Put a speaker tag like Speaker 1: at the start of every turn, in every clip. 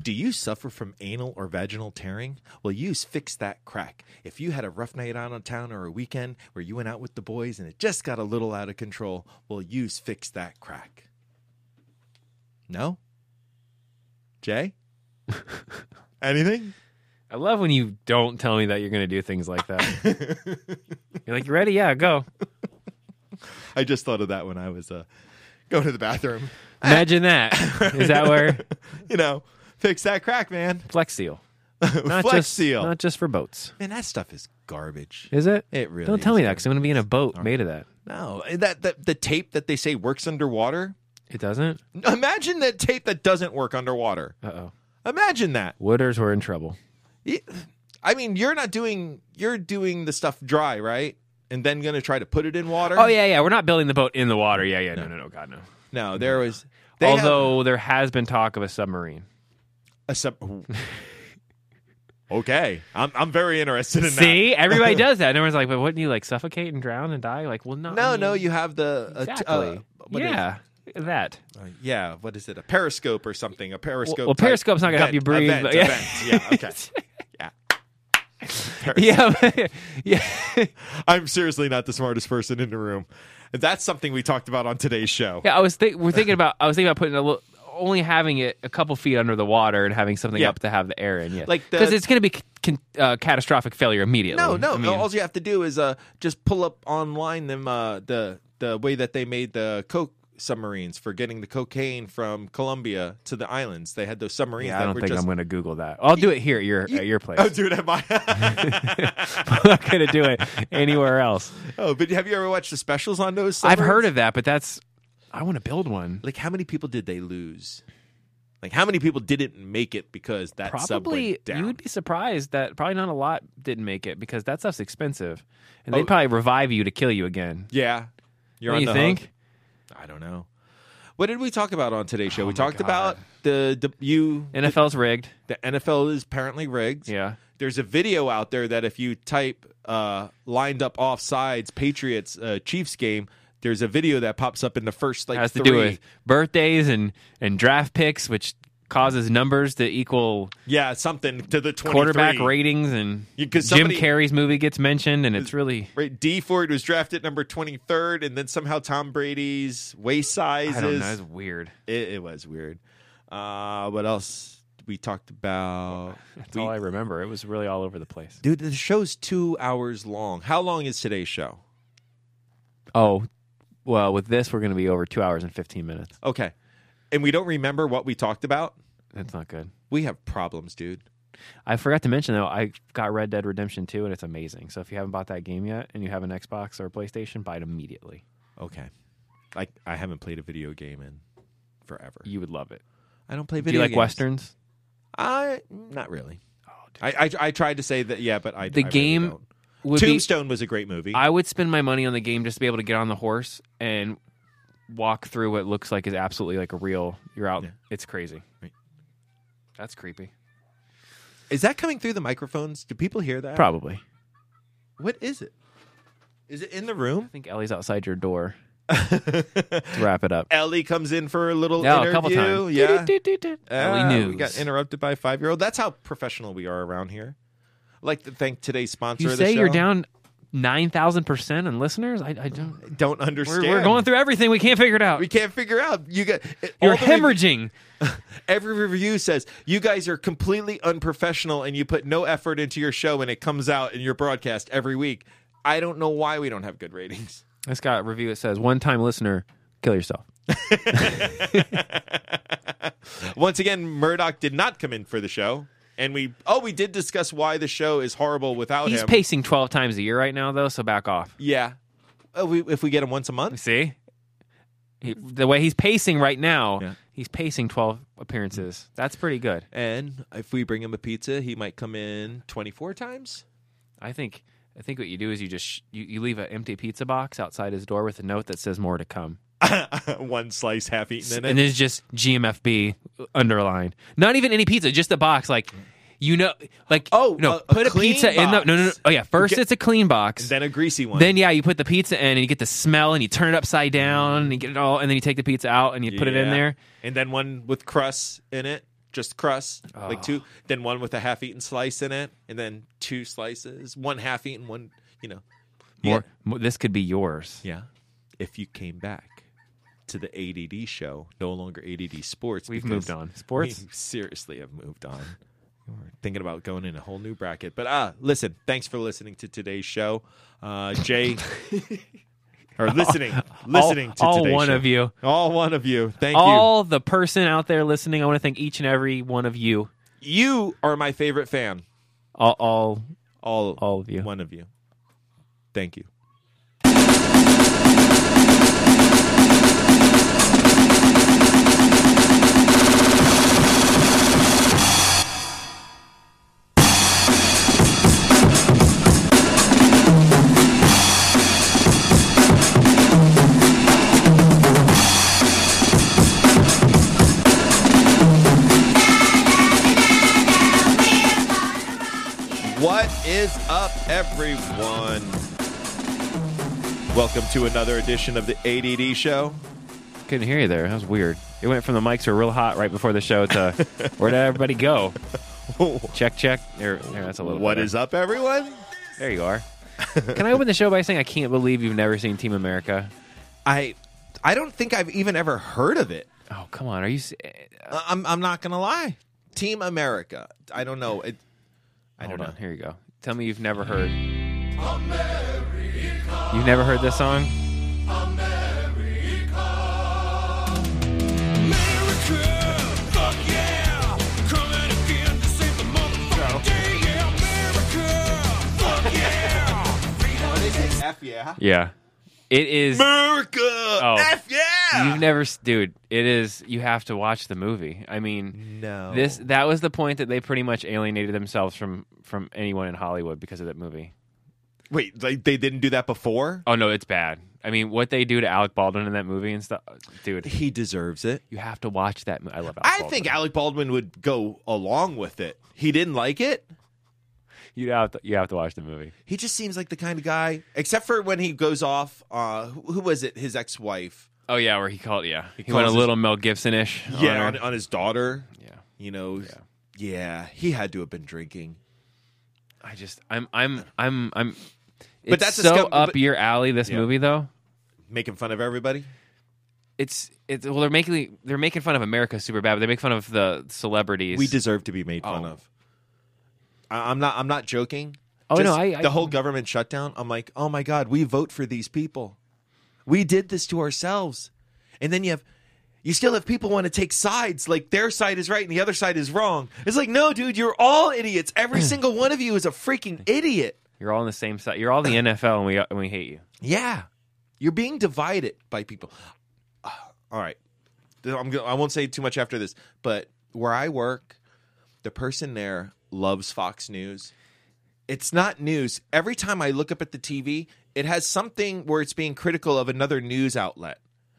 Speaker 1: Do you suffer from anal or vaginal tearing? Well, use Fix That Crack. If you had a rough night out on town or a weekend where you went out with the boys and it just got a little out of control, well, use Fix That Crack. No? Jay? Anything?
Speaker 2: I love when you don't tell me that you're going to do things like that. you're like, you ready? Yeah, go.
Speaker 1: I just thought of that when I was uh, going to the bathroom.
Speaker 2: Imagine that. Is that where
Speaker 1: You know, fix that crack, man.
Speaker 2: Flex Seal?
Speaker 1: Not
Speaker 2: Not
Speaker 1: Flex
Speaker 2: just,
Speaker 1: seal.
Speaker 2: Not just for boats.
Speaker 1: man, that stuff is garbage.
Speaker 2: Is it?
Speaker 1: It really
Speaker 2: Don't tell me
Speaker 1: is
Speaker 2: that because I'm going to be in a boat made of that.
Speaker 1: No, eh, that, that the tape that they say works underwater.
Speaker 2: It doesn't?
Speaker 1: Imagine that tape that doesn't work underwater.
Speaker 2: Uh oh.
Speaker 1: Imagine that.
Speaker 2: Wooders were in trouble.
Speaker 1: It- I mean, you're not doing you're doing the stuff dry, right? And then going to try to put it in water.
Speaker 2: Oh, yeah, yeah. We're not building the boat in the water. Yeah, yeah. No, no, no. God, no.
Speaker 1: No, there was. they have
Speaker 2: Although there has been talk of a submarine.
Speaker 1: a sub- okay, I'm I'm very interested in that.
Speaker 2: See? Everybody does that. And everyone's like, but wouldn't you like suffocate and drown and die? Like, well, no.
Speaker 1: No,
Speaker 2: I mean,
Speaker 1: no, you have the a t-
Speaker 2: Exactly.
Speaker 1: uh, what is-
Speaker 2: yeah. That.
Speaker 1: uh, yeah. What is it? A periscope or something? A periscope.
Speaker 2: Well,
Speaker 1: type
Speaker 2: periscope's not going to help
Speaker 1: event-
Speaker 2: you breathe.
Speaker 1: Event,
Speaker 2: but yeah.
Speaker 1: event. yeah. Okay. Yeah.
Speaker 2: yeah, but- yeah,
Speaker 1: I'm seriously not the smartest person in the room. That's something we talked about on today's show.
Speaker 2: yeah. I was think we're thinking about. I was thinking about putting a little, only having it a couple feet under the water and having something
Speaker 1: Yeah.
Speaker 2: up to have the air in. Yeah,
Speaker 1: Like the-
Speaker 2: because it's going to be c- con- uh, catastrophic failure immediately.
Speaker 1: No, no.
Speaker 2: Um, I mean,
Speaker 1: all you have to do is uh, just pull up online them uh, the the way that they made the coke submarines for getting the cocaine from Colombia to the islands. They had those submarines
Speaker 2: yeah,
Speaker 1: that
Speaker 2: I don't
Speaker 1: were
Speaker 2: think
Speaker 1: just.
Speaker 2: I'm going to Google that. I'll do it here at your at your place.
Speaker 1: Oh, dude, am I?
Speaker 2: I'm not going to do it anywhere else.
Speaker 1: oh, but have you ever watched the specials on those?
Speaker 2: I've
Speaker 1: Submarines?
Speaker 2: heard of that, but that's. I want to build one.
Speaker 1: Like, how many people did they lose? Like, how many people didn't make it because that sub
Speaker 2: Probably
Speaker 1: went down?
Speaker 2: you would be surprised that probably not a lot didn't make it because that stuff's expensive, and
Speaker 1: Oh.
Speaker 2: they'd probably revive you to kill you again.
Speaker 1: Yeah, you're
Speaker 2: Don't
Speaker 1: on
Speaker 2: you
Speaker 1: the
Speaker 2: think?
Speaker 1: hook. I don't know. What did we talk about on today's show? we
Speaker 2: Oh my
Speaker 1: talked
Speaker 2: God.
Speaker 1: about the, the you
Speaker 2: NFL's rigged.
Speaker 1: the NFL is apparently rigged.
Speaker 2: Yeah.
Speaker 1: There's a video out there that if you type uh, lined up offsides Patriots uh, Chiefs game, there's a video that pops up in the first like
Speaker 2: has to
Speaker 1: three.
Speaker 2: do with birthdays and and draft picks, which causes numbers to equal
Speaker 1: yeah something to the 23.
Speaker 2: quarterback ratings. And
Speaker 1: You- 'cause
Speaker 2: Jim
Speaker 1: somebody-
Speaker 2: Carrey's movie gets mentioned, and it's really
Speaker 1: Right, D Ford was drafted number 23rd, and then somehow Tom Brady's waist size
Speaker 2: I don't
Speaker 1: is
Speaker 2: know, it's weird.
Speaker 1: it, it was weird. Uh, what else we talked about?
Speaker 2: That's
Speaker 1: We-
Speaker 2: all I remember. It was really all over the place.
Speaker 1: Dude, the show's two hours long. How long is today's show?
Speaker 2: Oh, well, with this we're going to be over two hours and fifteen minutes.
Speaker 1: Okay. And we don't remember what we talked about?
Speaker 2: That's not good.
Speaker 1: We have problems, dude.
Speaker 2: I forgot to mention though, I got Red Dead Redemption 2 and it's amazing. So if you haven't bought that game yet and you have an Xbox or a PlayStation, buy it immediately.
Speaker 1: Okay. I I haven't played a video game in forever.
Speaker 2: You would love it.
Speaker 1: I don't play
Speaker 2: Do
Speaker 1: video
Speaker 2: you like
Speaker 1: games.
Speaker 2: westerns?
Speaker 1: I not really.
Speaker 2: Oh, dude.
Speaker 1: I, I I tried to say that yeah, but I
Speaker 2: The
Speaker 1: I really
Speaker 2: game
Speaker 1: don't.
Speaker 2: Would be-
Speaker 1: Tombstone was a great movie.
Speaker 2: I would spend my money on the game just to be able to get on the horse and walk through what looks like is absolutely like a real. You're out.
Speaker 1: Yeah.
Speaker 2: It's crazy.
Speaker 1: Right.
Speaker 2: That's creepy.
Speaker 1: is that coming through the microphones? Do people hear that?
Speaker 2: Probably.
Speaker 1: What is it? Is it in the
Speaker 2: I
Speaker 1: room?
Speaker 2: think Ellie's outside your door. To wrap it up.
Speaker 1: Ellie comes in for a little
Speaker 2: No,
Speaker 1: interview.
Speaker 2: a couple times.
Speaker 1: Yeah.
Speaker 2: Do-do-do-do-do.
Speaker 1: Ah,
Speaker 2: Ellie news.
Speaker 1: We got interrupted by a five year old. That's how professional we are around here. I'd like to thank today's sponsor
Speaker 2: you
Speaker 1: of the
Speaker 2: say you're
Speaker 1: show.
Speaker 2: down nine thousand percent in listeners. I, I don't.
Speaker 1: Don't understand.
Speaker 2: We're, we're going through everything. We can't figure it out.
Speaker 1: We can't figure out. You got all
Speaker 2: You're
Speaker 1: the rev-
Speaker 2: hemorrhaging.
Speaker 1: every review says you guys are completely unprofessional and you put no effort into your show and it comes out in your broadcast every week. I don't know why we don't have good ratings.
Speaker 2: This got a review. It says one time listener, kill yourself.
Speaker 1: Once again, Murdoch did not come in for the show. And we oh we did discuss why the show is horrible without
Speaker 2: He's
Speaker 1: him.
Speaker 2: pacing twelve times a year right now though, so back off.
Speaker 1: yeah. Oh, we, if we get him once a month.
Speaker 2: See, he, the way he's pacing right now,
Speaker 1: Yeah.
Speaker 2: he's pacing twelve appearances. That's pretty good.
Speaker 1: And if we bring him a pizza, he might come in 24 times.
Speaker 2: I think. I think what you do is you just sh- you, you leave an empty pizza box outside his door with a note that says more to come,
Speaker 1: One slice half eaten in
Speaker 2: and
Speaker 1: it.
Speaker 2: it's just GMFB underlined. Not even any pizza, just a box like. You know, like
Speaker 1: Oh,
Speaker 2: no,
Speaker 1: a- a
Speaker 2: put a,
Speaker 1: clean
Speaker 2: pizza in the no, no, no.
Speaker 1: box.
Speaker 2: Oh yeah, first
Speaker 1: Get-
Speaker 2: it's a clean box,
Speaker 1: Then a greasy one.
Speaker 2: Then yeah, you put the pizza in and you get the smell and you turn it upside down and you get it all and then you take the pizza out and you put it in
Speaker 1: Yeah.
Speaker 2: there.
Speaker 1: And then one with crust in it. just crust, like
Speaker 2: Oh.
Speaker 1: two, then one with a half eaten slice in it, and then two slices, one half eaten, one, you know. You
Speaker 2: More,
Speaker 1: got-
Speaker 2: mo- this could be yours.
Speaker 1: yeah. If you came back to the ADD show, no longer ADD sports,
Speaker 2: We've
Speaker 1: because
Speaker 2: moved on. Sports.
Speaker 1: we seriously have moved on. We're thinking about going in a whole new bracket. But ah, listen, thanks for listening to today's show. Uh, Jay, or listening, listening
Speaker 2: all,
Speaker 1: to
Speaker 2: all
Speaker 1: today's
Speaker 2: one
Speaker 1: show.
Speaker 2: of you,
Speaker 1: All one of you. Thank you.
Speaker 2: all the person out there listening. I want to thank each and every one of you,
Speaker 1: You are my favorite fan.
Speaker 2: all, all,
Speaker 1: All,
Speaker 2: all of you.
Speaker 1: one of you. Thank you. What is up, everyone? Welcome to another edition of the ADD show.
Speaker 2: Couldn't hear you there. That was weird. It went from the mics were real hot right before the show to where did everybody go? Check, check. There, there, that's a little.
Speaker 1: What
Speaker 2: better.
Speaker 1: is up, everyone?
Speaker 2: There you are. Can I open the show by saying I can't believe you've never seen Team America?
Speaker 1: I I don't think I've even ever heard of it.
Speaker 2: Oh come on, are you? s-
Speaker 1: I- I'm I'm not gonna lie. Team America. I don't know. It, I
Speaker 2: Hold
Speaker 1: don't
Speaker 2: on, here you go. Tell me you've never heard. You've never heard this song?
Speaker 1: know. F yeah.
Speaker 2: Yeah. It is.
Speaker 1: America. F
Speaker 2: You've
Speaker 1: yeah.
Speaker 2: never, s- dude. It is. You have to watch the movie. I mean,
Speaker 1: no.
Speaker 2: this that was the point that they pretty much alienated themselves from from anyone in Hollywood because of that movie.
Speaker 1: Wait, like they didn't do that before?
Speaker 2: Oh no, it's bad. I mean, what they do to Alec Baldwin in that movie and stuff, dude.
Speaker 1: He deserves it.
Speaker 2: You have to watch that. mo- I love. Alec
Speaker 1: I
Speaker 2: Baldwin.
Speaker 1: think Alec Baldwin would go along with it. He didn't like it.
Speaker 2: you have to, you have to watch the movie.
Speaker 1: He just seems like the kind of guy, except for when he goes off. Uh, who, who was it? His ex-wife.
Speaker 2: Oh yeah, where he called. Yeah, he,
Speaker 1: calls
Speaker 2: went a
Speaker 1: his-
Speaker 2: little Mel Gibson ish.
Speaker 1: Yeah, on, on his daughter.
Speaker 2: yeah.
Speaker 1: You know. Yeah. he had to have been drinking.
Speaker 2: I just, I'm, I'm, I'm, I'm. It's
Speaker 1: that's a
Speaker 2: so
Speaker 1: scum-
Speaker 2: up
Speaker 1: but-
Speaker 2: your alley. This
Speaker 1: Yeah.
Speaker 2: movie, though,
Speaker 1: Making fun of everybody.
Speaker 2: it's it's well, they're making they're making fun of America super bad, but they make fun of the celebrities.
Speaker 1: We deserve to be made fun
Speaker 2: Oh.
Speaker 1: of. I, I'm not. I'm not joking.
Speaker 2: Oh, no,
Speaker 1: Just
Speaker 2: I- I-
Speaker 1: the whole government shutdown. I'm like, oh my god, we vote for these people. We did this to ourselves, and then you have, you still have people want to take sides. Like their side is right and the other side is wrong. It's like, no, dude, you're all idiots. Every single one of you is a freaking idiot.
Speaker 2: You're all on the same side. You're all the NFL, and we and we hate you.
Speaker 1: Yeah, you're being divided by people. Uh, all right, I'm go- I won't say too much after this, but where I work, the person there loves Fox News. It's not news. Every time I look up at the TV, it has something where it's being critical of another news outlet.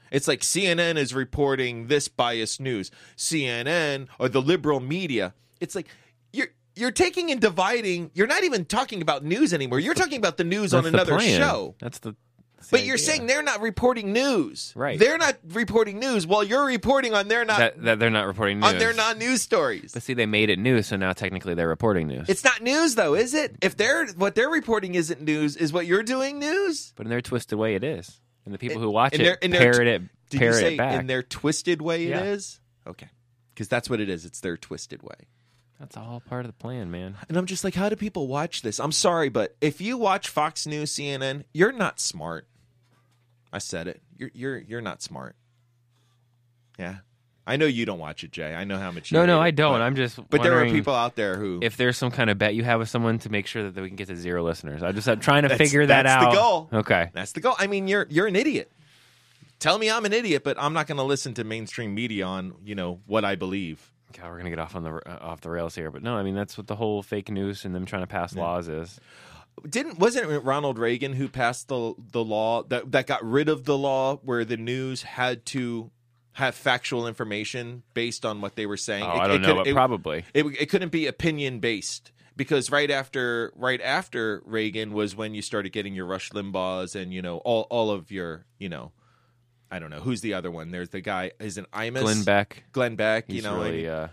Speaker 1: It's like CNN is reporting this biased news, CNN or the liberal media. It's like you're you're taking and dividing. You're not even talking about news anymore. You're talking about the news on
Speaker 2: That's the
Speaker 1: another
Speaker 2: plan.
Speaker 1: show.
Speaker 2: That's the. that's the
Speaker 1: But you're
Speaker 2: idea.
Speaker 1: saying they're not reporting news.
Speaker 2: Right.
Speaker 1: They're not reporting news while you're reporting on their not
Speaker 2: that, that they're not reporting news.
Speaker 1: on their non news stories.
Speaker 2: But see, they made it news, so now technically they're reporting news.
Speaker 1: It's not news though, is it? If they're what they're reporting isn't news, is what you're doing news?
Speaker 2: but in their twisted way, it is. And the people who watch
Speaker 1: in
Speaker 2: it
Speaker 1: their- in their-
Speaker 2: parrot it,
Speaker 1: Did
Speaker 2: parrot
Speaker 1: you say
Speaker 2: it back.
Speaker 1: in their twisted way
Speaker 2: Yeah.
Speaker 1: it is? Okay. Because that's what it is. It's their twisted way.
Speaker 2: That's all part of the plan, man.
Speaker 1: And I'm just like, how do people watch this? I'm sorry, but if you watch Fox News, CNN, you're not smart. I said it. You're you're you're not smart. Yeah. I know you don't watch it, Jay. I know how much you
Speaker 2: No, no,
Speaker 1: hate it,
Speaker 2: I don't.
Speaker 1: but-
Speaker 2: I'm just.
Speaker 1: But there are
Speaker 2: wondering
Speaker 1: people out there who
Speaker 2: If there's some kind of bet you have with someone to make sure that we can get to zero listeners, I just I'm trying to
Speaker 1: That's-
Speaker 2: figure that
Speaker 1: that's the
Speaker 2: out.
Speaker 1: goal.
Speaker 2: Okay.
Speaker 1: that's the goal. I mean, you're you're an idiot. Tell me I'm an idiot, but I'm not going to listen to mainstream media on you know what I believe.
Speaker 2: God, we're gonna get off on the uh, off the rails here, but no, I mean that's what the whole fake news and them trying to pass laws is.
Speaker 1: Didn't wasn't it Ronald Reagan who passed the the law that that got rid of the law where the news had to have factual information based on what they were saying?
Speaker 2: Oh, I don't know,
Speaker 1: could-
Speaker 2: but probably.
Speaker 1: it, it couldn't be opinion based because right after right after Reagan was when you started getting your Rush Limbaughs and you know all all of your you know I don't know who's the other one. There's the guy is an Imus
Speaker 2: Glenn Beck,
Speaker 1: Glenn Beck,
Speaker 2: he's
Speaker 1: you know, and
Speaker 2: really uh,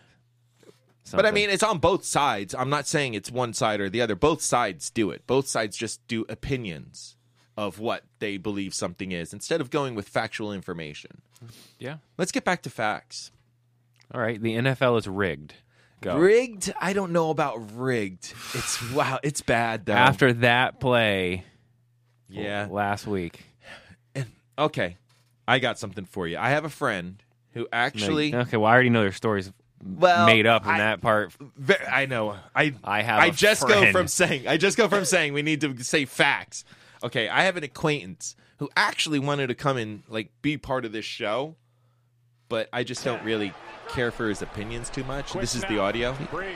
Speaker 1: But I
Speaker 2: something.
Speaker 1: mean, it's on both sides. I'm not saying it's one side or the other. Both sides do it. Both sides just do opinions of what they believe something is instead of going with factual information.
Speaker 2: yeah.
Speaker 1: Let's get back to facts.
Speaker 2: All right. The NFL is rigged. Go.
Speaker 1: Rigged? I don't know about rigged. It's wow, it's bad though.
Speaker 2: After that play
Speaker 1: yeah.
Speaker 2: last week.
Speaker 1: Okay. I got something for you. I have a friend who actually
Speaker 2: okay, well, I already know their stories
Speaker 1: Well,
Speaker 2: made up in
Speaker 1: I-
Speaker 2: that part.
Speaker 1: Ve- I know. I
Speaker 2: I have
Speaker 1: I
Speaker 2: a
Speaker 1: just go
Speaker 2: friend.
Speaker 1: from saying. I just go from saying we need to say facts. Okay, I have an acquaintance who actually wanted to come and like be part of this show, but I just don't really care for his opinions too much. This is the audio.
Speaker 3: Breeze.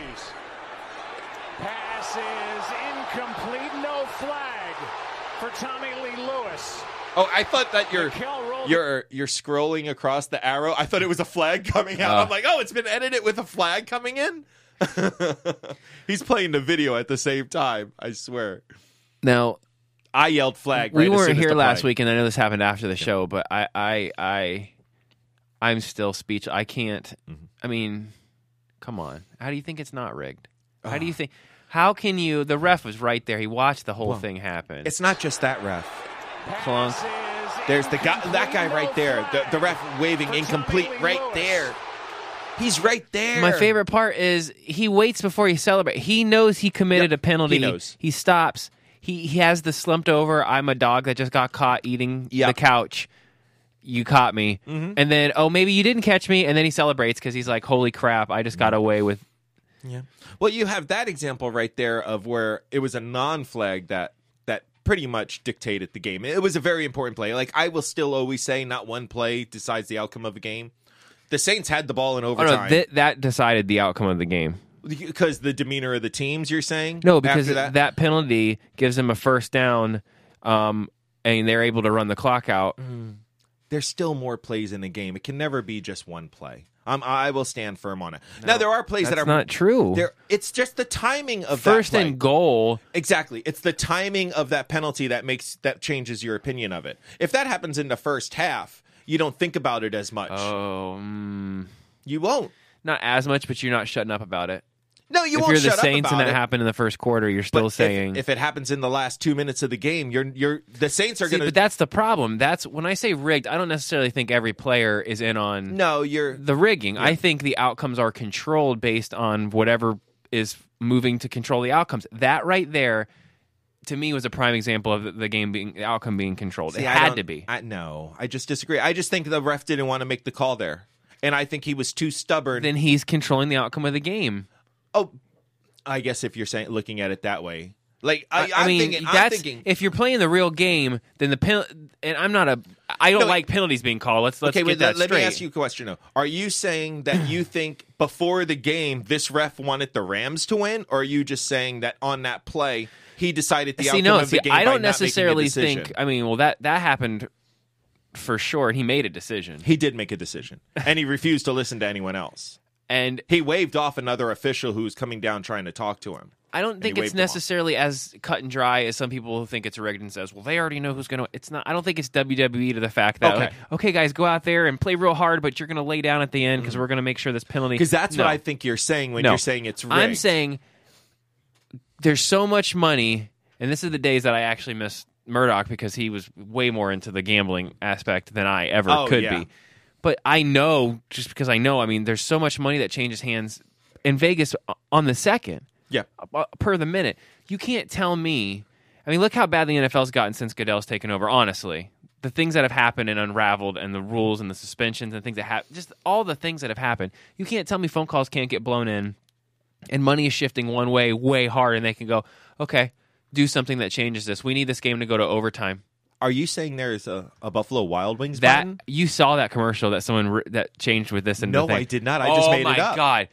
Speaker 3: Pass is incomplete. No flag for Tommy Lee Lewis.
Speaker 1: Oh, I thought that your
Speaker 3: Raquel rolled-
Speaker 1: your you're scrolling across the arrow. I thought it was a flag coming out.
Speaker 2: Oh.
Speaker 1: I'm like, oh, it's been edited with a flag coming in. He's playing the video at the same time. I swear.
Speaker 2: Now,
Speaker 1: I yelled flag.
Speaker 2: we
Speaker 1: right as soon
Speaker 2: weren't
Speaker 1: as
Speaker 2: here
Speaker 1: the
Speaker 2: last
Speaker 1: play.
Speaker 2: week, and I know this happened after the show, but I, I, I, I'm still speech. I can't.
Speaker 1: Mm-hmm.
Speaker 2: I mean, come on. How do you think it's not rigged? How do you think? How can you? The ref was right there. He watched the whole thing happen.
Speaker 1: It's not just that ref.
Speaker 2: Clunk.
Speaker 3: Pass is
Speaker 1: There's the guy, that guy right there, the, the ref waving
Speaker 3: For
Speaker 1: incomplete
Speaker 3: Tommy Lee
Speaker 1: right
Speaker 3: Lewis.
Speaker 1: there. He's right there.
Speaker 2: My favorite part is he waits before he celebrates. He knows he committed
Speaker 1: Yep,
Speaker 2: a penalty.
Speaker 1: he knows.
Speaker 2: He stops. He he has the slumped over. I'm a dog that just got caught eating
Speaker 1: Yep. Mm-hmm.
Speaker 2: the couch. You caught me, and then oh maybe you didn't catch me, and then he celebrates because he's like, "Holy crap! I just got
Speaker 1: Mm-hmm.
Speaker 2: away with."
Speaker 1: Yeah. Well, you have that example right there of where it was a non-flag that that pretty much dictated the game. It was a very important play. Like I will still always say, not one play decides the outcome of a game. The Saints had the ball in
Speaker 2: Oh no,
Speaker 1: overtime
Speaker 2: th- that decided the outcome of the game.
Speaker 1: because the demeanor of the teams. You're saying
Speaker 2: No, because
Speaker 1: After
Speaker 2: that.
Speaker 1: that,
Speaker 2: penalty gives him a first down, um, and they're able to run the clock out.
Speaker 1: Mm-hmm. there's still more plays in the game. It can never be just one play. Um, I will stand firm on it. now there are plays
Speaker 2: That's
Speaker 1: that are
Speaker 2: not true.
Speaker 1: There, it's just the timing of that
Speaker 2: First
Speaker 1: play.
Speaker 2: and goal.
Speaker 1: Exactly. It's the timing of that penalty that makes that changes your opinion of it. If that happens in the first half, you don't think about it as much.
Speaker 2: Oh. mm.
Speaker 1: you won't.
Speaker 2: not as much, but you're not shutting up about it.
Speaker 1: No, you
Speaker 2: if
Speaker 1: won't
Speaker 2: you're the
Speaker 1: shut
Speaker 2: Saints
Speaker 1: up
Speaker 2: and
Speaker 1: about it.
Speaker 2: that happened in the first quarter, you're still
Speaker 1: if-
Speaker 2: saying.
Speaker 1: if, it happens in the last two minutes of the game, you're you're the Saints are
Speaker 2: See,
Speaker 1: going to
Speaker 2: but that's the problem. That's when I say rigged. I don't necessarily think every player is in on
Speaker 1: no. You're
Speaker 2: the rigging. I think the outcomes are controlled based on whatever is moving to control the outcomes. That right there, to me, was a prime example of the- the game being the outcome being controlled.
Speaker 1: See,
Speaker 2: it
Speaker 1: I
Speaker 2: had
Speaker 1: don't-
Speaker 2: to be.
Speaker 1: I, no, I just disagree. I just think the ref didn't want to make the call there, and I think he was too stubborn.
Speaker 2: then he's controlling the outcome of the game.
Speaker 1: oh, I guess if you're saying looking at it that way, like I,
Speaker 2: I
Speaker 1: am
Speaker 2: mean,
Speaker 1: thinking,
Speaker 2: that's
Speaker 1: I'm thinking.
Speaker 2: if you're playing the real game, then the penal. And I'm not a. I don't
Speaker 1: No,
Speaker 2: like penalties being called. Let's let's
Speaker 1: okay,
Speaker 2: get
Speaker 1: wait, let,
Speaker 2: that
Speaker 1: let
Speaker 2: straight.
Speaker 1: me ask you a question though. Are you saying that you think before the game this ref wanted the Rams to win, or are you just saying that on that play he decided the
Speaker 2: see,
Speaker 1: outcome
Speaker 2: no,
Speaker 1: of
Speaker 2: see,
Speaker 1: the game?
Speaker 2: I
Speaker 1: by
Speaker 2: don't
Speaker 1: not making a
Speaker 2: necessarily
Speaker 1: decision?
Speaker 2: think. I mean, well, that that happened for sure. He made a decision,
Speaker 1: he did make a decision, and he refused to listen to anyone else.
Speaker 2: and
Speaker 1: He waved off another official who was coming down trying to talk to him.
Speaker 2: I don't think
Speaker 1: he
Speaker 2: it's
Speaker 1: waved them off.
Speaker 2: necessarily as cut and dry as some people who think it's rigged and says, "Well, they already know who's going to." It's not. I don't think it's WWE to the fact that,
Speaker 1: Okay.
Speaker 2: like, okay, guys, go out there and play real hard, but you're going to lay down at the end because we're going to make sure this penalty.
Speaker 1: Mm-hmm. Because that's
Speaker 2: No.
Speaker 1: what I think you're saying when
Speaker 2: No.
Speaker 1: you're saying it's rigged.
Speaker 2: I'm saying there's so much money, and this is the days that I actually miss Murdoch because he was way more into the gambling aspect than I ever
Speaker 1: Oh,
Speaker 2: could
Speaker 1: yeah.
Speaker 2: be. But I know just because I know. I mean, there's so much money that changes hands in Vegas o- on the second
Speaker 1: yeah,
Speaker 2: uh, per the minute. You can't tell me. I mean, look how bad the NFL's gotten since Goodell's taken over. Honestly, the things that have happened and unraveled, and the rules and the suspensions and things that happen, just all the things that have happened. You can't tell me phone calls can't get blown in, and money is shifting one way way hard, and they can go, okay, do something that changes this. We need this game to go to overtime.
Speaker 1: are you saying there's a, a Buffalo Wild Wings
Speaker 2: That
Speaker 1: button?
Speaker 2: you saw that commercial that someone re- that changed with this and
Speaker 1: No,
Speaker 2: the thing.
Speaker 1: I did not. I just
Speaker 2: oh
Speaker 1: made it
Speaker 2: my
Speaker 1: up.
Speaker 2: god.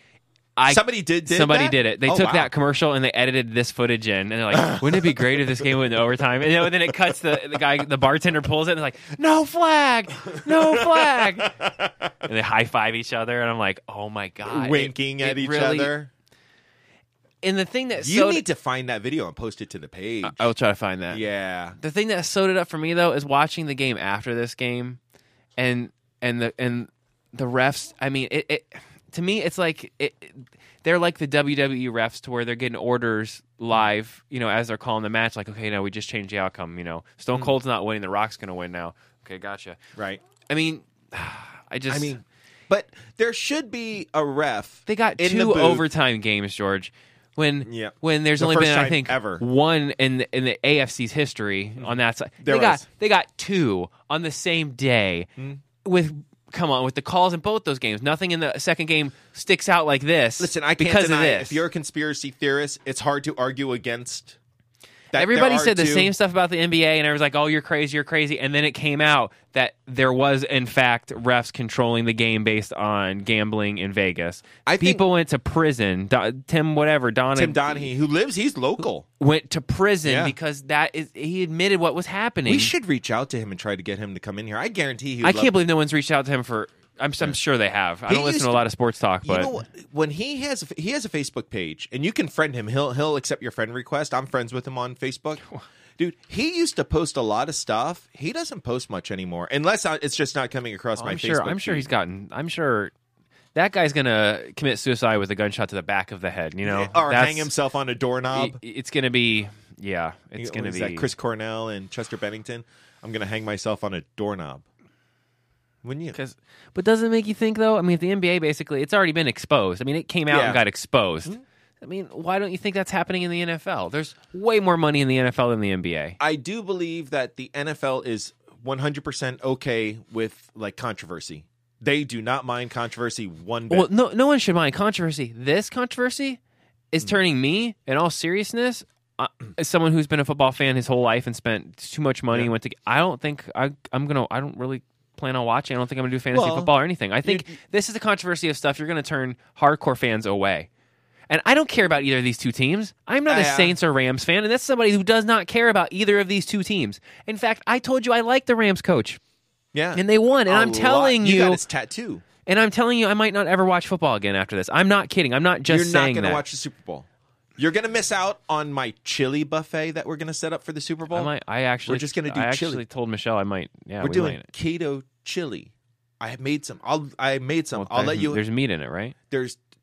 Speaker 2: I,
Speaker 1: Somebody did- did
Speaker 2: somebody
Speaker 1: that?
Speaker 2: did it. They
Speaker 1: Oh,
Speaker 2: took
Speaker 1: wow.
Speaker 2: that commercial and they edited this footage in, and they're like, "Wouldn't it be great if this game went into overtime?" And then- then it cuts the, the guy, the bartender pulls it, and they're like, "No flag, no flag," and they high five each other, and I'm like, "Oh my god!" It-
Speaker 1: Winking at
Speaker 2: it
Speaker 1: each
Speaker 2: really-
Speaker 1: other.
Speaker 2: And the thing that
Speaker 1: You
Speaker 2: sewed-
Speaker 1: need to find that video and post it to the page.
Speaker 2: I'll try to find that.
Speaker 1: yeah.
Speaker 2: the thing that sewed it up for me though is watching the game after this game and and the and the refs i mean it, it to me, it's like it, they're like the WWE refs to where they're getting orders live, you know, as they're calling the match. Like, okay, no, we just changed the outcome. You know,
Speaker 1: Mm.
Speaker 2: Stone Cold's not winning. The Rock's going to win now. Okay, gotcha.
Speaker 1: right?
Speaker 2: I mean, I just.
Speaker 1: I mean, but there should be a ref.
Speaker 2: They got
Speaker 1: in the
Speaker 2: two
Speaker 1: booth.
Speaker 2: overtime games, George. When
Speaker 1: Yeah.
Speaker 2: when there's
Speaker 1: The
Speaker 2: only
Speaker 1: first
Speaker 2: been I
Speaker 1: time
Speaker 2: think
Speaker 1: ever. Mm-hmm.
Speaker 2: one in the, in the AFC's history on that side.
Speaker 1: There
Speaker 2: they got
Speaker 1: was. Mm-hmm.
Speaker 2: they got two on the same day with come on with the calls in both those games. Nothing in the second game sticks out like this.
Speaker 1: Listen, I can't
Speaker 2: because
Speaker 1: deny
Speaker 2: of
Speaker 1: it.
Speaker 2: this.
Speaker 1: if you're a conspiracy theorist, it's hard to argue against. That
Speaker 2: Everybody
Speaker 1: there are
Speaker 2: said the
Speaker 1: two-
Speaker 2: same stuff about the NBA, and I was like, "Oh, you're crazy, you're crazy." And then it came out that there was, in fact, refs controlling the game based on gambling in Vegas.
Speaker 1: I think-
Speaker 2: People went to prison. Do- Tim, whatever, Don,
Speaker 1: Tim Donahue, who lives, he's local.
Speaker 2: went to prison
Speaker 1: Yeah.
Speaker 2: because that is he admitted what was happening.
Speaker 1: We should reach out to him and try to get him to come in here. I guarantee he. Would
Speaker 2: I
Speaker 1: love
Speaker 2: can't believe no one's reached out to him for. I'm, I'm sure they have. I
Speaker 1: He
Speaker 2: don't listen
Speaker 1: used
Speaker 2: to a
Speaker 1: to-
Speaker 2: lot of sports talk,
Speaker 1: You
Speaker 2: but
Speaker 1: know what? when he has a- he has a Facebook page and you can friend him. He'll he'll accept your friend request. I'm friends with him on Facebook. Dude, he used to post a lot of stuff. He doesn't post much anymore, unless I, it's just not coming across my
Speaker 2: I'm sure.
Speaker 1: Facebook.
Speaker 2: I'm sure
Speaker 1: feed.
Speaker 2: he's gotten. I'm sure that guy's gonna commit suicide with a gunshot to the back of the head. You know,
Speaker 1: or
Speaker 2: That's-
Speaker 1: hang himself on a
Speaker 2: i-
Speaker 1: doorknob.
Speaker 2: It's gonna be. Yeah, it's
Speaker 1: What
Speaker 2: gonna
Speaker 1: is
Speaker 2: be.
Speaker 1: that Chris Cornell and Chester Bennington. I'm gonna hang myself on a doorknob. Wouldn't you?
Speaker 2: 'Cause- but doesn't it make you think though? I mean, if the NBA basically, it's already been exposed. I mean, it came out
Speaker 1: Yeah. Hmm?
Speaker 2: and got exposed. I mean, why don't you think that's happening in the NFL? There's way more money in the NFL than the NBA.
Speaker 1: I do believe that the NFL is 100% okay with like controversy. They do not mind controversy one bit.
Speaker 2: Well, no, no one should mind controversy. This controversy is
Speaker 1: Hmm.
Speaker 2: turning me, in all seriousness, uh, as someone who's been a football fan his whole life and spent too much money and went to. I don't think I, I'm gonna. I don't really plan on watching. I don't think I'm gonna do fantasy
Speaker 1: Well,
Speaker 2: football or anything. I think
Speaker 1: you'd-
Speaker 2: this is a controversy of stuff you're gonna turn hardcore fans away. And I don't care about either of these two teams. I'm not a
Speaker 1: Yeah.
Speaker 2: Saints or Rams fan, and that's somebody who does not care about either of these two teams. In fact, I told you I like the Rams coach,
Speaker 1: yeah.
Speaker 2: and they won. And
Speaker 1: i
Speaker 2: I'm telling
Speaker 1: you got his tattoo.
Speaker 2: and I'm telling you, I might not ever watch football again after this. I'm not kidding. I'm not just
Speaker 1: You're not
Speaker 2: saying
Speaker 1: going to
Speaker 2: that.
Speaker 1: watch the Super Bowl. You're going to miss out on my chili buffet that we're going to set up for the Super Bowl.
Speaker 2: I might. I actually.
Speaker 1: We're just gonna do
Speaker 2: I
Speaker 1: chili.
Speaker 2: actually told Michelle I might. Yeah,
Speaker 1: we're
Speaker 2: we
Speaker 1: doing
Speaker 2: might.
Speaker 1: keto chili. I have made some. I'll I made some.
Speaker 2: Well,
Speaker 1: I'll let
Speaker 2: there's-
Speaker 1: you there's,
Speaker 2: There's meat in it, right?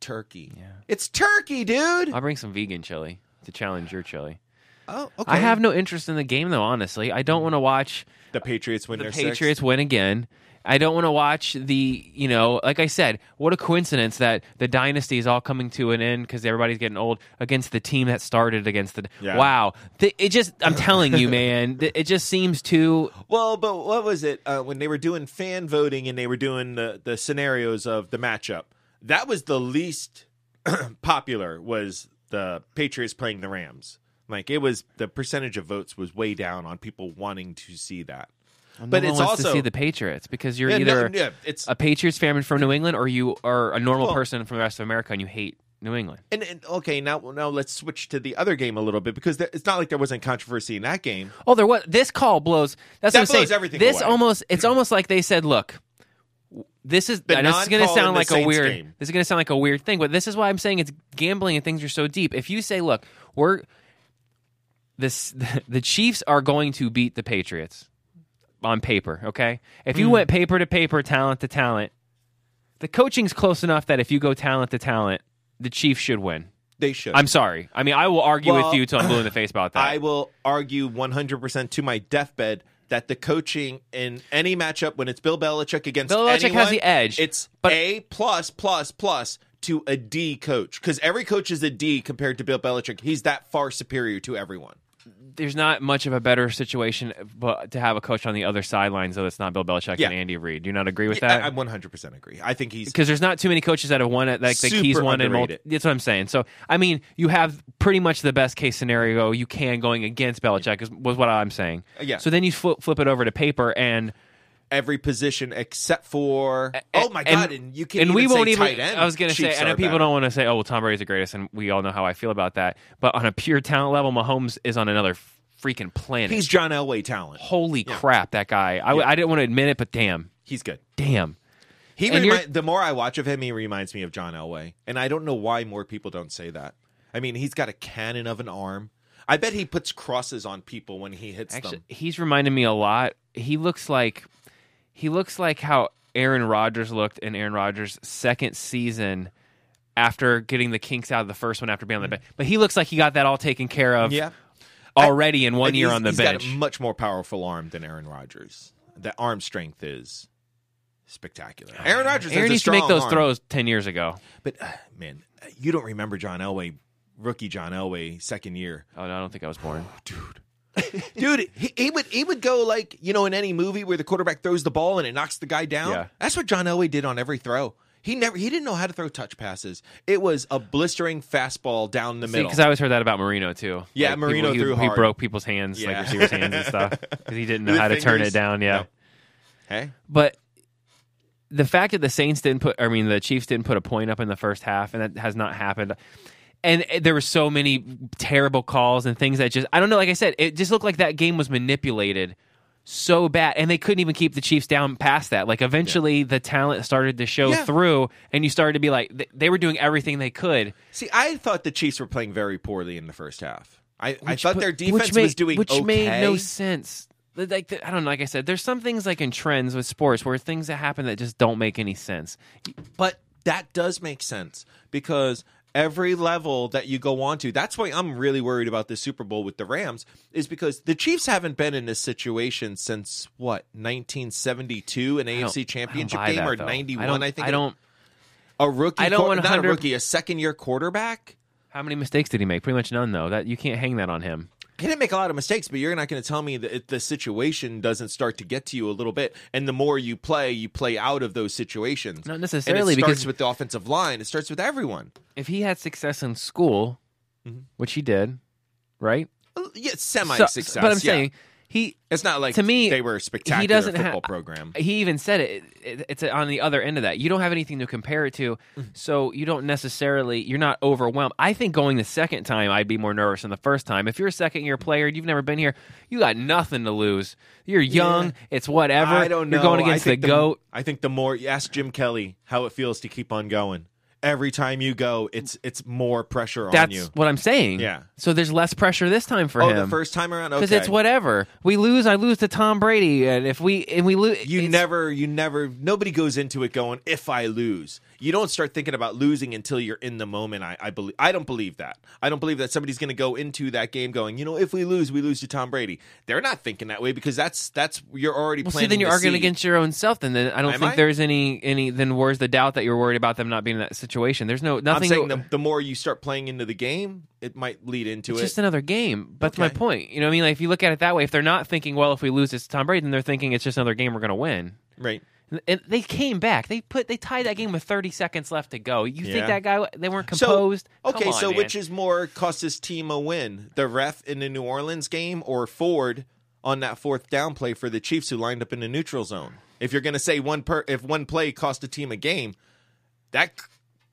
Speaker 1: turkey.
Speaker 2: Yeah.
Speaker 1: It's turkey, dude.
Speaker 2: I'll bring some vegan chili to challenge your chili.
Speaker 1: oh, okay.
Speaker 2: I have no interest in the game though. Honestly, I don't want to watch
Speaker 1: the Patriots win
Speaker 2: the
Speaker 1: their
Speaker 2: Patriots win again. I don't want to watch the, you know, like I said, what a coincidence that the dynasty is all coming to an end because everybody's getting old against the team that started against the.
Speaker 1: Yeah.
Speaker 2: Wow, Th- it just, I'm telling you, man, th- it just seems too
Speaker 1: Well, but what was it uh, when they were doing fan voting and they were doing the, the scenarios of the matchup? That was the least popular was the Patriots playing the Rams. Like it was the percentage of votes was way down on people wanting to see that. but
Speaker 2: no
Speaker 1: it's
Speaker 2: one wants
Speaker 1: also
Speaker 2: to see the Patriots because you're
Speaker 1: Yeah, no,
Speaker 2: either
Speaker 1: yeah, it's
Speaker 2: a Patriots fan from New England or you are a normal
Speaker 1: Well-
Speaker 2: person from the rest of America and you hate New England.
Speaker 1: and, and okay now now let's switch to the other game a little bit because there, it's not like there wasn't controversy in that game.
Speaker 2: Oh, there was this call blows. That's
Speaker 1: That
Speaker 2: what I'm saying.
Speaker 1: blows everything
Speaker 2: This
Speaker 1: away.
Speaker 2: almost it's almost like they said, look, this is
Speaker 1: The
Speaker 2: I know this is going to
Speaker 1: non-call in
Speaker 2: sound
Speaker 1: the
Speaker 2: like a
Speaker 1: Saints
Speaker 2: weird
Speaker 1: game.
Speaker 2: this is going to sound like a weird thing, but this is why I'm saying it's gambling and things are so deep. If you say, look, we're this the Chiefs are going to beat the Patriots on paper, okay? If
Speaker 1: Mm.
Speaker 2: you went paper to paper, talent to talent, the coaching's close enough that if you go talent to talent, the Chiefs should win.
Speaker 1: They should.
Speaker 2: I'm sorry. I mean, I will argue
Speaker 1: Well,
Speaker 2: with you till I'm blue in the face about that.
Speaker 1: I will argue 100% to my deathbed that the coaching in any matchup when it's Bill Belichick against
Speaker 2: Bill Belichick
Speaker 1: anyone,
Speaker 2: has the edge,
Speaker 1: It's
Speaker 2: but-
Speaker 1: a plus plus plus to a D coach because every coach is a D compared to Bill Belichick. He's that far superior to everyone.
Speaker 2: there's not much of a better situation uh, but to have a coach on the other sidelines though that's not Bill Belichick
Speaker 1: Yeah.
Speaker 2: and Andy Reid. Do you not agree with
Speaker 1: I, I
Speaker 2: that?
Speaker 1: 100% agree. I think he's
Speaker 2: Because there's not too many coaches that have won it like the
Speaker 1: Super
Speaker 2: keys won in multi-
Speaker 1: underrated.
Speaker 2: that's what I'm saying. So I mean, you have pretty much the best case scenario you can going against Belichick is, was what I'm saying.
Speaker 1: Uh, Yeah.
Speaker 2: So then you flip, flip it over to paper and
Speaker 1: every position except for oh my god, and you can
Speaker 2: and we won't
Speaker 1: say
Speaker 2: even.
Speaker 1: tight end.
Speaker 2: I was gonna
Speaker 1: Chiefs
Speaker 2: say, I know
Speaker 1: are
Speaker 2: people
Speaker 1: better.
Speaker 2: don't want to say, oh, well, Tom Brady's the greatest, and we all know how I feel about that. But on a pure talent level, Mahomes is on another freaking planet.
Speaker 1: He's John Elway talent.
Speaker 2: holy crap, that guy. I, I didn't want to admit it, but damn,
Speaker 1: He's good.
Speaker 2: damn.
Speaker 1: He
Speaker 2: And you're-
Speaker 1: remi- the more I watch of him, he reminds me of John Elway, and I don't know why more people don't say that. I mean, he's got a cannon of an arm. I bet he puts crosses on people when he hits
Speaker 2: Actually,
Speaker 1: them.
Speaker 2: he's reminded me a lot. He looks like he looks like how Aaron Rodgers looked in Aaron Rodgers' second season after getting the kinks out of the first one after being on the bench. But he looks like he got that all taken care of
Speaker 1: Mm. Yeah.
Speaker 2: already in one
Speaker 1: And
Speaker 2: year
Speaker 1: he's-
Speaker 2: on the
Speaker 1: he's
Speaker 2: bench.
Speaker 1: Got a much more powerful arm than Aaron Rodgers. That arm strength is spectacular. Aaron Rodgers
Speaker 2: Oh, Aaron
Speaker 1: has a
Speaker 2: used to make
Speaker 1: strong
Speaker 2: those
Speaker 1: arm.
Speaker 2: throws 10 years ago.
Speaker 1: But uh, man, you don't remember John Elway, rookie John Elway, second year.
Speaker 2: Oh, no, I don't think I was born.
Speaker 1: dude. Dude, he, he would he would go like you know in any movie where the quarterback throws the ball and it knocks the guy down.
Speaker 2: Yeah.
Speaker 1: That's what John Elway did on every throw. He never he didn't know how to throw touch passes. It was a blistering fastball down the middle.
Speaker 2: Because I always heard that about Marino, too.
Speaker 1: Yeah,
Speaker 2: Like,
Speaker 1: Marino
Speaker 2: he,
Speaker 1: threw
Speaker 2: He
Speaker 1: hard.
Speaker 2: broke people's hands,
Speaker 1: Yeah.
Speaker 2: like receivers' hands and stuff, because he didn't know
Speaker 1: With
Speaker 2: how to turn
Speaker 1: fingers.
Speaker 2: it down. Yeah.
Speaker 1: No. hey,
Speaker 2: But the fact that the Saints didn't put, I mean, the Chiefs didn't put a point up in the first half, and that has not happened. And eh, there were so many terrible calls and things that just, I don't know, like I said, it just looked like that game was manipulated so bad. And they couldn't even keep the Chiefs down past that. Like eventually the talent started to show
Speaker 1: Yeah.
Speaker 2: through, and you started to be like, th- they were doing everything they could.
Speaker 1: see, I thought the Chiefs were playing very poorly in the first half. I, I
Speaker 2: Which
Speaker 1: thought
Speaker 2: put-
Speaker 1: their defense
Speaker 2: made,
Speaker 1: was doing
Speaker 2: which
Speaker 1: okay.
Speaker 2: made no sense. Th- Like th- I don't know, like I said, there's some things like in trends with sports where things that happen that just don't make any sense.
Speaker 1: But that does make sense because every level that you go on to, that's why I'm really worried about this Super Bowl with the Rams, is because the Chiefs haven't been in this situation since what, 1972, an
Speaker 2: I don't- I
Speaker 1: AFC
Speaker 2: don't
Speaker 1: championship
Speaker 2: buy
Speaker 1: game
Speaker 2: that,
Speaker 1: or
Speaker 2: though.
Speaker 1: 91,
Speaker 2: I, don't,
Speaker 1: I, think.
Speaker 2: I don't.
Speaker 1: a rookie
Speaker 2: I don't
Speaker 1: quar- not a
Speaker 2: 100
Speaker 1: rookie, a second year quarterback.
Speaker 2: How many mistakes did he make? Pretty much none, though. That you can't hang that on him.
Speaker 1: He didn't make a lot of mistakes, but you're not going to tell me that it- the situation doesn't start to get to you a little bit. And the more you play, you play out of those situations.
Speaker 2: Not
Speaker 1: and
Speaker 2: necessarily
Speaker 1: it starts
Speaker 2: because
Speaker 1: with the offensive line. It starts with everyone.
Speaker 2: if he had success in school,
Speaker 1: Mhm.
Speaker 2: which he did, right?
Speaker 1: Yeah,
Speaker 2: So-
Speaker 1: semi success.
Speaker 2: but I'm
Speaker 1: yeah.
Speaker 2: saying he
Speaker 1: It's not like
Speaker 2: To me,
Speaker 1: they were a spectacular
Speaker 2: doesn't ha-
Speaker 1: football program.
Speaker 2: he even said it, it it's on the other end of that you don't have anything to compare it to so you don't necessarily you're not overwhelmed i think going the second time i'd be more nervous than the first time if you're a second year player and you've never been here you got nothing to lose you're young it's whatever
Speaker 1: I don't know.
Speaker 2: you're going
Speaker 1: I
Speaker 2: against the
Speaker 1: think
Speaker 2: goat
Speaker 1: I think the more you ask Jim Kelly how it feels to keep on going. Every time you go, it's it's more pressure on
Speaker 2: that's
Speaker 1: you.
Speaker 2: what i'm saying
Speaker 1: Yeah.
Speaker 2: so there's less pressure this time for
Speaker 1: Oh,
Speaker 2: him
Speaker 1: the first time around,
Speaker 2: because
Speaker 1: okay.
Speaker 2: it's whatever we lose i lose to tom brady and if we and we lose
Speaker 1: you never, you never. Nobody goes into it going, "If I lose," you don't start thinking about losing until you're in the moment. I, I believe. I don't believe that. I don't believe that somebody's going to go into that game going, "You know, if we lose, we lose to Tom Brady." They're not thinking that way because that's that's you're already.
Speaker 2: Well, see,
Speaker 1: planting
Speaker 2: then you're
Speaker 1: the
Speaker 2: arguing
Speaker 1: seed.
Speaker 2: against your own self. Then, then I don't
Speaker 1: Am
Speaker 2: think
Speaker 1: I?
Speaker 2: there's any any. Then where's the doubt that you're worried about them not being in that situation? There's no
Speaker 1: I'm
Speaker 2: nothing.
Speaker 1: saying the, the more you start playing into the game, it might lead into
Speaker 2: it's
Speaker 1: it.
Speaker 2: just another game. But that's
Speaker 1: Okay.
Speaker 2: my point. You know what I mean? Like if you look at it that way, if they're not thinking, well, if we lose it's Tom Brady, then they're thinking it's just another game we're going to win.
Speaker 1: right.
Speaker 2: And- And they came back. They put they tied that game with 30 seconds left to go. You
Speaker 1: Yeah.
Speaker 2: think that guy they weren't
Speaker 1: So-
Speaker 2: composed?
Speaker 1: okay, so which is more cost his team a win? The ref in the New Orleans game or Ford on that fourth down play for the Chiefs who lined up in the neutral zone? If you're going to say one per if one play cost a team a game, that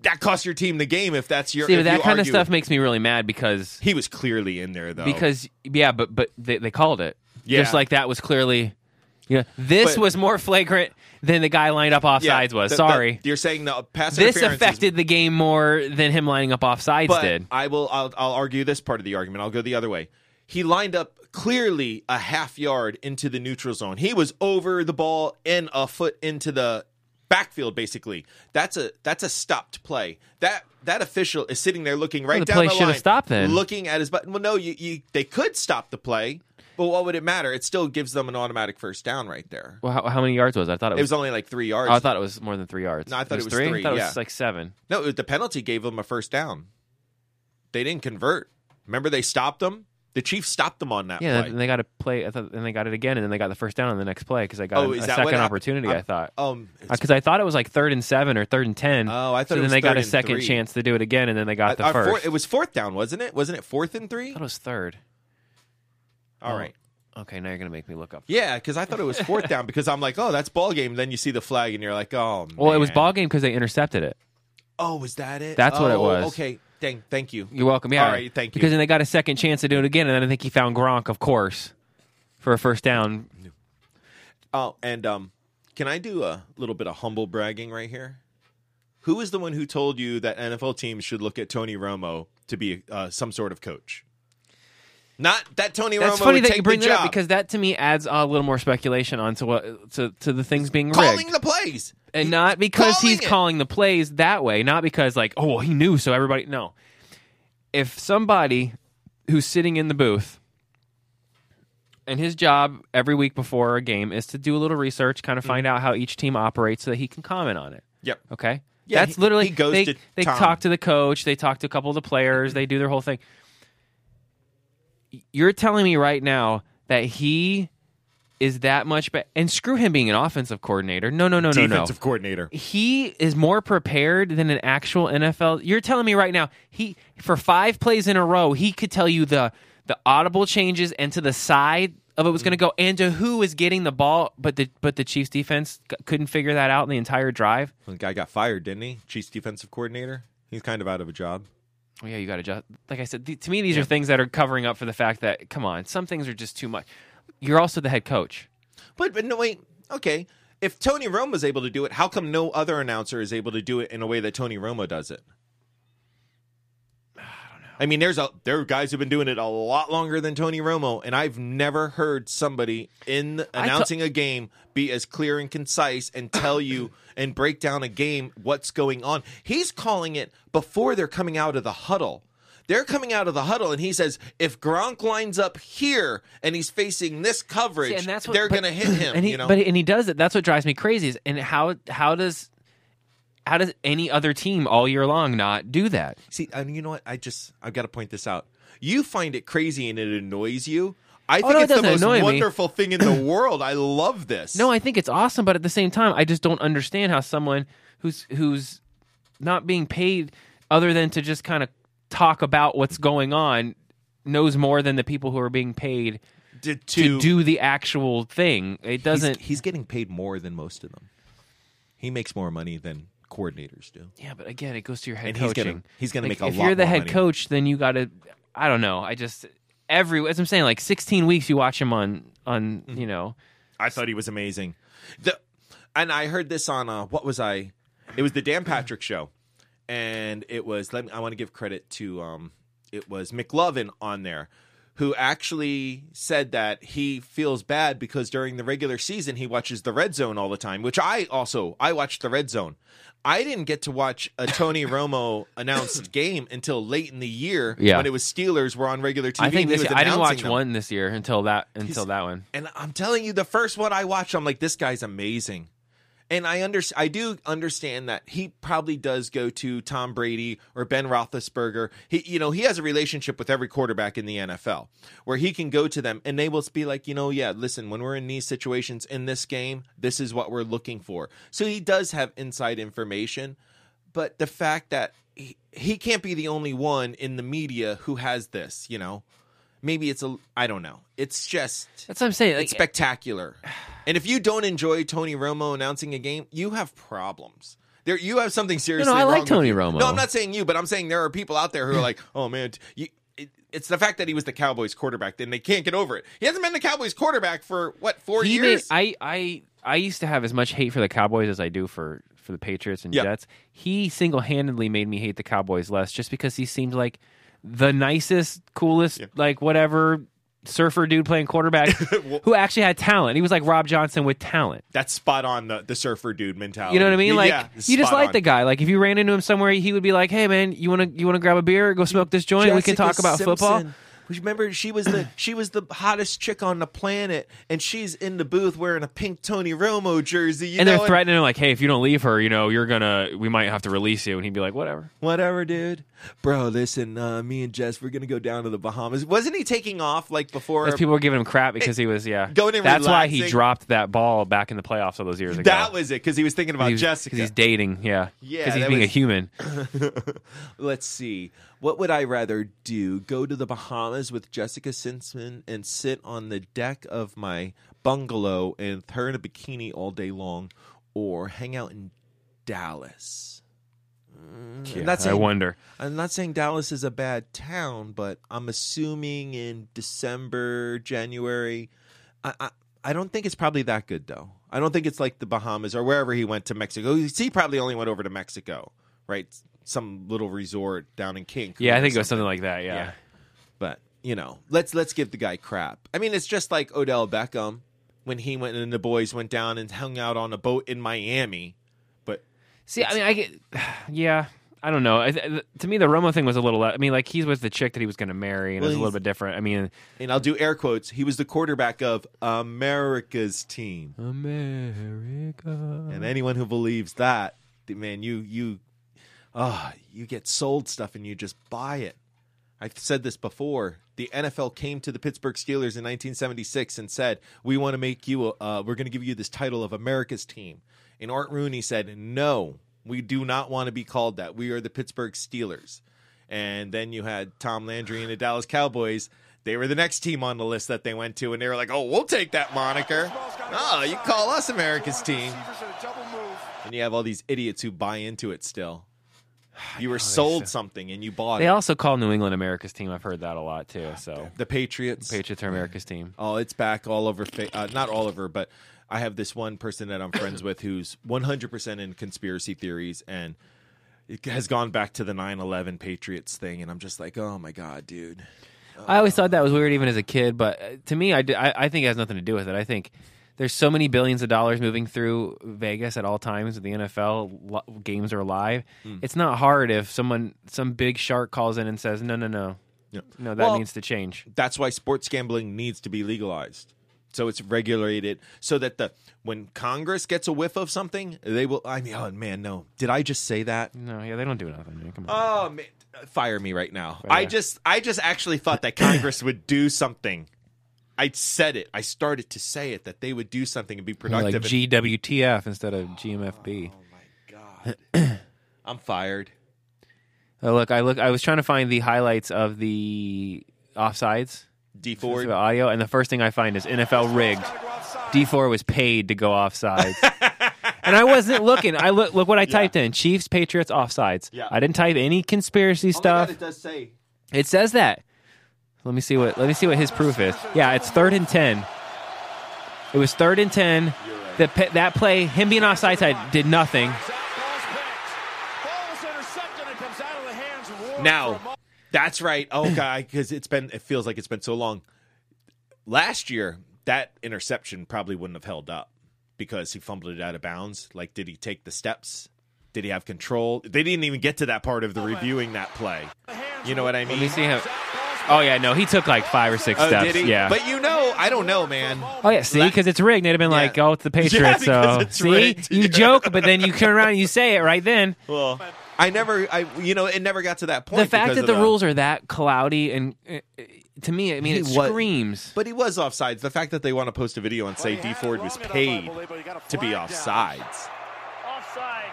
Speaker 1: that cost your team the game if that's your
Speaker 2: See,
Speaker 1: if
Speaker 2: but that
Speaker 1: you
Speaker 2: kind
Speaker 1: argue-
Speaker 2: of stuff makes me really mad because
Speaker 1: He was clearly in there though.
Speaker 2: because yeah, but but they, they called it
Speaker 1: Yeah.
Speaker 2: just like that was clearly. Yeah, this
Speaker 1: But-
Speaker 2: was more flagrant than the guy lined up offsides
Speaker 1: Yeah,
Speaker 2: was.
Speaker 1: the- the-
Speaker 2: Sorry,
Speaker 1: you're saying the pass
Speaker 2: this
Speaker 1: interference is-
Speaker 2: affected the game more than him lining up offsides
Speaker 1: but
Speaker 2: did.
Speaker 1: I will. I'll, I'll argue this part of the argument. I'll go the other way. He lined up clearly a half yard into the neutral zone. He was over the ball and a foot into the backfield. Basically, that's a that's a stopped play. That that official is sitting there looking right
Speaker 2: the
Speaker 1: down
Speaker 2: play
Speaker 1: the
Speaker 2: should have
Speaker 1: line,
Speaker 2: stopped then.
Speaker 1: looking at his button. Well, no, you, you they could stop the play, but what would it matter? It still gives them an automatic first down right there.
Speaker 2: Well, how, how many yards was it? I thought it
Speaker 1: It
Speaker 2: was.
Speaker 1: was only like three yards.
Speaker 2: oh, I thought it was more than three yards.
Speaker 1: No, I thought it was
Speaker 2: three.
Speaker 1: three,
Speaker 2: I thought it
Speaker 1: yeah.
Speaker 2: was like seven.
Speaker 1: No, it- the penalty gave them a first down. They didn't convert. Remember, they stopped them. The Chiefs stopped them on that
Speaker 2: Yeah,
Speaker 1: play.
Speaker 2: and they got a play. I thought, and they got it again, and then they got the first down on the next play because they got
Speaker 1: Oh,
Speaker 2: an-
Speaker 1: is
Speaker 2: a
Speaker 1: that what
Speaker 2: second
Speaker 1: happened?
Speaker 2: opportunity.
Speaker 1: I-
Speaker 2: I thought
Speaker 1: um, it's-
Speaker 2: because I thought it was like third and seven or third and ten.
Speaker 1: Oh, I thought
Speaker 2: so
Speaker 1: it
Speaker 2: then
Speaker 1: was
Speaker 2: they got
Speaker 1: third
Speaker 2: a
Speaker 1: and
Speaker 2: second
Speaker 1: three.
Speaker 2: chance to do it again, and then they got the
Speaker 1: our
Speaker 2: first.
Speaker 1: uh, four- it was fourth down, wasn't it? Wasn't it fourth and three?
Speaker 2: I thought it was third.
Speaker 1: All right.
Speaker 2: Okay, now you're gonna make me look up.
Speaker 1: Yeah, because I thought it was fourth down because I'm like, oh, that's ball game. Then you see the flag and you're like, oh, man.
Speaker 2: Well, it was ball game because they intercepted it.
Speaker 1: Oh, was that it?
Speaker 2: That's what it
Speaker 1: Oh,
Speaker 2: was.
Speaker 1: Okay, dang, thank you.
Speaker 2: You're welcome. Yeah.
Speaker 1: All right, thank you.
Speaker 2: Because then they got a second chance to do it again, and then I think he found Gronk, of course, for a first down.
Speaker 1: Oh, and um, can I do a little bit of humble bragging right here? Who is the one who told you that NFL teams should look at Tony Romo to be uh, some sort of coach? Not that Tony
Speaker 2: That's
Speaker 1: Romo
Speaker 2: funny
Speaker 1: would
Speaker 2: that
Speaker 1: take
Speaker 2: you bring
Speaker 1: the
Speaker 2: that up
Speaker 1: job.
Speaker 2: because that to me adds a little more speculation onto what to to the things being rigged.
Speaker 1: calling the plays.
Speaker 2: and not because
Speaker 1: calling
Speaker 2: he's
Speaker 1: it.
Speaker 2: calling the plays that way, not because like, oh, well, he knew, so everybody. No, if somebody who's sitting in the booth and his job every week before a game is to do a little research,
Speaker 1: Mm-hmm.
Speaker 2: kind of find out how each team operates, so that he can comment on it.
Speaker 1: Yep.
Speaker 2: Okay,
Speaker 1: Yeah,
Speaker 2: that's
Speaker 1: he-
Speaker 2: literally
Speaker 1: he goes
Speaker 2: they,
Speaker 1: to
Speaker 2: they
Speaker 1: Tom.
Speaker 2: talk to the coach, they talk to a couple of the players, they do their whole thing. You're telling me right now that he is that much better, and screw him being an offensive coordinator. No, no, no, no, no
Speaker 1: Defensive coordinator.
Speaker 2: he is more prepared than an actual NFL. You're telling me right now, he for five plays in a row, he could tell you the the audible changes and to the side of it was going to go and to who is getting the ball, but the but the Chiefs defense c- couldn't figure that out in the entire drive.
Speaker 1: The guy got fired, didn't he? Chiefs defensive coordinator. He's kind of out of a job.
Speaker 2: Oh, yeah, you got to just like I said. Th- to me, these are things that are covering up for the fact that come on, some things are just too much. You're also the head coach.
Speaker 1: But but no wait, okay. If Tony Romo's able to do it, how come no other announcer is able to do it in a way that Tony Romo does it? I don't know. I mean, there's a there are guys who've been doing it a lot longer than Tony Romo, and I've never heard somebody in the-
Speaker 2: I to-
Speaker 1: announcing a game be as clear and concise and tell you and break down a game what's going on. He's calling it before they're coming out of the huddle. They're coming out of the huddle, and he says, "If Gronk lines up here and he's facing this coverage,
Speaker 2: and that's what-
Speaker 1: they're
Speaker 2: but-
Speaker 1: going to hit him."
Speaker 2: and he,
Speaker 1: you know,
Speaker 2: but and he does it. That's what drives me crazy. Is and how how does how does any other team all year long not do that?
Speaker 1: See, and you know what? I just I've got to point this out. You find it crazy and it annoys you. I think
Speaker 2: Oh, no, it
Speaker 1: it's the
Speaker 2: doesn't
Speaker 1: most
Speaker 2: annoy me.
Speaker 1: wonderful thing in the world. I love this.
Speaker 2: No, I think it's awesome, but at the same time, I just don't understand how someone who's who's not being paid other than to just kind of talk about what's going on knows more than the people who are being paid
Speaker 1: to,
Speaker 2: to, do the actual thing. It doesn't.
Speaker 1: He's, he's getting paid more than most of them. He makes more money than coordinators do.
Speaker 2: yeah, but again, it goes to your head
Speaker 1: And he's
Speaker 2: coaching.
Speaker 1: gonna- he's gonna
Speaker 2: Like,
Speaker 1: make a
Speaker 2: If
Speaker 1: lot
Speaker 2: you're the
Speaker 1: more
Speaker 2: head
Speaker 1: money.
Speaker 2: coach, then you got to. I don't know. I just every as I'm saying, like 16 weeks you watch him on on
Speaker 1: Mm-hmm.
Speaker 2: you know.
Speaker 1: I thought he was amazing. The, and I heard this on uh, what was I? It was the Dan Patrick show, and it was. Let me, I want to give credit to. Um, it was McLovin on there, who actually said that he feels bad because during the regular season he watches the Red Zone all the time, which I also I watched the Red Zone. I didn't get to watch a Tony Romo announced game until late in the year
Speaker 2: Yeah.
Speaker 1: when it was Steelers were on regular TV.
Speaker 2: I think
Speaker 1: and he
Speaker 2: this.
Speaker 1: was
Speaker 2: I didn't
Speaker 1: announcing
Speaker 2: watch
Speaker 1: them.
Speaker 2: one this year until that until that one.
Speaker 1: And I'm telling you, the first one I watched, I'm like, this guy's amazing. And I under, I do understand that he probably does go to Tom Brady or Ben Roethlisberger. He, you know, he has a relationship with every quarterback in the NFL where he can go to them and they will be like, you know, yeah, listen, when we're in these situations in this game, this is what we're looking for. So he does have inside information, but the fact that he, he can't be the only one in the media who has this, you know, maybe it's a, I don't know. It's just
Speaker 2: That's what I'm saying. Like,
Speaker 1: it's spectacular. And if you don't enjoy Tony Romo announcing a game, you have problems. There, you have something seriously.
Speaker 2: no, I like
Speaker 1: wrong with
Speaker 2: Tony
Speaker 1: you.
Speaker 2: Romo.
Speaker 1: No, I'm not saying you, but I'm saying there are people out there who are like, "Oh man, t- you, it, it's the fact that he was the Cowboys quarterback, then they can't get over it. He hasn't been the Cowboys quarterback for what four
Speaker 2: he made,
Speaker 1: years?
Speaker 2: I, I I used to have as much hate for the Cowboys as I do for for the Patriots and
Speaker 1: Yeah.
Speaker 2: Jets. He single handedly made me hate the Cowboys less just because he seemed like the nicest, coolest, like whatever surfer dude playing quarterback who actually had talent. He was like Rob Johnson with talent.
Speaker 1: That's spot on the, the surfer dude mentality.
Speaker 2: You know what I mean? Like
Speaker 1: Oh, Yeah,
Speaker 2: you just
Speaker 1: spot
Speaker 2: like
Speaker 1: on.
Speaker 2: the guy. Like if you ran into him somewhere, he would be like, "Hey man, you want to you want to grab a beer? Go smoke this joint. we can
Speaker 1: Jessica
Speaker 2: talk about football."
Speaker 1: Simpson. Remember, she was the she was the hottest chick on the planet, and she's in the booth wearing a pink Tony Romo jersey. You
Speaker 2: And
Speaker 1: know,
Speaker 2: they're threatening him like, "Hey, if you don't leave her, you know, you're gonna we might have to release you." And he'd be like, "Whatever."
Speaker 1: Whatever, dude. Bro, listen, uh, me and Jess, we're gonna go down to the Bahamas. Wasn't he taking off like before?
Speaker 2: Because people were giving him crap because he was yeah.
Speaker 1: Going and
Speaker 2: That's why he
Speaker 1: relaxing.
Speaker 2: dropped that ball back in the playoffs all those years ago.
Speaker 1: that was it, because he was thinking about
Speaker 2: He was- 'cause
Speaker 1: Jessica.
Speaker 2: He's dating, yeah.
Speaker 1: Yeah,
Speaker 2: he's
Speaker 1: that
Speaker 2: being
Speaker 1: was-
Speaker 2: a human.
Speaker 1: Let's see. What would I rather do? Go to the Bahamas with Jessica Simpson and sit on the deck of my bungalow and her in a bikini all day long, or hang out in Dallas? Mm,
Speaker 2: Yeah,
Speaker 1: and that's
Speaker 2: I
Speaker 1: it.
Speaker 2: wonder.
Speaker 1: I'm not saying Dallas is a bad town, but I'm assuming in December, January, I, I I don't think it's probably that good though. I don't think it's like the Bahamas or wherever he went to Mexico. He probably only went over to Mexico, right? Some little resort down in Cancun.
Speaker 2: Yeah, I
Speaker 1: or
Speaker 2: think it was
Speaker 1: something.
Speaker 2: something like that. Yeah.
Speaker 1: But you know, let's let's give the guy crap. I mean, it's just like Odell Beckham when he went and the boys went down and hung out on a boat in Miami. But
Speaker 2: See, I mean, I get, yeah, I don't know. I, th- to me, the Romo thing was a little. le- I mean, like he was the chick that he was going to marry, and it
Speaker 1: Well,
Speaker 2: was a little
Speaker 1: he's-
Speaker 2: bit different. I mean,
Speaker 1: and I'll do air quotes. He was the quarterback of America's team,
Speaker 2: America.
Speaker 1: and anyone who believes that, man, you you, ah, you get sold stuff and you just buy it. I've said this before. The NFL came to the Pittsburgh Steelers in 1976 and said, "We want to make you. A, uh, we're going to give you this title of America's team." And Art Rooney said, "No, we do not want to be called that. We are the Pittsburgh Steelers." And then you had Tom Landry and the Dallas Cowboys. They were the next team on the list that they went to, and they were like, "Oh, we'll take that moniker. Oh, you call us America's team." And you have all these idiots who buy into it still. You were sold something and you bought
Speaker 2: They
Speaker 1: it.
Speaker 2: also call New England America's team. I've heard that a lot too. So
Speaker 1: the Patriots.
Speaker 2: Patriots are America's team.
Speaker 1: Oh, it's back all over. Fa- uh, not all over, but I have this one person that I'm friends with who's 100% in conspiracy theories and it has gone back to the 9/11 Patriots thing, and I'm just like, oh my god, dude.
Speaker 2: I always thought that was weird, even as a kid. But uh, to me, I, d- I- I think it has nothing to do with it. I think there's so many billions of dollars moving through Vegas at all times. with The NFL lo- games are live. It's not hard if someone, some big shark, calls in and says, "No, no, no,
Speaker 1: Yeah.
Speaker 2: no, that
Speaker 1: Well-
Speaker 2: needs to change."
Speaker 1: That's why sports gambling needs to be legalized. So it's regulated so that the when Congress gets a whiff of something, they will. I mean, oh man, no, did I just say that?
Speaker 2: No, yeah, they don't do nothing. man. Come on.
Speaker 1: Oh man, fire me right now.
Speaker 2: yeah.
Speaker 1: I just I just actually thought that Congress would do something. I said it. I started to say it that they would do something and be productive.
Speaker 2: like
Speaker 1: and-
Speaker 2: GWTF instead of GMFB.
Speaker 1: oh my god. I'm fired.
Speaker 2: Oh, look, I look. I was trying to find the highlights of the offsides,
Speaker 1: D
Speaker 2: the
Speaker 1: Ford.
Speaker 2: audio, and the first thing I find is NFL rigged. D4 was paid to go offsides. and I wasn't looking. I look look what I typed in. Chiefs Patriots offsides.
Speaker 1: Yeah. Oh
Speaker 2: I didn't type any conspiracy stuff.
Speaker 1: it does say.
Speaker 2: It says that. Let me see what let me see what his proof is. Yeah, it's 3rd and 10. It was 3rd and 10. The pe- that play him being offsides I did nothing.
Speaker 1: Now, that's right. Oh god, because it's been it feels like it's been so long. Last year, that interception probably wouldn't have held up because he fumbled it out of bounds. Like, did he take the steps? Did he have control? They didn't even get to that part of the reviewing that play. You know what I mean?
Speaker 2: Let me see him. Oh yeah, no, he took like 5 or 6
Speaker 1: Oh,
Speaker 2: steps.
Speaker 1: did he?
Speaker 2: Yeah.
Speaker 1: But you know, I don't know, man.
Speaker 2: Oh yeah, see, because it's rigged. They'd have been like,
Speaker 1: Yeah.
Speaker 2: "Oh, it's the Patriots."
Speaker 1: because
Speaker 2: so
Speaker 1: it's
Speaker 2: see,
Speaker 1: rigged.
Speaker 2: you joke, but then you turn around and you say it right then.
Speaker 1: Well, I never, I you know, it never got to that point.
Speaker 2: the fact
Speaker 1: because
Speaker 2: that
Speaker 1: of
Speaker 2: the, rules are that cloudy and uh, uh, to me, I mean,
Speaker 1: He
Speaker 2: it
Speaker 1: wa-
Speaker 2: screams.
Speaker 1: But he was offsides. The fact that they want to post a video and say D Ford was paid to be offsides.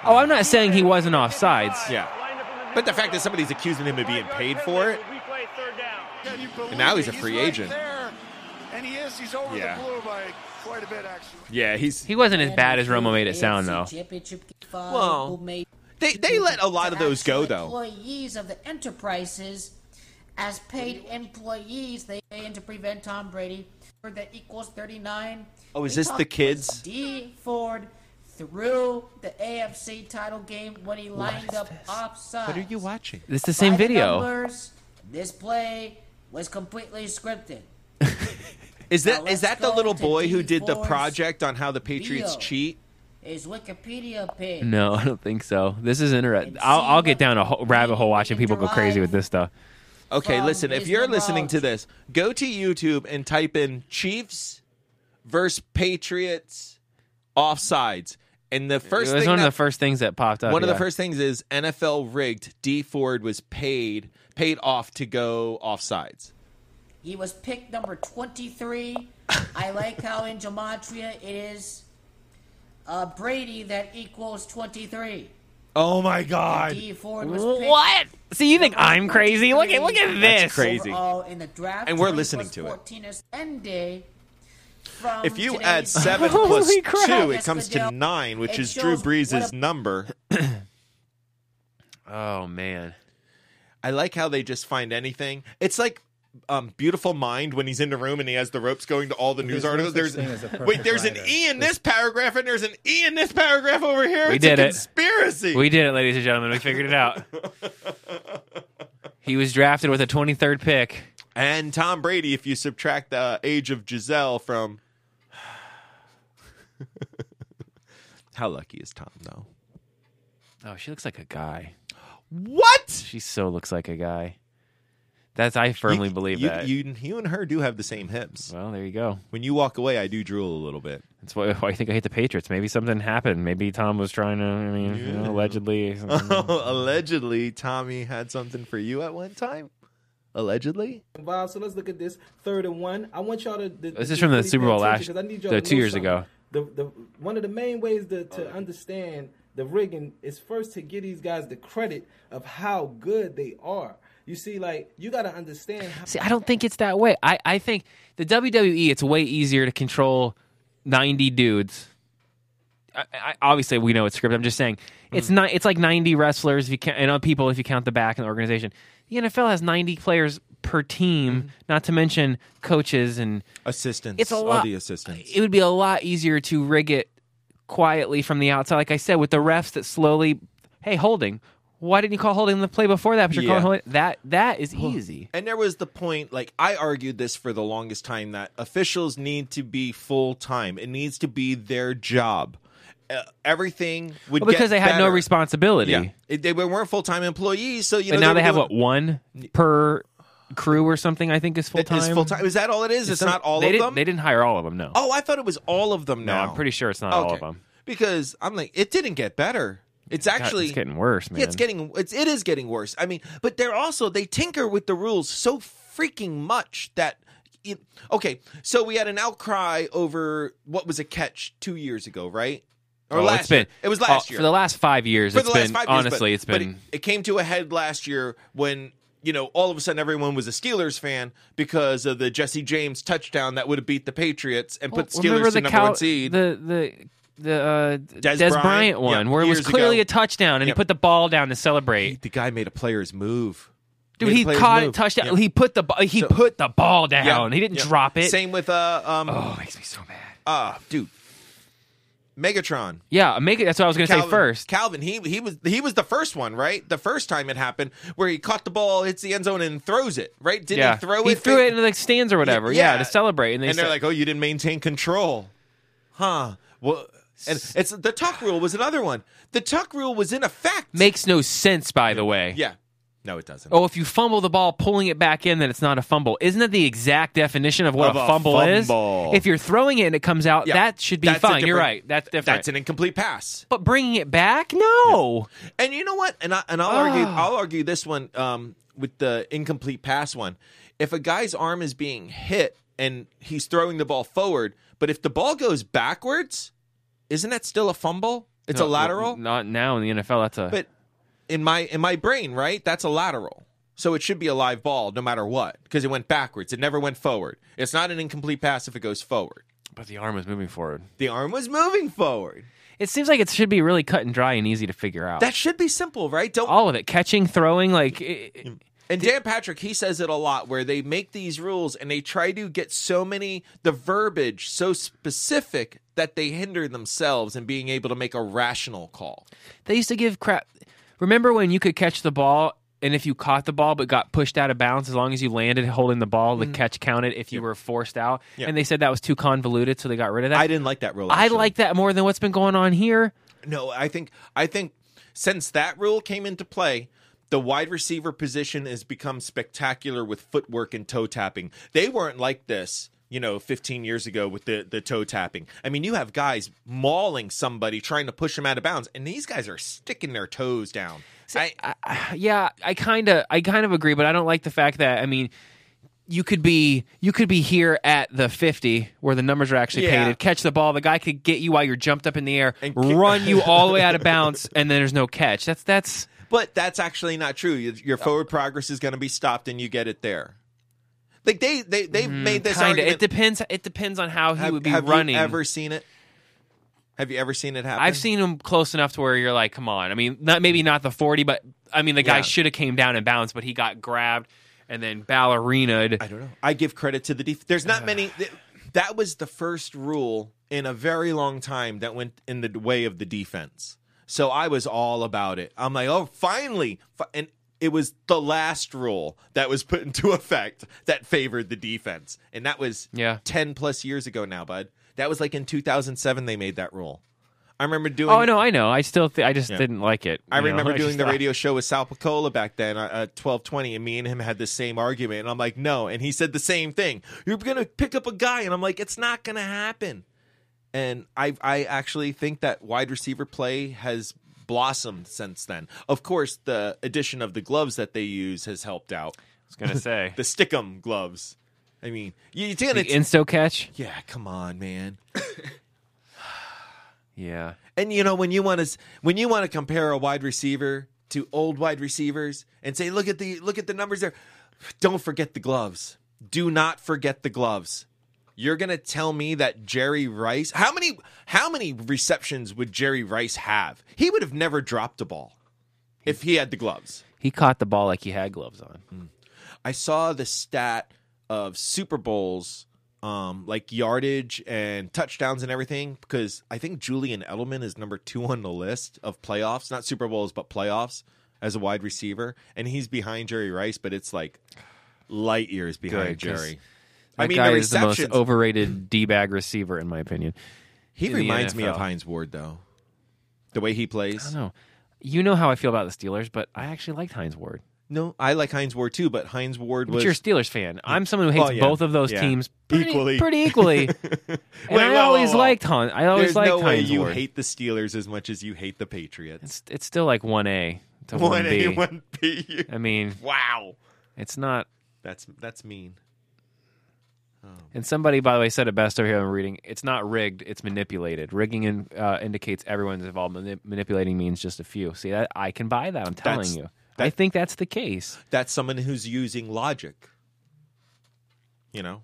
Speaker 2: Oh, I'm not saying he wasn't offsides.
Speaker 1: Yeah. But the fact that somebody's accusing him of being paid for it,
Speaker 4: And
Speaker 1: now he's a free agent.
Speaker 4: And he is. He's over
Speaker 1: Yeah.
Speaker 4: the blue by quite a bit, actually.
Speaker 1: yeah, he's
Speaker 2: He wasn't as bad as Romo made it sound, though.
Speaker 1: Well, they they let a lot of those go though.
Speaker 5: Employees of the enterprises, as paid employees, they aim to prevent Tom Brady. That equals 39.
Speaker 1: Oh, is
Speaker 5: They
Speaker 1: this
Speaker 5: talked
Speaker 1: the kids?
Speaker 5: with D Ford through the AFC title game when he lined up offside.
Speaker 1: What are you watching?
Speaker 2: It's the same video.
Speaker 5: Numbers, this play was completely scripted.
Speaker 1: Is
Speaker 5: Now
Speaker 1: that
Speaker 5: let's
Speaker 1: is that the
Speaker 5: go
Speaker 1: little
Speaker 5: to
Speaker 1: boy who did the
Speaker 5: D4's
Speaker 1: project on how the Patriots
Speaker 5: deal.
Speaker 1: cheat?
Speaker 5: His Wikipedia page.
Speaker 2: No, I don't think so. This is interesting. I'll, I'll get down a ho- rabbit hole watching people go crazy with this stuff.
Speaker 1: Okay,
Speaker 5: From
Speaker 1: listen, if
Speaker 5: his
Speaker 1: you're
Speaker 5: mouth.
Speaker 1: listening to this, go to YouTube and type in Chiefs versus Patriots offsides. And the
Speaker 2: It
Speaker 1: first
Speaker 2: was
Speaker 1: thing
Speaker 2: one of
Speaker 1: that-
Speaker 2: the first things that popped up.
Speaker 1: one of the
Speaker 2: yeah.
Speaker 1: first things is NFL rigged. D Ford was paid paid off to go offsides.
Speaker 5: He was pick number 23. I like how in Gematria it is uh, Brady that equals 23.
Speaker 1: Oh my god.
Speaker 5: D Ford was picked
Speaker 2: What? See, you think I'm crazy? Look at look at
Speaker 5: That's
Speaker 2: this.
Speaker 1: crazy.
Speaker 5: overall in the draft.
Speaker 1: And we're
Speaker 5: 20
Speaker 1: listening
Speaker 5: plus
Speaker 1: to it.
Speaker 5: 14 is end day from
Speaker 1: If you
Speaker 5: today's-
Speaker 1: add seven
Speaker 2: Holy
Speaker 1: plus
Speaker 2: crap.
Speaker 1: two, it
Speaker 5: Yes,
Speaker 1: comes to
Speaker 5: Goodell.
Speaker 1: nine, which
Speaker 5: It
Speaker 1: is Drew
Speaker 5: shows what
Speaker 1: Brees'
Speaker 5: a-
Speaker 1: number.
Speaker 2: Oh man.
Speaker 1: I like how they just find anything. It's like um, beautiful mind when he's in the room and he has the ropes going to all the news
Speaker 6: no
Speaker 1: articles.
Speaker 6: such
Speaker 1: There's
Speaker 6: thing as a perfect
Speaker 1: wait, there's an
Speaker 6: writer.
Speaker 1: e in this paragraph and there's an e in this paragraph over here.
Speaker 2: We
Speaker 1: it's
Speaker 2: did
Speaker 1: a
Speaker 2: it.
Speaker 1: conspiracy.
Speaker 2: We did it, ladies and gentlemen. We figured it out. he was drafted with a 23rd pick.
Speaker 1: And Tom Brady, if you subtract the age of Giselle from. How lucky is Tom, though?
Speaker 2: Oh, she looks like a guy.
Speaker 1: What?
Speaker 2: She so looks like a guy. That's I firmly believe
Speaker 1: you,
Speaker 2: that.
Speaker 1: You, you and her do have the same hips.
Speaker 2: well, there you go.
Speaker 1: When you walk away, I do drool a little bit.
Speaker 2: That's why, why I think I hate the Patriots. Maybe something happened. Maybe Tom was trying to. I mean, you know, allegedly.
Speaker 1: Mm-hmm. Allegedly, Tommy had something for you at one time. Allegedly?
Speaker 6: involved. So let's look at this third and one. I want y'all to. to
Speaker 2: This is from the Super Bowl last- the two years ago.
Speaker 6: The, the one of the main ways to, to understand the rigging is first to give these guys the credit of how good they are. You see, like you got to understand. How-
Speaker 2: See, I don't think it's that way. I, I think the WWE, it's way easier to control 90 dudes. I, I, obviously, we know it's scripted. I'm just saying it's not. It's like 90 wrestlers if you count, and uh, people if you count the back in the organization. The NFL has 90 players per team, not to mention coaches and
Speaker 1: Assistants.
Speaker 2: It's a
Speaker 1: All
Speaker 2: lot-
Speaker 1: the assistants.
Speaker 2: it would be a lot easier to rig it quietly from the outside. Like I said, with the refs that slowly, hey, holding. Why didn't you call holding the play before that? But you're
Speaker 1: Yeah.
Speaker 2: calling holding. That that is easy.
Speaker 1: And there was the point, like I argued this for the longest time, that officials need to be full time. It needs to be their job. Uh, everything would
Speaker 2: Well, because
Speaker 1: get
Speaker 2: they had no
Speaker 1: better.
Speaker 2: responsibility.
Speaker 1: Yeah, It- they weren't full time employees, so you know.
Speaker 2: and now they have
Speaker 1: were
Speaker 2: what one per crew or something. I think is full
Speaker 1: doing-
Speaker 2: time.
Speaker 1: Is full time? Is that all it is? It's, not all
Speaker 2: they
Speaker 1: of
Speaker 2: didn't,
Speaker 1: them.
Speaker 2: They didn't hire all of them. No.
Speaker 1: Oh, I thought it was all of them.
Speaker 2: no,
Speaker 1: Now
Speaker 2: I'm pretty sure it's not all of them.
Speaker 1: Because I'm like, it didn't get better. It's
Speaker 2: God,
Speaker 1: actually
Speaker 2: it's getting worse, man.
Speaker 1: Yeah, it's getting it's it is getting worse. I mean, but they're also they tinker with the rules so freaking much that it, okay. So we had an outcry over what was a catch two years ago, right? Or
Speaker 2: Oh,
Speaker 1: last
Speaker 2: it's been
Speaker 1: year. it was
Speaker 2: oh,
Speaker 1: last year
Speaker 2: for the last five years.
Speaker 1: for
Speaker 2: it's
Speaker 1: the last
Speaker 2: been
Speaker 1: five years.
Speaker 2: honestly,
Speaker 1: but,
Speaker 2: it's
Speaker 1: but
Speaker 2: been
Speaker 1: it, it came to a head last year when you know all of a sudden everyone was a Steelers fan because of the Jesse James touchdown that would have beat the Patriots and put
Speaker 2: Well, Oh, remember
Speaker 1: Steelers to
Speaker 2: the
Speaker 1: number
Speaker 2: cow-
Speaker 1: one seed.
Speaker 2: The the the uh, Des, Bryant,
Speaker 1: Bryant?
Speaker 2: one,
Speaker 1: Yeah,
Speaker 2: where it was
Speaker 1: years
Speaker 2: clearly
Speaker 1: ago.
Speaker 2: a touchdown, and he
Speaker 1: Yep.
Speaker 2: put the ball down to celebrate.
Speaker 1: the guy made a player's move.
Speaker 2: Dude,
Speaker 1: Made a
Speaker 2: he
Speaker 1: player's
Speaker 2: caught it,
Speaker 1: move.
Speaker 2: touchdown.
Speaker 1: Yeah.
Speaker 2: He put the bu- he put the ball down.
Speaker 1: Yeah,
Speaker 2: He didn't
Speaker 1: yeah.
Speaker 2: drop it.
Speaker 1: Same with uh um
Speaker 2: Oh, it makes me so mad.
Speaker 1: uh dude, Megatron.
Speaker 2: Yeah, make it. That's what I was gonna say
Speaker 1: Calvin,
Speaker 2: first.
Speaker 1: Calvin, he he was he was the first one, right? The first time it happened, where he caught the ball, hits the end zone, and throws it, right? Didn't
Speaker 2: yeah,
Speaker 1: he throw it?
Speaker 2: He threw it into the stands or whatever. Yeah, to celebrate, and, they
Speaker 1: and
Speaker 2: said-
Speaker 1: they're like, "Oh, you didn't maintain control, huh?" Well, and it's the tuck rule was another one. The tuck rule was in effect.
Speaker 2: makes no sense. By the way,
Speaker 1: yeah, no, it doesn't.
Speaker 2: Oh, if you fumble the ball, pulling it back in, then it's not a fumble. Isn't that the exact definition of what
Speaker 1: Of
Speaker 2: a,
Speaker 1: a
Speaker 2: fumble,
Speaker 1: fumble.
Speaker 2: is? If you're throwing it and it comes out,
Speaker 1: Yeah.
Speaker 2: that should be
Speaker 1: That's a
Speaker 2: fine. You're
Speaker 1: different-
Speaker 2: right. That's different.
Speaker 1: that's an incomplete pass.
Speaker 2: But bringing it back? No.
Speaker 1: And you know what? And I and I'll argue I'll argue this one um, with the incomplete pass one. If a guy's arm is being hit and he's throwing the ball forward, but if the ball goes backwards, isn't that still a fumble? It's a
Speaker 2: No,
Speaker 1: lateral.
Speaker 2: Not now in the NFL. That's a.
Speaker 1: But in my in my brain, right? That's a lateral. So it should be a live ball no matter what because it went backwards. It never went forward. It's not an incomplete pass if it goes forward.
Speaker 2: but the arm is moving forward.
Speaker 1: The arm was moving forward.
Speaker 2: It seems like it should be really cut and dry and easy to figure out.
Speaker 1: That should be simple, right? Don't
Speaker 2: all of it. Catching, throwing, like. It, it-
Speaker 1: And Dan Patrick, he says it a lot where they make these rules and they try to get so many, the verbiage so specific that they hinder themselves in being able to make a rational call.
Speaker 2: they used to give crap. Remember when you could catch the ball, and if you caught the ball but got pushed out of bounds, as long as you landed holding the ball, the catch counted if you were forced out?
Speaker 1: Mm. Yeah.
Speaker 2: And they said that was too convoluted, so they got rid of that.
Speaker 1: I didn't like that rule.
Speaker 2: I
Speaker 1: actually.
Speaker 2: like that more than what's been going on here.
Speaker 1: No, I think I think since that rule came into play, the wide receiver position has become spectacular with footwork and toe tapping. They weren't like this, you know, 15 years ago with the the toe tapping. I mean, you have guys mauling somebody trying to push him out of bounds, and these guys are sticking their toes down. I,
Speaker 2: yeah, I kind of I kind of agree, but I don't like the fact that I mean you could be you could be here at the 50 where the numbers are actually
Speaker 1: Yeah.
Speaker 2: painted catch the ball the guy could get you while you're jumped up in the air
Speaker 1: And kick-
Speaker 2: run you all the way out of bounds and then there's no catch that's that's
Speaker 1: But that's actually not true. Your, your forward progress is going to be stopped, and you get it there. Like they they they have made this
Speaker 2: kind of
Speaker 1: argument.
Speaker 2: Mm-hmm. it depends it depends on how he
Speaker 1: have,
Speaker 2: would be
Speaker 1: have
Speaker 2: running
Speaker 1: You ever seen it? Have you ever seen it happen?
Speaker 2: I've seen him close enough to where you're like come on I mean not maybe not the 40 but I mean the guy
Speaker 1: Yeah.
Speaker 2: should have came down in bounds but he got grabbed and then ballerinaed
Speaker 1: I don't know. I give credit to the def- There's not many. th- that was the first rule in a very long time that went in the way of the defense. So I was all about it. I'm like, oh, finally, fi- and it was the last rule that was put into effect that favored the defense, and that was
Speaker 2: Yeah.
Speaker 1: ten plus years ago now, bud. That was like in 2007 they made that rule. I remember doing.
Speaker 2: Oh no, I know. I still, th- I just
Speaker 1: Yeah.
Speaker 2: didn't like it.
Speaker 1: I
Speaker 2: you know?
Speaker 1: remember doing
Speaker 2: just
Speaker 1: the
Speaker 2: thought-
Speaker 1: radio show with Sal Piccola back then uh, at twelve twenty, and me and him had the same argument. And I'm like, no, and he said the same thing. You're gonna pick up a guy, and I'm like, it's not gonna happen. And I I actually think that wide receiver play has blossomed since then. Of course, the addition of the gloves that they use has helped out.
Speaker 2: I was gonna say
Speaker 1: The stickum gloves. I mean, you, you think
Speaker 2: the
Speaker 1: it's
Speaker 2: insto catch.
Speaker 1: yeah, come on, man.
Speaker 2: Yeah,
Speaker 1: And you know when you want to when you want to compare a wide receiver to old wide receivers and say look at the look at the numbers there, don't forget the gloves. Do not forget the gloves. You're gonna tell me that Jerry Rice how many how many receptions would Jerry Rice have? He would have never dropped a ball if he had the gloves.
Speaker 2: he caught the ball like he had gloves on.
Speaker 1: I saw the stat of Super Bowls, um, like yardage and touchdowns and everything, because I think Julian Edelman is number two on the list of playoffs, not Super Bowls, but playoffs as a wide receiver. And he's behind Jerry Rice, but it's like light years behind
Speaker 2: Good, 'cause
Speaker 1: Jerry.
Speaker 2: That
Speaker 1: I mean,
Speaker 2: guy
Speaker 1: the
Speaker 2: is the most
Speaker 1: receptions.
Speaker 2: overrated d bag receiver, in my opinion.
Speaker 1: he
Speaker 2: in the
Speaker 1: reminds me of
Speaker 2: NFL.
Speaker 1: Heinz Ward, though. The way he
Speaker 2: I
Speaker 1: plays.
Speaker 2: don't know. You know how I feel about the Steelers, but I actually liked Heinz Ward.
Speaker 1: No, I like Heinz Ward too, but Heinz Ward
Speaker 2: But
Speaker 1: was
Speaker 2: you're a Steelers fan. I'm someone who hates
Speaker 1: Oh, yeah.
Speaker 2: both of those
Speaker 1: Yeah.
Speaker 2: teams pretty
Speaker 1: Equally.
Speaker 2: equally. Pretty equally. and
Speaker 1: Wait,
Speaker 2: I
Speaker 1: whoa, whoa,
Speaker 2: always
Speaker 1: whoa.
Speaker 2: liked Heinz. I always
Speaker 1: There's
Speaker 2: liked
Speaker 1: no way
Speaker 2: Heinz
Speaker 1: you
Speaker 2: Ward.
Speaker 1: hate the Steelers as much as you hate the Patriots.
Speaker 2: it's it's still like one A to one
Speaker 1: One A,
Speaker 2: B.
Speaker 1: one B.
Speaker 2: I mean,
Speaker 1: Wow.
Speaker 2: it's not.
Speaker 1: That's that's mean.
Speaker 2: And somebody, by the way, said it best over here. I'm reading. It's not rigged. It's manipulated. Rigging in, uh, indicates everyone's involved. Manip- manipulating means just a few. See, that, I can buy that. I'm telling
Speaker 1: That's-
Speaker 2: you. I
Speaker 1: that-
Speaker 2: think that's the case.
Speaker 1: That's someone who's using logic. You know?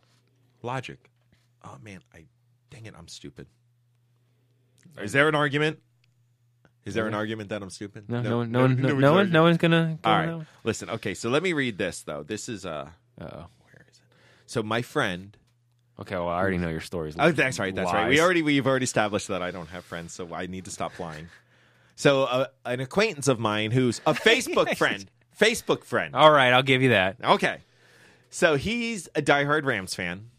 Speaker 1: Logic. Oh man, I dang it, I'm stupid. Is there an argument? Is there an argument that I'm stupid?
Speaker 2: No, no, no, no, no, no, one,
Speaker 1: arguing.
Speaker 2: no one's gonna.
Speaker 1: All right. Listen, okay, so let me read this though. This is uh
Speaker 2: Uh-oh.
Speaker 1: where is it? So my friend
Speaker 2: Okay. Well, I already know your stories.
Speaker 1: Oh, that's right. That's right. We
Speaker 2: Lies.
Speaker 1: already we've already established that I don't have friends, so I need to stop lying. So uh, an acquaintance of mine who's a Facebook friend, Facebook friend.
Speaker 2: All right. I'll give you that.
Speaker 1: Okay, so he's a diehard Rams fan,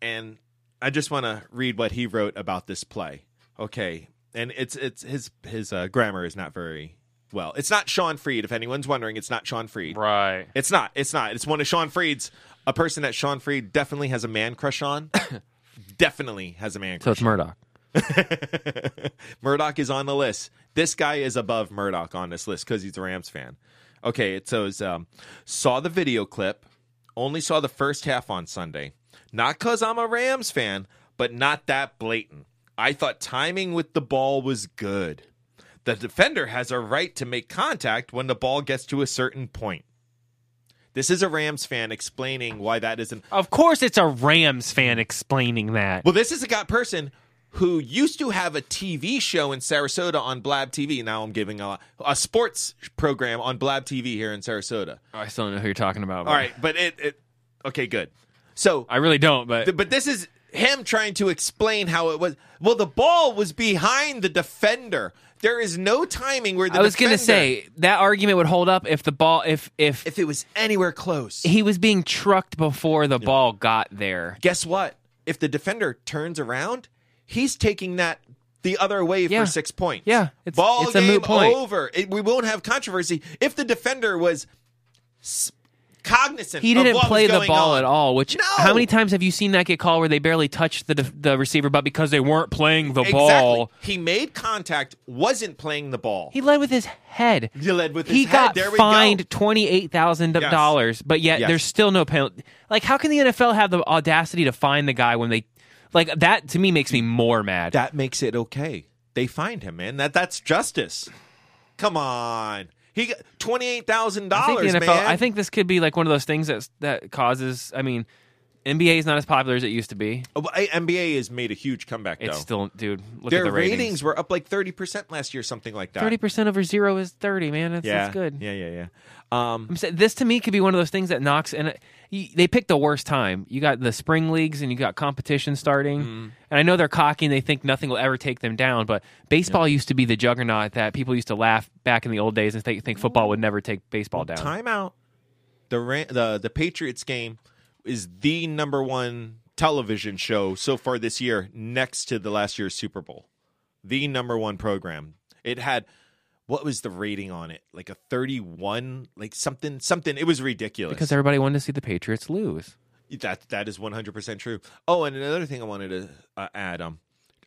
Speaker 1: and I just want to read what he wrote about this play. Okay, and it's it's his his uh, grammar is not very well. It's not Sean Freed. If anyone's wondering, it's not Sean Freed.
Speaker 2: Right.
Speaker 1: It's not. It's not. It's one of Sean Freed's. A person that Sean Freed definitely has a man crush on. definitely has a man
Speaker 2: So
Speaker 1: crush.
Speaker 2: it's Murdoch.
Speaker 1: Murdoch is on the list. This guy is above Murdoch on this list because he's a Rams fan. Okay, it says um, saw the video clip, only saw the first half on Sunday. Not because I'm a Rams fan, but not that blatant. I thought timing with the ball was good. The defender has a right to make contact when the ball gets to a certain point. This is a Rams fan explaining why that isn't.
Speaker 2: Of course, it's a Rams fan explaining that.
Speaker 1: Well, this is a guy person who used to have a TV show in Sarasota on Blab TV. Now I'm giving a a sports program on Blab TV here in Sarasota.
Speaker 2: I still don't know who you're talking about. but-
Speaker 1: All right, but it, it okay, good. So,
Speaker 2: I really don't. But
Speaker 1: th- but this is him trying to explain how it was. Well, the ball was behind the defender. There is no timing where the
Speaker 2: I was
Speaker 1: defender,
Speaker 2: gonna say that argument would hold up if the ball if if,
Speaker 1: if it was anywhere close.
Speaker 2: he was being trucked before the ball got there.
Speaker 1: Guess what? If the defender turns around, he's taking that the other way
Speaker 2: Yeah.
Speaker 1: for six points.
Speaker 2: Yeah, it's-
Speaker 1: ball
Speaker 2: it's a
Speaker 1: game
Speaker 2: moot point.
Speaker 1: over. It, we won't have controversy if the defender was s- cognizant.
Speaker 2: He
Speaker 1: of
Speaker 2: didn't
Speaker 1: what was
Speaker 2: play the
Speaker 1: going
Speaker 2: ball
Speaker 1: on.
Speaker 2: at all. Which
Speaker 1: No!
Speaker 2: how many times have you seen that get called where they barely touched the def- the receiver, but because they weren't playing the
Speaker 1: Exactly.
Speaker 2: ball,
Speaker 1: He made contact, wasn't playing the ball.
Speaker 2: he led with his head.
Speaker 1: He led with
Speaker 2: He
Speaker 1: his head.
Speaker 2: got
Speaker 1: There we go.
Speaker 2: fined twenty eight thousand dollars, but yet
Speaker 1: Yes.
Speaker 2: there's still no penalty. Like, how can the NFL have the audacity to fine the guy when they, like that? To me, makes me more mad.
Speaker 1: that makes it okay. They find him, man. That that's justice. Come on. He got twenty eight thousand
Speaker 2: I think
Speaker 1: dollars,
Speaker 2: the
Speaker 1: man.
Speaker 2: NFL. I think this could be like one of those things that that causes. I mean, NBA is not as popular as it used to be.
Speaker 1: Oh, but, hey, NBA has made a huge comeback.
Speaker 2: It's
Speaker 1: though.
Speaker 2: still, dude. Look
Speaker 1: their
Speaker 2: at the
Speaker 1: ratings.
Speaker 2: ratings.
Speaker 1: were up like thirty percent last year, something like that.
Speaker 2: Thirty percent over zero is thirty, man. That's,
Speaker 1: yeah,
Speaker 2: that's good.
Speaker 1: Yeah, yeah, yeah. Um,
Speaker 2: I'm saying this to me could be one of those things that knocks and it- y- they picked the worst time. You got the spring leagues and you got competition starting.
Speaker 1: Mm-hmm.
Speaker 2: And I know they're cocky and they think nothing will ever take them down, but baseball used to be the juggernaut that people used to laugh back in the old days and think, think football would never take baseball down.
Speaker 1: timeout. The Ra- the the Patriots game is the number one television show so far this year, next to the last year's Super Bowl. The number one program. It had what was the rating on it? Like a thirty-one, like something, something. It was ridiculous.
Speaker 2: Because everybody wanted to see the Patriots lose.
Speaker 1: That that is one hundred percent true. Oh, and another thing I wanted to uh, add, um,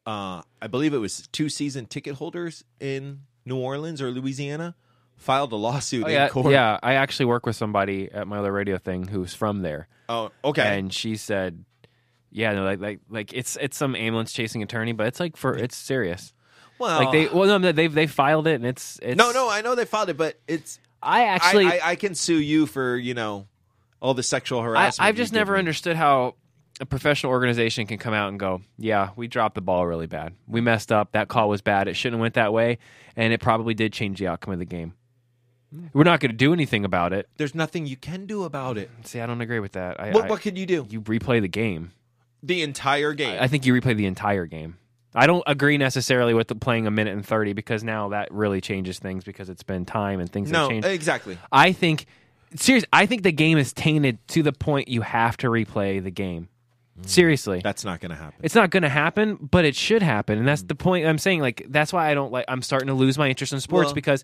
Speaker 1: uh, I believe it was two season ticket holders in New Orleans or Louisiana filed a lawsuit in
Speaker 2: Oh, yeah,
Speaker 1: court.
Speaker 2: yeah, I actually work with somebody at my other radio thing who's from there.
Speaker 1: Oh, okay.
Speaker 2: and she said, "Yeah, no, like like like it's it's some ambulance chasing attorney, but it's like for it's serious.
Speaker 1: well,
Speaker 2: Like they well no they they filed it and it's it's
Speaker 1: no, no, I know they filed it, but it's
Speaker 2: I actually
Speaker 1: I, I, I can sue you for you know all the sexual
Speaker 2: I,
Speaker 1: harassment.
Speaker 2: I've
Speaker 1: you
Speaker 2: just
Speaker 1: did
Speaker 2: never
Speaker 1: me.
Speaker 2: understood how a professional organization can come out and go, yeah, we dropped the ball really bad. We messed up. That call was bad. It shouldn't have went that way, and it probably did change the outcome of the game.
Speaker 1: Hmm.
Speaker 2: We're not going to do anything about it.
Speaker 1: There's nothing you can do about it.
Speaker 2: See, I don't agree with that. I,
Speaker 1: What
Speaker 2: I-
Speaker 1: what could you do?
Speaker 2: you replay the game.
Speaker 1: The entire game.
Speaker 2: I think you replay the entire game. I don't agree necessarily with the playing a minute and 30 because now that really changes things because it's been time and things
Speaker 1: no,
Speaker 2: have changed.
Speaker 1: exactly.
Speaker 2: I think seriously, I think the game is tainted to the point you have to replay the game.
Speaker 1: Mm.
Speaker 2: Seriously.
Speaker 1: That's not going to happen.
Speaker 2: It's not going to happen, but it should happen. And
Speaker 1: Mm.
Speaker 2: that's the point I'm saying like that's why I don't like I'm starting to lose my interest in sports
Speaker 1: Well-
Speaker 2: because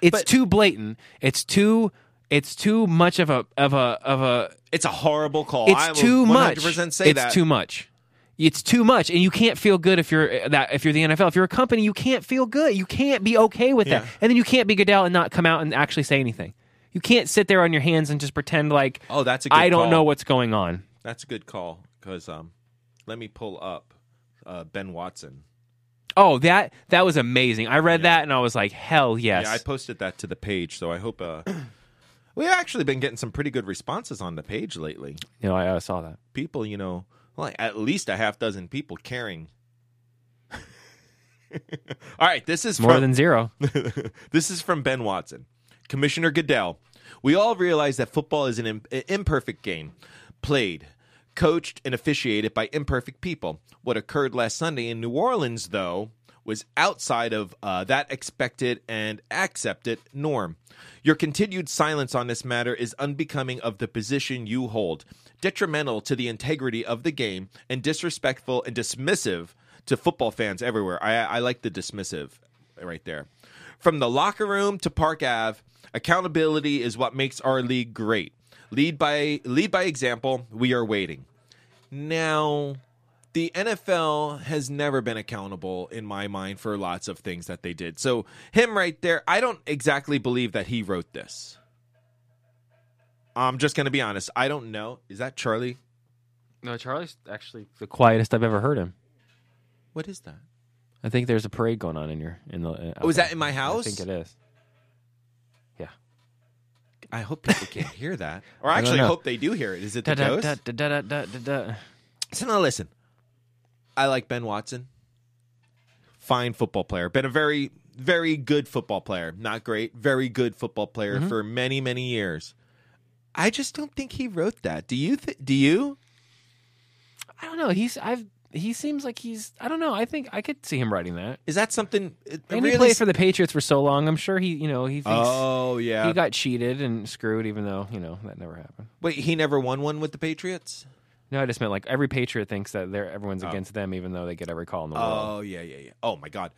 Speaker 2: it's
Speaker 1: But-
Speaker 2: too blatant. It's too it's too much of a of a of a
Speaker 1: It's a horrible call.
Speaker 2: it's
Speaker 1: I will
Speaker 2: too much.
Speaker 1: 100% say
Speaker 2: it's
Speaker 1: that.
Speaker 2: too much. It's too much, and you can't feel good if you're uh, that. If you're the NFL, if you're a company, you can't feel good. You can't be okay with that,
Speaker 1: Yeah.
Speaker 2: and then you can't be Goodell and not come out and actually say anything. You can't sit there on your hands and just pretend like
Speaker 1: Oh, that's a good
Speaker 2: I don't
Speaker 1: call.
Speaker 2: know what's going on.
Speaker 1: That's a good call because um, let me pull up uh, Ben Watson.
Speaker 2: Oh, that that was amazing. I read that and I was like, hell yes.
Speaker 1: Yeah, I posted that to the page, so I hope. Uh, we've actually been getting some pretty good responses on the page lately.
Speaker 2: you know, I, I saw that.
Speaker 1: People, you know, like at least a half dozen people caring. All right, this is
Speaker 2: More
Speaker 1: from,
Speaker 2: than zero.
Speaker 1: this is from Ben Watson. Commissioner Goodell, we all realize that football is an im- an imperfect game, played, coached, and officiated by imperfect people. What occurred last Sunday in New Orleans, though, was outside of uh, that expected and accepted norm. Your continued silence on this matter is unbecoming of the position you hold, detrimental to the integrity of the game, and disrespectful and dismissive to football fans everywhere. I, I like the dismissive right there. From the locker room to Park Ave, accountability is what makes our league great. Lead by lead by example. We are waiting. Now, the NFL has never been accountable in my mind for lots of things that they did. So, him right there, I don't exactly believe that he wrote this. I'm just going to be honest. I don't know. Is that Charlie?
Speaker 2: No, Charlie's actually the quietest I've ever heard him.
Speaker 1: What is that?
Speaker 2: I think there's a parade going on in your in the. uh,
Speaker 1: Oh, is that in my house?
Speaker 2: I think it is. Yeah.
Speaker 1: I hope people can't hear that. Or I
Speaker 2: don't
Speaker 1: actually
Speaker 2: know.
Speaker 1: hope they do hear it. Is it the ghost?
Speaker 2: Da-da-da-da-da-da-da.
Speaker 1: So now listen, I like Ben Watson. Fine football player. Been a very, very good football player. Not great, very good football player
Speaker 2: Mm-hmm.
Speaker 1: for many, many years. I just don't think he wrote that. Do you? Th- do you?
Speaker 2: I don't know. He's I've he seems like he's I don't know. I think I could see him writing that.
Speaker 1: Is that something? It
Speaker 2: And
Speaker 1: really
Speaker 2: he played
Speaker 1: s-
Speaker 2: for the Patriots for so long. I'm sure he you know he thinks
Speaker 1: Oh yeah.
Speaker 2: he got cheated and screwed, even though you know that never happened.
Speaker 1: Wait, he never won one with the Patriots.
Speaker 2: No, I just meant like every Patriot thinks that they're everyone's against them, even though they get every call in the world.
Speaker 1: Oh yeah, yeah, yeah. Oh my God.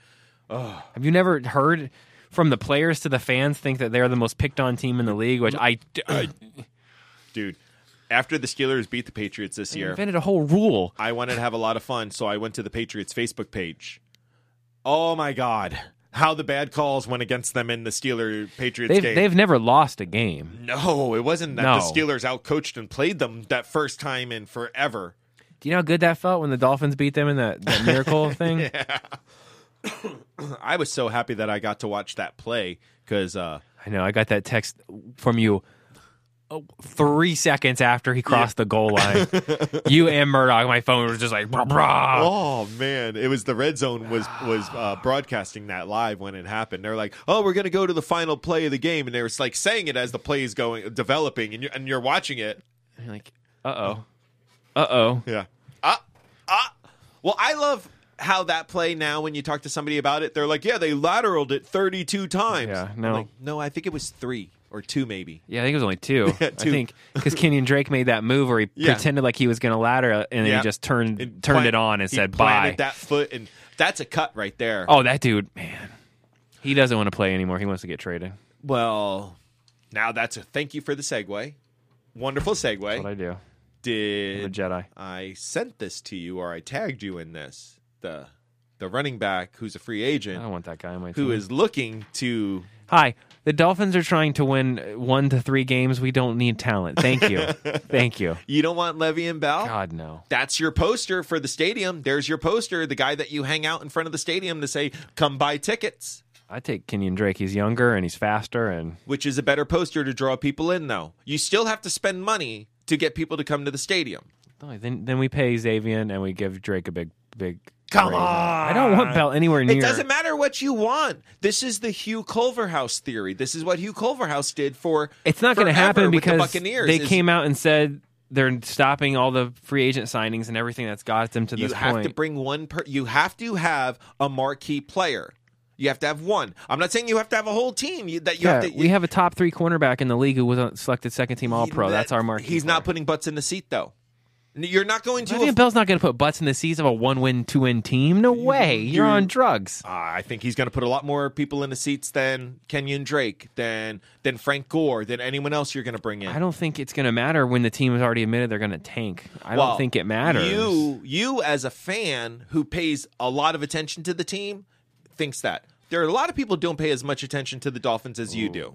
Speaker 2: Have you never heard? From the players to the fans, think that they're the most picked on team in the league,
Speaker 1: Mm.
Speaker 2: which I,
Speaker 1: Oh,
Speaker 2: I
Speaker 1: Dude, after the Steelers beat the Patriots this year,
Speaker 2: invented a whole rule.
Speaker 1: I wanted to have a lot of fun, so I went to the Patriots Facebook page. Oh my God. How the bad calls went against them in the Steeler Patriots
Speaker 2: They've
Speaker 1: game.
Speaker 2: they've never lost a game.
Speaker 1: no, it wasn't that the
Speaker 2: No.
Speaker 1: Steelers outcoached and played them that first time in forever.
Speaker 2: Do you know how good that felt when the Dolphins beat them in that, that miracle thing?
Speaker 1: I was so happy that I got to watch that play because uh,
Speaker 2: I know. I got that text from you uh, three seconds after he crossed the goal line. you and Murdoch, my phone was just like, brah, brah.
Speaker 1: Oh man, it was the red zone was was uh, broadcasting that live when it happened. They're like, "Oh, we're gonna go to the final play of the game," and they were like saying it as the play is going developing, and you're and you're watching it.
Speaker 2: And you're like, uh oh, uh oh.
Speaker 1: Yeah. Ah, ah. Well, I love how that play now. When you talk to somebody about it, they're like, "Yeah, they lateraled it 32 times."
Speaker 2: Yeah,
Speaker 1: I'm
Speaker 2: no.
Speaker 1: like, no, I think it was three or two, maybe.
Speaker 2: Yeah, I think it was only two.
Speaker 1: Yeah,
Speaker 2: I
Speaker 1: two.
Speaker 2: think because Kenyon Drake made that move where he
Speaker 1: Yeah.
Speaker 2: pretended like he was going to ladder it, and then
Speaker 1: Yeah.
Speaker 2: he just turned
Speaker 1: And
Speaker 2: turned
Speaker 1: plant-
Speaker 2: it on and
Speaker 1: he
Speaker 2: said bye.
Speaker 1: planted That foot, and that's a cut right there.
Speaker 2: oh, that dude, man, he doesn't want to play anymore. He wants to get traded.
Speaker 1: Well, now that's a thank you for the segue. Wonderful segue.
Speaker 2: What I do, I'm a
Speaker 1: Did
Speaker 2: Jedi.
Speaker 1: I sent this to you or I tagged you in this? The the running back who's a free
Speaker 2: I
Speaker 1: agent
Speaker 2: don't want that guy on my team.
Speaker 1: who is looking to
Speaker 2: Hi, the Dolphins are trying to win one to three games. We don't need talent. Thank you, thank you.
Speaker 1: you don't want Levy and Bell?
Speaker 2: God no.
Speaker 1: That's your poster for the stadium. There's your poster, the guy that you hang out in front of the stadium to say, come buy tickets,
Speaker 2: I take Kenyon Drake. He's younger and he's faster and
Speaker 1: which is a better poster to draw people in, though. You still have to spend money to get people to come to the stadium.
Speaker 2: Oh, then then we pay Xavian and we give Drake a big big.
Speaker 1: Come
Speaker 2: raise.
Speaker 1: on.
Speaker 2: I don't want Bell anywhere near.
Speaker 1: It doesn't matter what you want. This is the Hugh Culverhouse theory. This is what Hugh Culverhouse did for.
Speaker 2: It's not going to
Speaker 1: forever
Speaker 2: happen
Speaker 1: with
Speaker 2: because
Speaker 1: the Buccaneers
Speaker 2: they
Speaker 1: is
Speaker 2: came out and said they're stopping all the free agent signings and everything that's got them to
Speaker 1: You
Speaker 2: this
Speaker 1: have
Speaker 2: point.
Speaker 1: to bring one. Per, you have to have a marquee player. You have to have one. I'm not saying you have to have a whole team. You, that you
Speaker 2: yeah,
Speaker 1: have to.
Speaker 2: we have a top three cornerback in the league who was on- selected second team All
Speaker 1: you-
Speaker 2: Pro.
Speaker 1: that-
Speaker 2: Oh, that's our market.
Speaker 1: He's not putting butts in the seat though. You're not going to.
Speaker 2: Le'Veon Bell's not going to put butts in the seats of a one-win, two-win team. No way. You're on drugs.
Speaker 1: Uh, I think he's going to put a lot more people in the seats than Kenyon Drake, than than Frank Gore, than anyone else you're going to bring in.
Speaker 2: I don't think it's going to matter when the team has already admitted they're going to tank. I
Speaker 1: Well,
Speaker 2: don't think it matters.
Speaker 1: You, you as a fan who pays a lot of attention to the team, thinks that there are a lot of people who don't pay as much attention to the Dolphins as you do.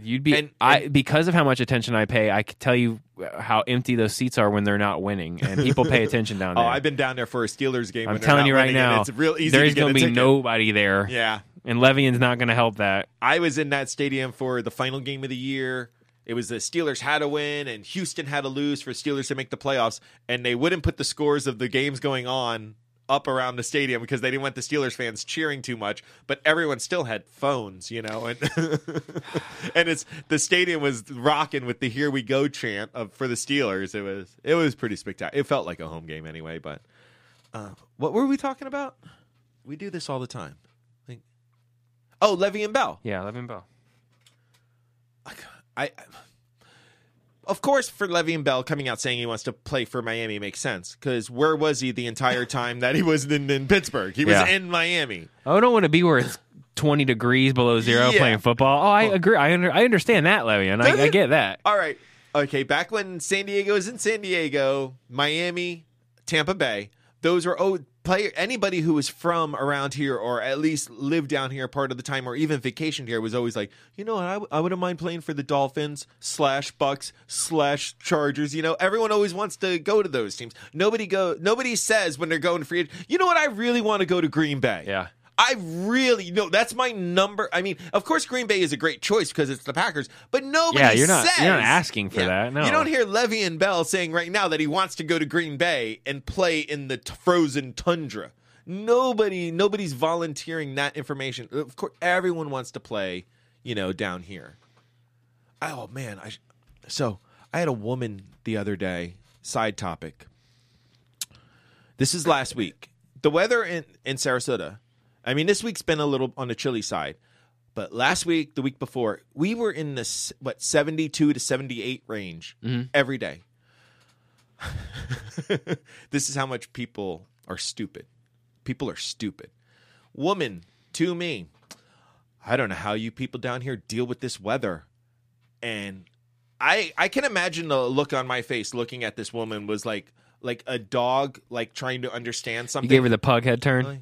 Speaker 2: You'd be
Speaker 1: And-
Speaker 2: I because of how much attention I pay. I could tell you how empty those seats are when they're not winning, and people pay attention down
Speaker 1: Oh,
Speaker 2: there.
Speaker 1: I've been down there for a Steelers game.
Speaker 2: I'm
Speaker 1: when they're
Speaker 2: telling
Speaker 1: not
Speaker 2: you right
Speaker 1: winning, and
Speaker 2: now,
Speaker 1: it's real easy.
Speaker 2: there's
Speaker 1: to get
Speaker 2: gonna
Speaker 1: a
Speaker 2: be
Speaker 1: ticket.
Speaker 2: nobody there,
Speaker 1: Yeah,
Speaker 2: and Levian's not going to help that.
Speaker 1: I was in that stadium for the final game of the year. It was the Steelers had to win and Houston had to lose for Steelers to make the playoffs, and they wouldn't put the scores of the games going on up around the stadium because they didn't want the Steelers fans cheering too much. But everyone still had phones, you know, and and it's the stadium was rocking with the "Here We Go" chant of, for the Steelers. It was it was pretty spectacular. It felt like a home game anyway. But uh, what were we talking about? We do this all the time. Like- Oh, Levy and Bell.
Speaker 2: Yeah, Le'Veon Bell.
Speaker 1: I, of course, for Levy and Bell coming out saying he wants to play for Miami makes sense because where was he the entire time that he was in, in Pittsburgh? He was
Speaker 2: Yeah.
Speaker 1: in Miami.
Speaker 2: Oh, I don't want to be where it's 20 degrees below zero
Speaker 1: Yeah.
Speaker 2: playing football. Oh, I agree. I under, I understand that, Le'Veon. I, I
Speaker 1: Doesn't-
Speaker 2: get that.
Speaker 1: All right, okay. Back when San Diego was in San Diego, Miami, Tampa Bay, those were oh player anybody who was from around here or at least lived down here part of the time or even vacationed here was always like you know what I, w- I wouldn't mind playing for the dolphins slash bucks slash chargers you know everyone always wants to go to those teams nobody go nobody says when they're going free ag- you know what i really want to go to green bay
Speaker 2: Yeah.
Speaker 1: I really no. That's my number. I mean, of course, Green Bay is a great choice because it's the Packers, but nobody.
Speaker 2: Yeah, you're not-
Speaker 1: says-
Speaker 2: you're not asking for that, no.
Speaker 1: you don't hear Levy and Bell saying right now that he wants to go to Green Bay and play in the t- frozen tundra. Nobody, nobody's volunteering that information. Of course, everyone wants to play, you know, down here. Oh man, I sh- so I had a woman the other day. Side topic. This is last week. The weather in, in Sarasota. I mean, this week's been a little on the chilly side, but last week, the week before, we were in the s- what seventy two to seventy eight range
Speaker 2: Mm-hmm.
Speaker 1: every day. this is how much people are stupid. People are stupid. Woman to me, I don't know how you people down here deal with this weather, and I I can imagine the look on my face looking at this woman was like like a dog like trying to understand
Speaker 2: You
Speaker 1: something.
Speaker 2: gave her the pug head turn.
Speaker 1: Really?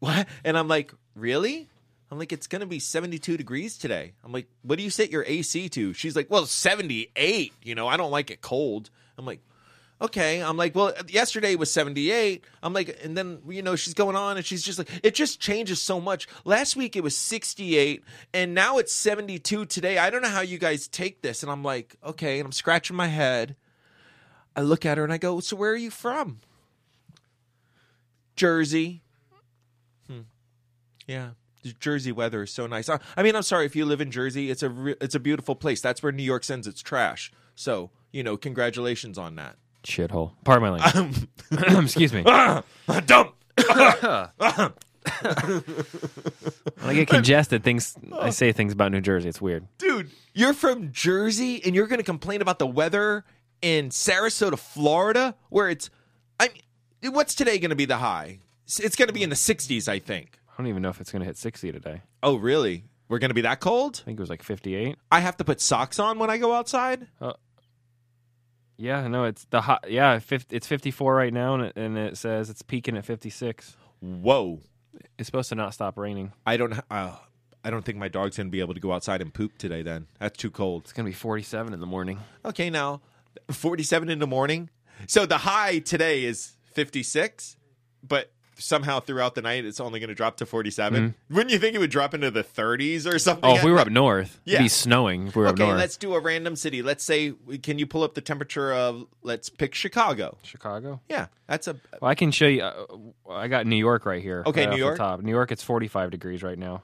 Speaker 1: What? And I'm like, really? I'm like, it's gonna be 72 degrees today. I'm like, what do you set your AC to? She's like, well, 78. You know, I don't like it cold. I'm like, okay. I'm like, well, yesterday was 78. I'm like, and then, you know, she's going on and she's just like, it just changes so much. Last week it was 68 and now it's 72 today. I don't know how you guys take this. And I'm like, okay. And I'm scratching my head. I look at her and I go, so where are you from? Jersey. Hmm. Yeah. The Jersey weather is so nice. I I mean, I'm sorry if you live in Jersey. It's a re- it's a beautiful place. That's where New York sends its trash. So you know, congratulations on that.
Speaker 2: Shithole. Pardon my language. Excuse me.
Speaker 1: Dump.
Speaker 2: When I get congested, things I say things about New Jersey. It's weird.
Speaker 1: dude, you're from Jersey and you're going to complain about the weather in Sarasota, Florida, where it's, I mean, what's today going to be the high? S- It's going to be in the 60s, I think.
Speaker 2: I don't even know if it's gonna hit sixty today.
Speaker 1: Oh, really? We're going to be that cold?
Speaker 2: I think it was like fifty-eight.
Speaker 1: I have to put socks on when I go outside?
Speaker 2: Yeah, no, it's the hot. Yeah, fif- it's fifty-four right now, and it, and it says it's peaking at fifty-six.
Speaker 1: Whoa.
Speaker 2: It's supposed to not stop raining.
Speaker 1: I don't, ha- uh, I don't think my dog's going to be able to go outside and poop today then. That's too cold.
Speaker 2: It's gonna be forty-seven in the morning.
Speaker 1: Okay, now, 47 in the morning. So the high today is 56, but somehow throughout the night it's only going to drop to 47. Wouldn't you think it would drop into the 30s or something?
Speaker 2: Oh, if we were up north, it'd
Speaker 1: Yeah.
Speaker 2: be snowing. If we were
Speaker 1: Okay,
Speaker 2: up north,
Speaker 1: let's do a random city. Let's say, can you pull up the temperature of, let's pick Chicago?
Speaker 2: Chicago.
Speaker 1: Yeah, that's a.
Speaker 2: Well, I can show you. Uh, I got New York right here.
Speaker 1: Okay,
Speaker 2: right
Speaker 1: New
Speaker 2: off the
Speaker 1: York.
Speaker 2: top. New York, it's 45 degrees right now.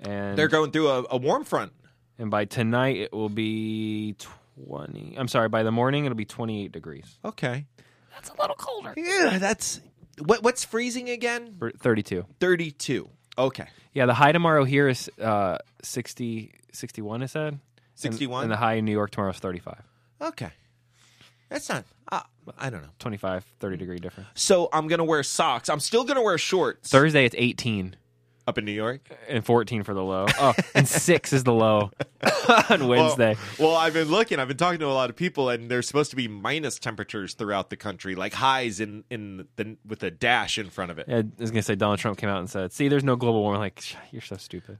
Speaker 2: And
Speaker 1: They're going through a, a warm front.
Speaker 2: and by tonight it will be 20. I'm sorry, by the morning it'll be 28 degrees.
Speaker 1: Okay. That's a little colder. Yeah, that's. What, what's freezing again?
Speaker 2: Or 32.
Speaker 1: 32. Okay.
Speaker 2: Yeah, the high tomorrow here is uh 60 61 it said. And-
Speaker 1: 61?
Speaker 2: And, the high in New York tomorrow is 35.
Speaker 1: Okay. That's not. Uh, I don't know.
Speaker 2: 25 30 degree difference.
Speaker 1: So I'm gonna wear socks. I'm still gonna wear shorts.
Speaker 2: Thursday it's 18
Speaker 1: Up in New York.
Speaker 2: and 14 for the low. Oh, and 6 is the low on Wednesday.
Speaker 1: Well, well, I've been looking. I've been talking to a lot of people, and there's supposed to be minus temperatures throughout the country, like highs in in the with a dash in front of it.
Speaker 2: Yeah, I was gonna say Donald Trump came out and said, "See, there's no global warming." Like, "Shh, you're so stupid.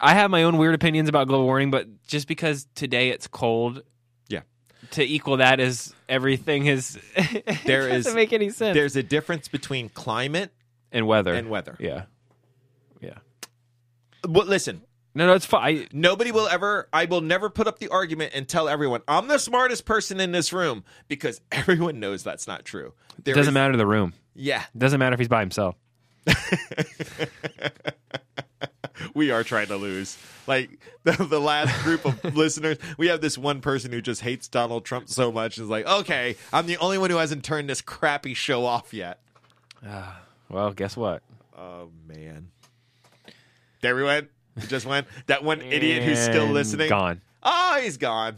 Speaker 2: I have my own weird opinions about global warming, but just because today it's cold,
Speaker 1: Yeah.
Speaker 2: to equal that is everything is.
Speaker 1: There
Speaker 2: it doesn't
Speaker 1: is-
Speaker 2: make any sense.
Speaker 1: There's a difference between climate
Speaker 2: and weather
Speaker 1: and weather.
Speaker 2: Yeah, yeah.
Speaker 1: Well, listen.
Speaker 2: No, no, it's fine.
Speaker 1: Nobody will ever, I will never put up the argument and tell everyone I'm the smartest person in this room because everyone knows that's not true.
Speaker 2: It
Speaker 1: There
Speaker 2: doesn't
Speaker 1: is-
Speaker 2: matter the room.
Speaker 1: Yeah.
Speaker 2: It doesn't matter if he's by himself.
Speaker 1: we are trying to lose. Like the, the last group of listeners, we have this one person who just hates Donald Trump so much and is like, okay, I'm the only one who hasn't turned this crappy show off yet.
Speaker 2: Well, guess what?
Speaker 1: Oh man, there we went. We just went. That one idiot who's still
Speaker 2: And
Speaker 1: listening.
Speaker 2: Gone.
Speaker 1: Oh, he's gone.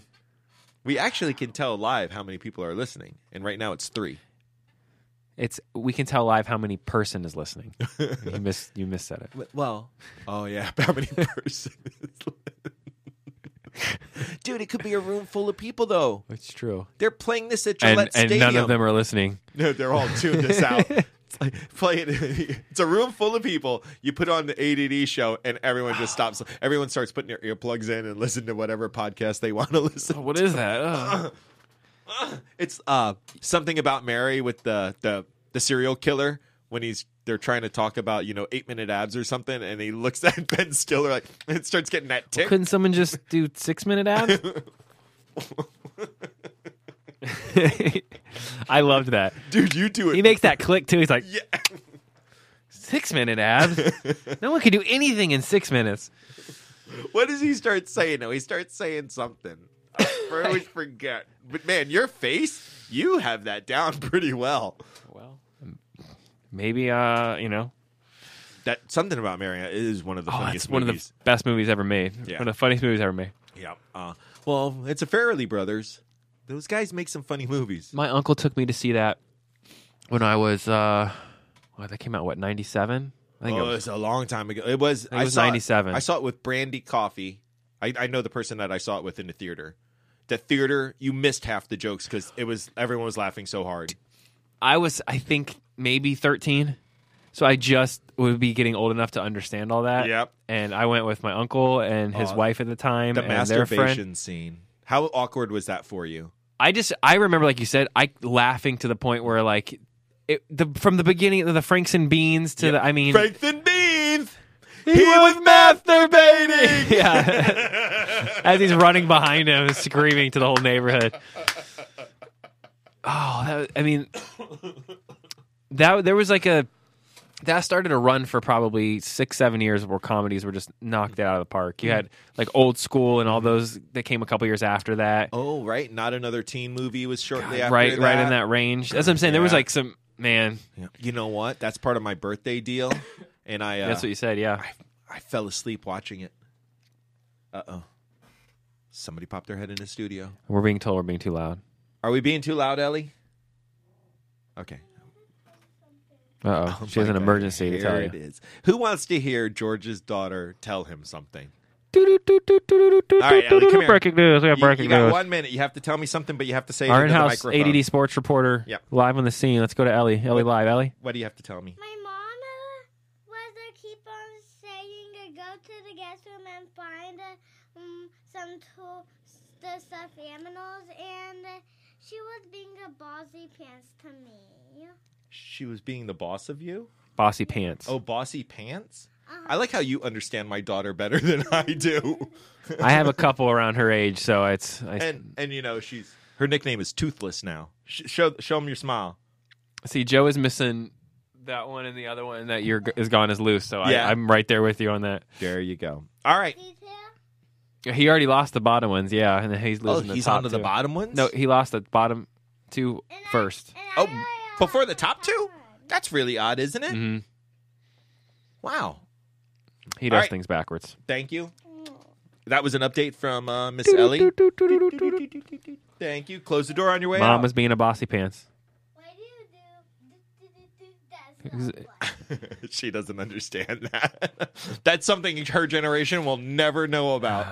Speaker 1: We actually can tell live how many people are listening, and right now it's three.
Speaker 2: It's we can tell live how many person is listening. you miss you missaid it.
Speaker 1: Well, oh yeah, how many persons? Dude, it could be a room full of people though.
Speaker 2: It's true.
Speaker 1: They're playing this at Gillette
Speaker 2: And and
Speaker 1: Stadium.
Speaker 2: none of them are listening.
Speaker 1: No, they're all tuned this out. It's like, play it. It's a room full of people. You put on the ADD show, and everyone just stops. Everyone starts putting their earplugs in and listen to whatever podcast they want to listen.
Speaker 2: What is that?
Speaker 1: It's uh something about Mary with the the the serial killer when he's they're trying to talk about you know eight minute abs or something, and he looks at Ben Stiller like and starts getting that tick.
Speaker 2: Couldn't someone just do six minute abs? I loved that.
Speaker 1: Dude, you do it.
Speaker 2: He makes that click too. He's like,
Speaker 1: yeah.
Speaker 2: six minute abs. No one can do anything in six minutes.
Speaker 1: What does he start saying? though? he starts saying something. I always forget. But man, your face, you have that down pretty well.
Speaker 2: Well, maybe uh, you know,
Speaker 1: That something about Maria is one of the
Speaker 2: oh,
Speaker 1: funniest
Speaker 2: it's one of
Speaker 1: movies.
Speaker 2: the best movies ever made.
Speaker 1: Yeah.
Speaker 2: One of the funniest movies ever made.
Speaker 1: yeah. Uh, well, it's a Farrelly brothers. Those guys make some funny movies.
Speaker 2: My uncle took me to see that when I was uh, well, that came out what ninety seven. I think
Speaker 1: oh,
Speaker 2: it was.
Speaker 1: a long time ago. It was.
Speaker 2: think it was
Speaker 1: saw
Speaker 2: 97.
Speaker 1: I saw it with Brandy Coffee. I, I know the person that I saw it with in the theater. The theater, you missed half the jokes because it was everyone was laughing so hard.
Speaker 2: I was, I think, maybe 13. So I just would be getting old enough to understand all that.
Speaker 1: Yep.
Speaker 2: And I went with my uncle and his
Speaker 1: Oh,
Speaker 2: wife at the time.
Speaker 1: The
Speaker 2: and their friend.
Speaker 1: masturbation scene. How awkward was that for you?
Speaker 2: I just I remember like you said I laughing to the point where like it, the from the beginning of the Franks and Beans to the I mean
Speaker 1: Franks and beans.
Speaker 2: he, was masturbating. yeah, as he's running behind him, screaming to the whole neighborhood. Oh, that, was- I mean, that there was like a that started a run for probably six, seven years where comedies were just knocked out of the park. You had like old school and all those that came a couple years after that.
Speaker 1: Oh, right. Not another teen movie was shortly after
Speaker 2: right,
Speaker 1: that.
Speaker 2: right in that range. That's what I'm saying. There was
Speaker 1: Yeah.
Speaker 2: like some man.
Speaker 1: You know what? That's part of my birthday deal, and I uh,
Speaker 2: That's what you said. Yeah.
Speaker 1: I fell asleep watching it. Uh oh. Somebody popped their head in the studio.
Speaker 2: We're being told we're being too loud.
Speaker 1: Are we being too loud, Ellie? Okay.
Speaker 2: Uh oh. She has
Speaker 1: my
Speaker 2: an
Speaker 1: God.
Speaker 2: emergency to
Speaker 1: Here
Speaker 2: tell
Speaker 1: it
Speaker 2: you.
Speaker 1: is. Who wants to hear George's daughter tell him something?
Speaker 2: All
Speaker 1: All right, Ellie, come here.
Speaker 2: Breaking news. We
Speaker 1: You-
Speaker 2: have breaking
Speaker 1: you, got
Speaker 2: news.
Speaker 1: one minute. You have to tell me something, but you have to say it
Speaker 2: Our in
Speaker 1: into the
Speaker 2: house
Speaker 1: microphone.
Speaker 2: ADD sports reporter
Speaker 1: Yep.
Speaker 2: live on the scene. Let's go to Ellie. Ellie Live. Ellie?
Speaker 1: What do you have to tell me?
Speaker 7: My mom uh, was to keep on saying to go to the guest room and find uh, um, some to- the stuffed animals, and uh, she was being a bossy pants to me.
Speaker 1: She was being the boss of you?
Speaker 2: Bossy Pants.
Speaker 1: Oh, bossy pants? I like how you understand my daughter better than I do.
Speaker 2: I have a couple around her age, so it's. I
Speaker 1: And and you know, she's her nickname is Toothless now. Sh- show show him your smile.
Speaker 2: See, Joe is missing that one and the other one that you're, is gone is loose, so
Speaker 1: Yeah.
Speaker 2: I, I'm right there with you on that.
Speaker 1: There you go. All right.
Speaker 7: Detail?
Speaker 2: He already lost the bottom ones, yeah, and then he's
Speaker 1: Oh,
Speaker 2: losing the
Speaker 1: he's
Speaker 2: top
Speaker 1: on to the
Speaker 2: two.
Speaker 1: bottom ones?
Speaker 2: No, Oh, he lost the bottom two first.
Speaker 7: And I,
Speaker 1: Oh,
Speaker 7: uh,
Speaker 1: before the top two? That's really odd, isn't it?
Speaker 2: Mhm.
Speaker 1: Wow.
Speaker 2: He does
Speaker 1: right.
Speaker 2: things backwards.
Speaker 1: Thank you. That was an update from uh, Miss Ellie. Thank you. Close the door on your way
Speaker 2: Mom
Speaker 1: out.
Speaker 2: was being a bossy pants.
Speaker 7: Why do you do? do- do- do- do- That's not what.
Speaker 1: she doesn't understand that. That's something her generation will never know about.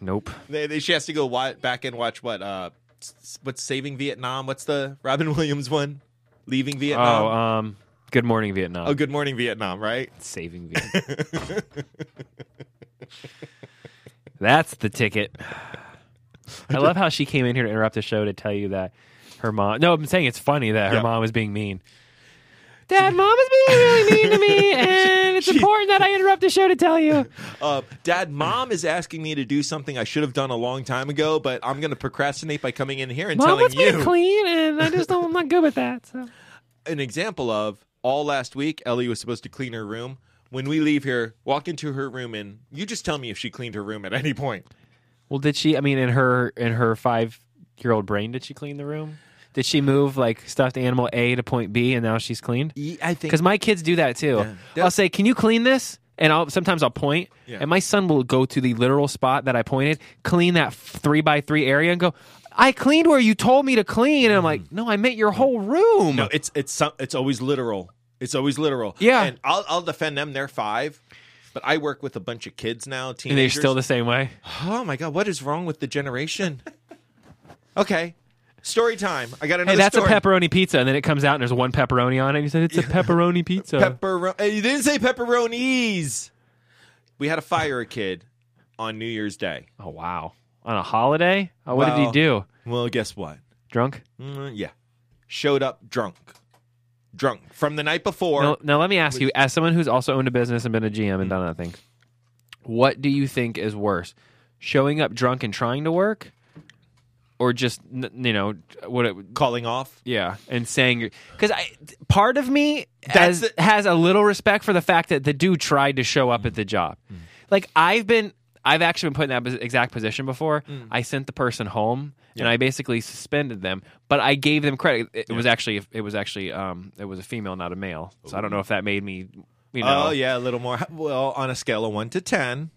Speaker 2: Nope.
Speaker 1: They, they, she has to go wa back and watch what uh s- what's saving Vietnam? What's the Robin Williams one? Leaving Vietnam.
Speaker 2: Oh, um, Good Morning Vietnam.
Speaker 1: oh, Good Morning Vietnam, right?
Speaker 2: Saving Vietnam. That's the ticket. I love how she came in here to interrupt the show to tell you that her mom. No, I'm saying it's funny that her
Speaker 1: Yeah.
Speaker 2: mom was being mean. Dad, mom is being really mean to me, and it's important that I interrupt the show to tell you.
Speaker 1: Uh, Dad, Mom is asking me to do something I should have done a long time ago, but I'm going to procrastinate by coming in here and
Speaker 2: Mom
Speaker 1: telling
Speaker 2: wants me
Speaker 1: you
Speaker 2: to clean, and I just don't. I'm not good with that. So.
Speaker 1: an example of. All last week, Ellie was supposed to clean her room. When we leave here, walk into her room and you just tell me if she cleaned her room at any point.
Speaker 2: Well, did she? I mean, in her in her five year old brain, did she clean the room? Did she move like stuffed animal A to point B, and now she's cleaned?
Speaker 1: I think
Speaker 2: Because my kids do that too.
Speaker 1: Yeah.
Speaker 2: I'll say, "Can you clean this?" And I'll sometimes I'll point,
Speaker 1: Yeah.
Speaker 2: and my son will go to the literal spot that I pointed, clean that f- three by three area, and go, "I cleaned where you told me to clean." And I'm like, "No, I meant your whole room."
Speaker 1: Mm. No, it's it's some, it's always literal. It's always literal.
Speaker 2: Yeah.
Speaker 1: and I'll I'll defend them. They're five, but I work with a bunch of kids now. Teenagers.
Speaker 2: and they're still the same way.
Speaker 1: Oh my god, what is wrong with the generation? okay, story time. I got another.
Speaker 2: Hey, that's
Speaker 1: story.
Speaker 2: a pepperoni pizza, and then it comes out and there's one pepperoni on it. And you said it's a pepperoni pizza.
Speaker 1: Pepper. You didn't say pepperonis. We had to fire a kid on New Year's Day.
Speaker 2: oh wow! On a holiday? Oh, what did
Speaker 1: Well-
Speaker 2: he do?
Speaker 1: Well, guess what?
Speaker 2: Drunk?
Speaker 1: Mm, yeah, showed up drunk, drunk from the night before.
Speaker 2: Now, now let me ask you, as someone who's also owned a business and been a GM and done other things, what do you think is worse, showing up drunk and trying to work, or just n- you know what? It,
Speaker 1: Calling off.
Speaker 2: yeah, and saying you're because I part of me
Speaker 1: That's
Speaker 2: has,
Speaker 1: it.
Speaker 2: has a little respect for the fact that the dude tried to show up at the job.
Speaker 1: Mm.
Speaker 2: Like I've been, I've actually been put in that pos- exact position before.
Speaker 1: Mm.
Speaker 2: I sent the person home and I basically suspended them, but I gave them credit. It, it was actually, it was actually, um, it was a female, not a male. So I don't know if that made me, you know,
Speaker 1: Oh yeah, a little more. Well, on a scale of one to ten,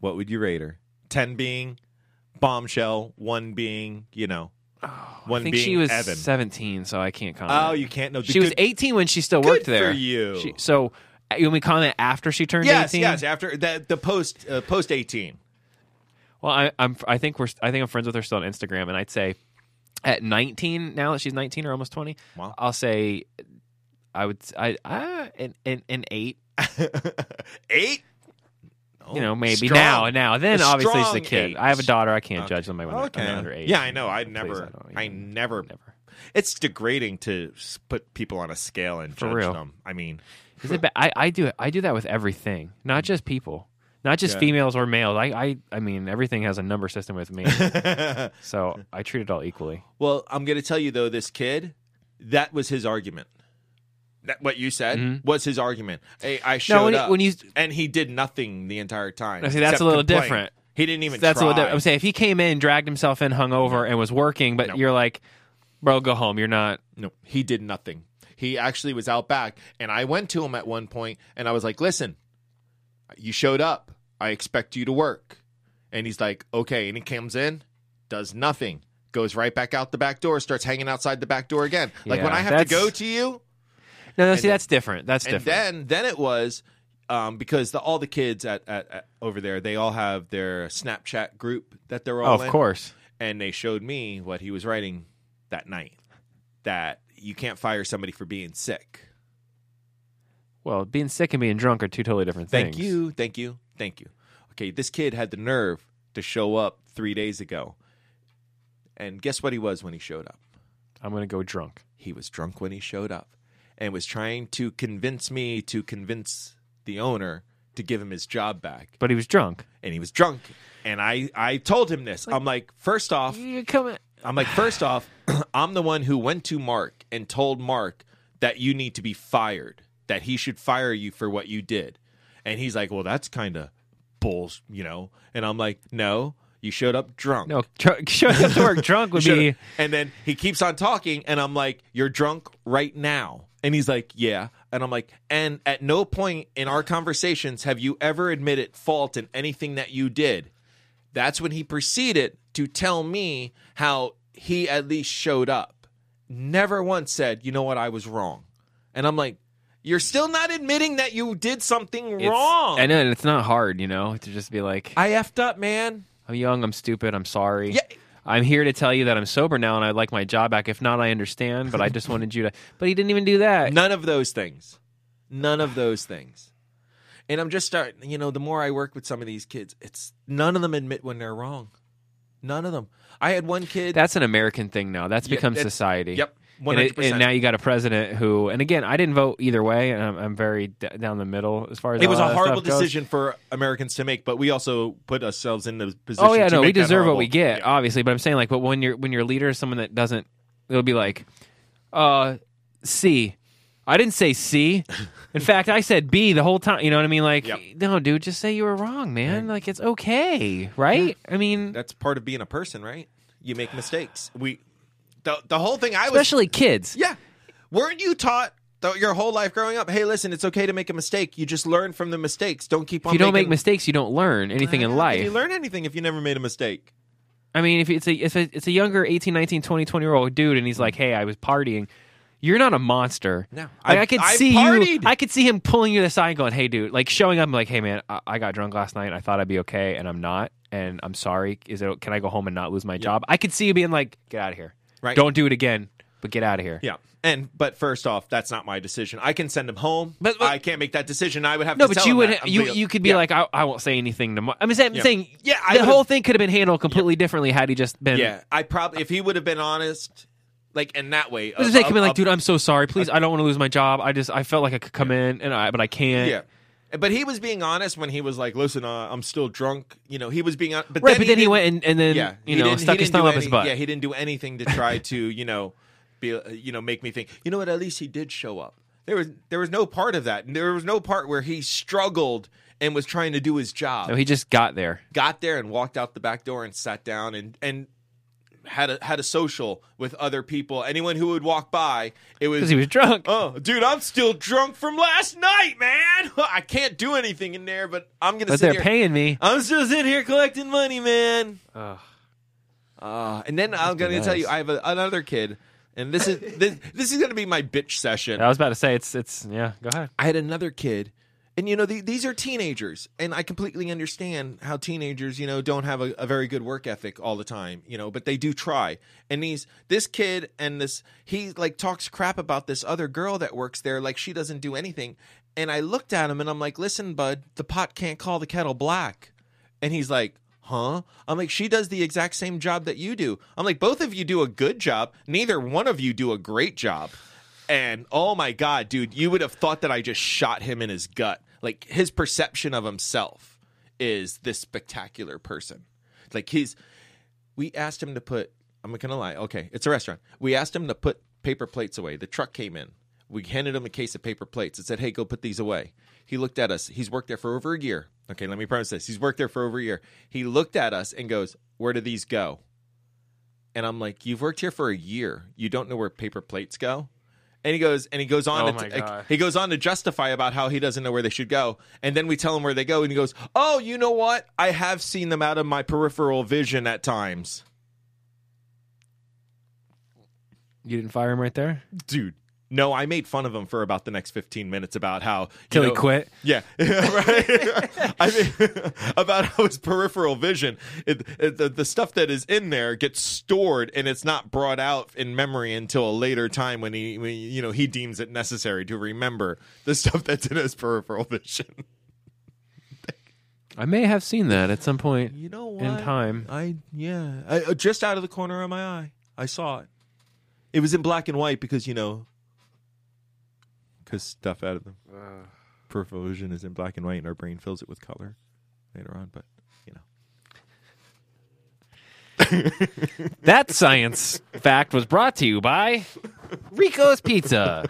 Speaker 1: what would you rate her? Ten being bombshell, one being you know, one
Speaker 2: Oh, I think
Speaker 1: being
Speaker 2: she was
Speaker 1: Evan.
Speaker 2: seventeen, so I can't comment.
Speaker 1: Oh, you can't know.
Speaker 2: she was eighteen when she still worked
Speaker 1: for
Speaker 2: there.
Speaker 1: you.
Speaker 2: She, so uh, you want me to comment after she turned
Speaker 1: Yes,
Speaker 2: eighteen?
Speaker 1: yes. After that, the post uh, post eighteen.
Speaker 2: Well, I, I'm. I think we're. I think I'm friends with her still on Instagram, and I'd say at 19 now that she's 19 or almost 20.
Speaker 1: Wow.
Speaker 2: I'll say I would. I, I an, an, an eight.
Speaker 1: Eight.
Speaker 2: you know, maybe
Speaker 1: Oh, Strong.
Speaker 2: now and now. Then
Speaker 1: A
Speaker 2: obviously she's a
Speaker 1: strong
Speaker 2: kid.
Speaker 1: eight.
Speaker 2: I have a daughter. I can't
Speaker 1: Okay.
Speaker 2: judge them by when
Speaker 1: Okay.
Speaker 2: they're under age.
Speaker 1: Yeah, I know. I
Speaker 2: Please,
Speaker 1: never.
Speaker 2: don't
Speaker 1: I,
Speaker 2: even-
Speaker 1: never.
Speaker 2: never.
Speaker 1: It's degrading to s- put people on a scale and
Speaker 2: For
Speaker 1: judge
Speaker 2: real.
Speaker 1: them. I mean,
Speaker 2: Is it bad? I, I do it. I do that with everything, not just people, not just
Speaker 1: Mm. Yeah.
Speaker 2: females or males. I, I I mean everything has a number system with me, so I treat it all equally.
Speaker 1: well, I'm going to tell you though, this kid, that was his argument. That what you said was his argument. Hey, I showed
Speaker 2: Mm-hmm. when you-
Speaker 1: up,
Speaker 2: when you-
Speaker 1: and he did nothing the even the entire time.
Speaker 2: Now, see, that's
Speaker 1: except
Speaker 2: a little
Speaker 1: complain.
Speaker 2: different.
Speaker 1: He didn't even.
Speaker 2: That's
Speaker 1: try.
Speaker 2: what I'm saying. If he came in, dragged himself in, hung over, and was working, but
Speaker 1: No.
Speaker 2: you're like, bro, go home. You're not.
Speaker 1: No, he did nothing. He actually was out back, and I went to him at one point, and I was like, "Listen, you showed up. I expect you to work." And he's like, "Okay." And he comes in, does nothing, goes right back out the back door, starts hanging outside the back door again. like when
Speaker 2: Yeah,
Speaker 1: I have to
Speaker 2: that's-
Speaker 1: go to you,
Speaker 2: No, no. See,
Speaker 1: then-
Speaker 2: that's different. That's
Speaker 1: and
Speaker 2: different.
Speaker 1: then then it was um, because the, all the kids at, at, at over there they all have their Snapchat group that they're all
Speaker 2: oh, of
Speaker 1: in
Speaker 2: course.
Speaker 1: and they showed me what he was writing that night that you can't fire somebody for being sick.
Speaker 2: Well, being sick and being drunk are two totally different
Speaker 1: Thank
Speaker 2: things.
Speaker 1: you, thank you, thank you. Okay, this kid had the nerve to show up three days ago. And guess what he was when he showed up?
Speaker 2: I'm gonna go drunk.
Speaker 1: He was drunk when he showed up and was trying to convince me to convince the owner to give him his job back.
Speaker 2: But he was drunk.
Speaker 1: And he was drunk. And I, I told him this. I'm like, first off,
Speaker 2: You come.
Speaker 1: I'm like, first off, I'm the one who went to Mark and told Mark that you need to be fired, that he should fire you for what you did. And he's like, well, that's kind of bulls, you know? And I'm like, no, you showed up drunk.
Speaker 2: No, dr- showing up to work drunk would
Speaker 1: You showed
Speaker 2: be.
Speaker 1: up- And then he keeps on talking, and I'm like, you're drunk right now. And he's like, yeah. And I'm like, and at no point in our conversations have you ever admitted fault in anything that you did. That's when he proceeded to tell me how he at least showed up. Never once said, you know what, I was wrong. And I'm like, you're still not admitting that you did something
Speaker 2: it's-
Speaker 1: wrong.
Speaker 2: I know and it's not hard, you know, to just be like,
Speaker 1: I effed up, man.
Speaker 2: I'm young, I'm stupid, I'm sorry.
Speaker 1: Yeah.
Speaker 2: I'm here to tell you that I'm sober now and I'd like my job back. If not, I understand, but I just wanted you to. But he didn't even do that.
Speaker 1: None of those things. None of those things. And I'm just starting, you know, the more I work with some of these kids, it's none of them admit when they're wrong. None of them. I had one kid.
Speaker 2: That's an American thing now. That's
Speaker 1: Yeah,
Speaker 2: become
Speaker 1: that's-
Speaker 2: society.
Speaker 1: yep,
Speaker 2: And, it-
Speaker 1: 100%.
Speaker 2: and now you got a president who, and again, I didn't vote either way, and I'm, I'm very d- down the middle as far as
Speaker 1: it was
Speaker 2: all
Speaker 1: a
Speaker 2: that
Speaker 1: horrible
Speaker 2: stuff goes.
Speaker 1: decision for Americans to make, but we also put ourselves in the position.
Speaker 2: Oh yeah,
Speaker 1: to
Speaker 2: no, we
Speaker 1: make that
Speaker 2: deserve what
Speaker 1: horrible.
Speaker 2: we get,
Speaker 1: Yeah.
Speaker 2: obviously. But I'm saying like, but when your when your leader is someone that doesn't, it'll be like, uh, C. I didn't say C. In fact, I said B the whole time. You know what I mean? Like,
Speaker 1: Yep.
Speaker 2: no, dude, just say you were wrong, man. Like, it's okay, right? I mean,
Speaker 1: That's part of being a person, right? You make mistakes. We, the the whole thing. I was
Speaker 2: especially kids.
Speaker 1: Yeah. Weren't you taught th- your whole life growing up? Hey, listen, it's okay to make a mistake. You just learn from the mistakes. Don't keep on.
Speaker 2: If you don't make
Speaker 1: making-
Speaker 2: mistakes, you don't learn anything in
Speaker 1: How can You
Speaker 2: life.
Speaker 1: learn anything if you never made a mistake.
Speaker 2: I mean, if it's a, if a, it's a younger 18, 19, 20, 20 year old dude and he's like, hey, I was partying, you're not a monster.
Speaker 1: No.
Speaker 2: Like, I,
Speaker 1: I-
Speaker 2: could
Speaker 1: I
Speaker 2: see you.
Speaker 1: partied.
Speaker 2: I could see him pulling you to the side and going, hey, dude, like showing up and like, hey, man, I, I got drunk last night. I thought I'd be okay and I'm not. And I'm sorry. Is it, can I go home and not lose my job? I could see you being like, get out of here.
Speaker 1: Right.
Speaker 2: Don't do it again, but get out of here.
Speaker 1: Yeah. And but first off, that's not my decision. I can send him home.
Speaker 2: But- but-
Speaker 1: I can't make that decision. I would have
Speaker 2: No,
Speaker 1: to
Speaker 2: but
Speaker 1: tell
Speaker 2: you
Speaker 1: him
Speaker 2: would
Speaker 1: that. I'm
Speaker 2: you
Speaker 1: being-
Speaker 2: you could be
Speaker 1: Yeah.
Speaker 2: like I, I won't say anything tomorrow. I'm saying, I'm
Speaker 1: Yeah.
Speaker 2: saying
Speaker 1: Yeah, I
Speaker 2: the
Speaker 1: would've-
Speaker 2: whole thing could have been handled completely differently had he just been
Speaker 1: Yeah, I probably if he would have been honest, like in that way.
Speaker 2: But
Speaker 1: of-
Speaker 2: they
Speaker 1: of-
Speaker 2: come in like,
Speaker 1: of-
Speaker 2: dude, I'm so sorry. Please, I don't want to lose my job. I just, I felt like I could come in, and I, but I can't.
Speaker 1: Yeah. But he was being honest when he was like, "Listen, uh, I'm still drunk." You know, he was being honest. But
Speaker 2: Right,
Speaker 1: then
Speaker 2: but
Speaker 1: he
Speaker 2: then he
Speaker 1: didn't-
Speaker 2: went and, and then
Speaker 1: yeah,
Speaker 2: you
Speaker 1: he
Speaker 2: know
Speaker 1: didn't- he
Speaker 2: stuck his
Speaker 1: didn't do
Speaker 2: thumb up his
Speaker 1: any-
Speaker 2: butt.
Speaker 1: Yeah, he didn't do anything to try to you know be uh, you know make me think. You know what? At least he did show up. There was there was no part of that. There was no part where he struggled and was trying to do his job.
Speaker 2: no, he just got there.
Speaker 1: got there and walked out the back door and sat down and and had a had a social with other people. Anyone who would walk by, it was.
Speaker 2: Because he was drunk.
Speaker 1: Oh, dude, I'm still drunk from last night, man. I can't do anything in there, but I'm gonna.
Speaker 2: but
Speaker 1: sit
Speaker 2: they're
Speaker 1: here.
Speaker 2: paying me.
Speaker 1: I'm still sitting here collecting money, man.
Speaker 2: Ugh.
Speaker 1: Uh, and then I'm going to
Speaker 2: nice.
Speaker 1: tell you, I have a, another kid, and this is this, this is going to be my bitch session.
Speaker 2: I was about to say it's, it's, yeah. Go ahead.
Speaker 1: I had another kid, and you know the, these are teenagers, and I completely understand how teenagers, you know, don't have a, a very good work ethic all the time, you know, but they do try. And these this kid and this he like talks crap about this other girl that works there, like she doesn't do anything, And I looked at him and I'm like, listen, bud, the pot can't call the kettle black. And he's like, huh? I'm like, she does the exact same job that you do. I'm like, both of you do a good job. Neither one of you do a great job. And oh my God, dude, you would have thought that I just shot him in his gut. Like his perception of himself is this spectacular person. Like he's, we asked him to put, I'm not going to lie. Okay, it's a restaurant. We asked him to put paper plates away. The truck came in. We handed him a case of paper plates and said, hey, go put these away. He looked at us. He's worked there for over a year. Okay, let me premise this. He's worked there for over a year. He looked at us and goes, where do these go? And I'm like, you've worked here for a year. You don't know where paper plates go? And he goes, and he goes on.
Speaker 2: Oh
Speaker 1: to,
Speaker 2: my God.
Speaker 1: He goes on to justify about how he doesn't know where they should go, and then we tell him where they go, and he goes, "Oh, you know what? I have seen them out of my peripheral vision at times."
Speaker 2: You didn't fire him right there
Speaker 1: dude. No, I made fun of him for about the next 15 minutes about how you
Speaker 2: till he
Speaker 1: know-
Speaker 2: quit.
Speaker 1: Yeah, right. I mean, about how his peripheral vision, it, it- the, the stuff that is in there gets stored and it's not brought out in memory until a later time when he, when, you know, he deems it necessary to remember the stuff that's in his peripheral vision.
Speaker 2: I may have seen that at some point.
Speaker 1: You know
Speaker 2: In what? time.
Speaker 1: I yeah, just out of the corner of my eye, I saw it. It was in black and white because you know, because stuff out of them. peripheral vision is in black and white, and our brain fills it with color later on. But you know,
Speaker 2: That science fact was brought to you by Rico's Pizza.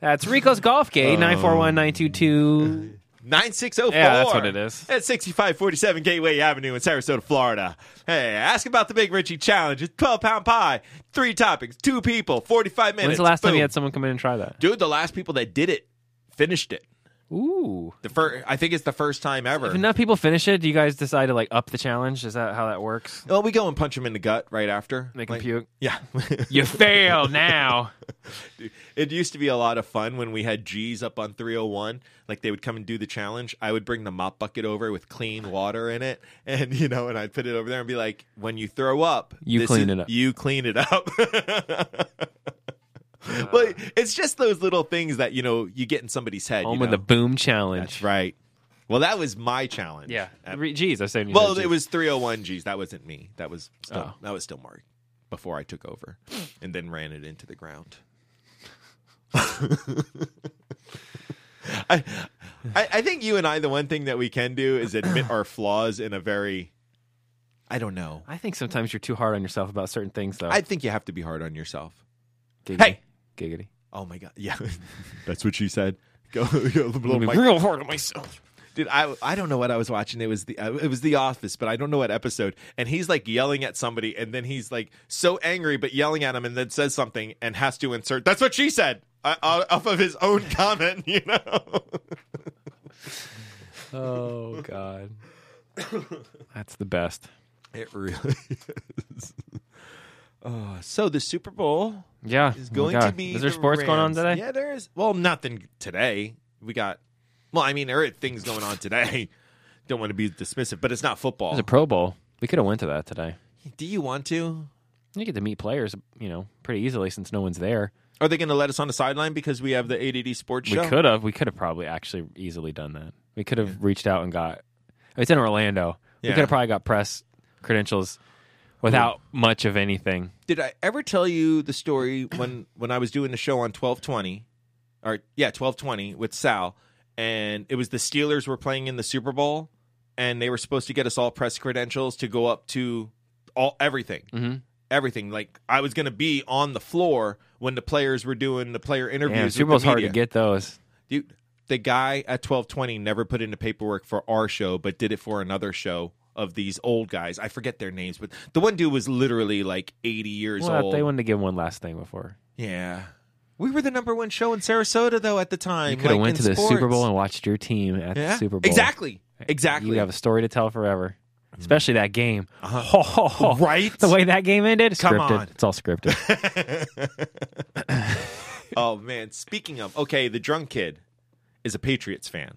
Speaker 2: That's Rico's Golf
Speaker 1: Oh.
Speaker 2: Gate, 941
Speaker 1: nine six zero four.
Speaker 2: Yeah, that's what it is.
Speaker 1: At sixty five forty seven Gateway Avenue in Sarasota, Florida. Hey, ask about the Big Richie Challenge. It's twelve pound pie, three toppings, two people, forty five minutes.
Speaker 2: When's the last time you
Speaker 1: Boom.
Speaker 2: had someone come in and try that?
Speaker 1: Dude, the last people that did it finished it.
Speaker 2: Ooh.
Speaker 1: The first, I think it's the first time ever.
Speaker 2: If enough people finish it, do you guys decide to like up the challenge? Is that how that works?
Speaker 1: well, we go and punch him in the gut right after.
Speaker 2: Make 'em
Speaker 1: Like-
Speaker 2: puke.
Speaker 1: Yeah.
Speaker 2: You fail now.
Speaker 1: It used to be a lot of fun when we had G's up on 301. Like they would come and do the challenge. I would bring the mop bucket over with clean water in it, and you know, and I'd put it over there and be like, "When you throw up,
Speaker 2: You
Speaker 1: this
Speaker 2: clean
Speaker 1: is-
Speaker 2: it up."
Speaker 1: You clean it up." But it's just those little things that you know you get in somebody's head.
Speaker 2: Home
Speaker 1: you
Speaker 2: of the
Speaker 1: know?
Speaker 2: boom challenge.
Speaker 1: That's right. Well, that was my challenge.
Speaker 2: Yeah.
Speaker 1: At-
Speaker 2: Re- Geez, I was saying. you
Speaker 1: well,
Speaker 2: said
Speaker 1: it
Speaker 2: geez.
Speaker 1: was 301 G's. That wasn't me. That was still,
Speaker 2: Oh.
Speaker 1: that was still Mark before I took over and then ran it into the ground. I, I I think you and I the one thing that we can do is admit our flaws in a very I don't know.
Speaker 2: I think sometimes you're too hard on yourself about certain things, though.
Speaker 1: I think you have to be hard on yourself.
Speaker 2: Giggity.
Speaker 1: Hey!
Speaker 2: Giggity.
Speaker 1: Oh my god. Yeah. That's what she said. Go, go blow
Speaker 2: I'm
Speaker 1: Oh my
Speaker 2: real hard on myself.
Speaker 1: Dude, I I don't know what I was watching. It was the uh, it was The Office, but I don't know what episode. And he's like yelling at somebody, and then he's like so angry, but yelling at him, and then says something and has to insert. That's what she said uh, uh, off of his own comment. You know,
Speaker 2: Oh, God. That's the best.
Speaker 1: it really is. Oh, so the Super Bowl
Speaker 2: Yeah.
Speaker 1: is
Speaker 2: Oh my
Speaker 1: going to
Speaker 2: God.
Speaker 1: be.
Speaker 2: Is there
Speaker 1: the
Speaker 2: sports going on
Speaker 1: Rams.
Speaker 2: today?
Speaker 1: Yeah, there is. Well, nothing today. We got. Well, I mean, there are things going on today. Don't want to be dismissive, but it's not football.
Speaker 2: There's a Pro Bowl. We could have went to that today.
Speaker 1: Do you want to?
Speaker 2: You get to meet players, you know, pretty easily since no one's there.
Speaker 1: Are they going to let us on the sideline because we have the ADD Sports Show?
Speaker 2: We could have. We could have probably actually easily done that. We could have reached out and got. It's in Orlando. We
Speaker 1: Yeah.
Speaker 2: could have probably got press credentials without much of anything.
Speaker 1: Did I ever tell you the story when when I was doing the show on twelve twenty, or yeah twelve twenty with Sal, and it was the Steelers were playing in the Super Bowl, and they were supposed to get us all press credentials to go up to all everything,
Speaker 2: Mhm.
Speaker 1: everything. Like I was going to be on the floor when the players were doing the player interviews.
Speaker 2: Damn,
Speaker 1: with
Speaker 2: Super
Speaker 1: the
Speaker 2: Bowl's hard to
Speaker 1: media.
Speaker 2: get those.
Speaker 1: dude the guy at 1220 never put in the paperwork for our show but did it for another show of these old guys i forget their names but the one dude was literally like 80 years
Speaker 2: Well,
Speaker 1: old
Speaker 2: they wanted to give one last thing before.
Speaker 1: yeah we were the number one show in sarasota though at the time
Speaker 2: You could have
Speaker 1: like,
Speaker 2: went
Speaker 1: in
Speaker 2: to the Super
Speaker 1: sports.
Speaker 2: Bowl and watched your team at
Speaker 1: yeah
Speaker 2: the Super Bowl.
Speaker 1: exactly exactly Mm-hmm. Uh-huh.
Speaker 2: You have a story to tell forever, especially that game.
Speaker 1: Right?
Speaker 2: The way that game ended,
Speaker 1: Come
Speaker 2: scripted.
Speaker 1: on.
Speaker 2: It's all scripted.
Speaker 1: oh man speaking of okay the drunk kid is a patriots fan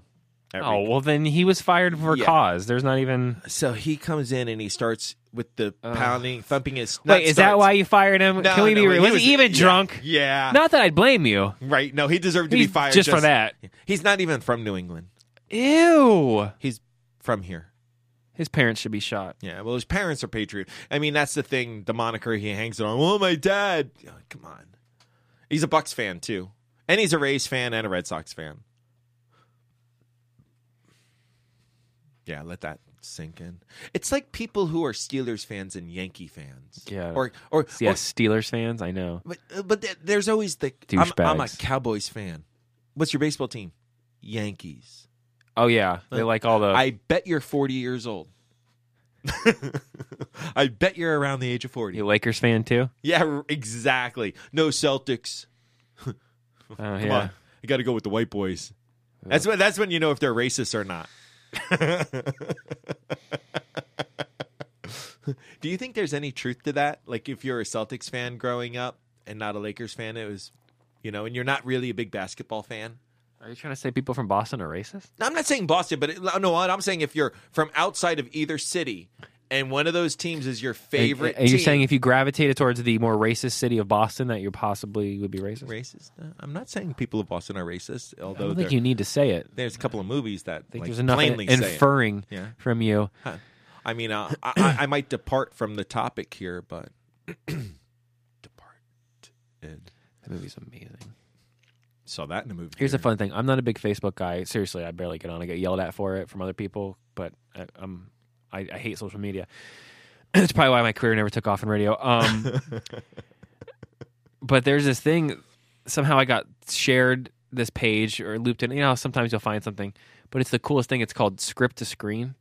Speaker 1: at
Speaker 2: Oh
Speaker 1: Rico.
Speaker 2: well, then he was fired for
Speaker 1: Yeah.
Speaker 2: cause. There's not even.
Speaker 1: So he comes in and he starts with the pounding, thumping his. not
Speaker 2: Wait, is that
Speaker 1: starts-
Speaker 2: why you fired him?
Speaker 1: No,
Speaker 2: Can we
Speaker 1: no,
Speaker 2: be? real? was, he even
Speaker 1: yeah,
Speaker 2: drunk?
Speaker 1: Yeah.
Speaker 2: Not that I'd blame you.
Speaker 1: right. No, he deserved to
Speaker 2: He's
Speaker 1: be fired
Speaker 2: just for that.
Speaker 1: He's not even from New England.
Speaker 2: Ew.
Speaker 1: He's from here.
Speaker 2: His parents should be shot.
Speaker 1: Yeah. Well, his parents are patriot. I mean, that's the thing. The moniker he hangs it on. Oh, my dad. Oh, come on. He's a Bucks fan too, and he's a Rays fan and a Red Sox fan. Yeah, let that sink in. It's like people who are Steelers fans and Yankee fans.
Speaker 2: Yeah.
Speaker 1: Or or or
Speaker 2: Yes, Steelers fans. I know.
Speaker 1: But uh, but th- there's always the I'm, I'm a
Speaker 2: Douchebags.
Speaker 1: Cowboys fan. What's your baseball team? Yankees.
Speaker 2: Oh yeah, they like all the.
Speaker 1: I bet you're 40 years old. I bet you're around the age of 40.
Speaker 2: you Lakers fan too?
Speaker 1: Yeah, r- exactly. No Celtics.
Speaker 2: Oh
Speaker 1: Come
Speaker 2: yeah.
Speaker 1: on. I got to go with the white boys. That's when that's when you know if they're racist or not. Do you think there's any truth to that? Like if you're a Celtics fan growing up and not a Lakers fan, it was you know, and you're not really a big basketball fan.
Speaker 2: Are you trying to say people from Boston are racist?
Speaker 1: Now, I'm not saying Boston, but it, no, what I'm saying if you're from outside of either city and one of those teams is your favorite
Speaker 2: Are you
Speaker 1: team-
Speaker 2: saying if you gravitated towards the more racist city of Boston, that you possibly would be racist?
Speaker 1: racist? Uh, I'm not saying people of Boston are racist,
Speaker 2: I
Speaker 1: although
Speaker 2: don't think
Speaker 1: there-
Speaker 2: you need to say it. I
Speaker 1: there's a couple of movies that
Speaker 2: think
Speaker 1: like,
Speaker 2: there's enough in-
Speaker 1: plainly say it.
Speaker 2: inferring
Speaker 1: Yeah.
Speaker 2: from you.
Speaker 1: I mean, uh, I, I, I might depart from the topic here, but depart. And
Speaker 2: That movie's amazing.
Speaker 1: saw that in the movie.
Speaker 2: Here's a
Speaker 1: theater.
Speaker 2: fun thing. I'm not a big Facebook guy. Seriously, I barely get on. I get yelled at for it from other people, but I, um, I, I hate social media. That's probably why my career never took off in radio. Um, but there's this thing. Somehow I got shared this page or looped in. You know, how sometimes you'll find something, but it's the coolest thing. It's called script to screen,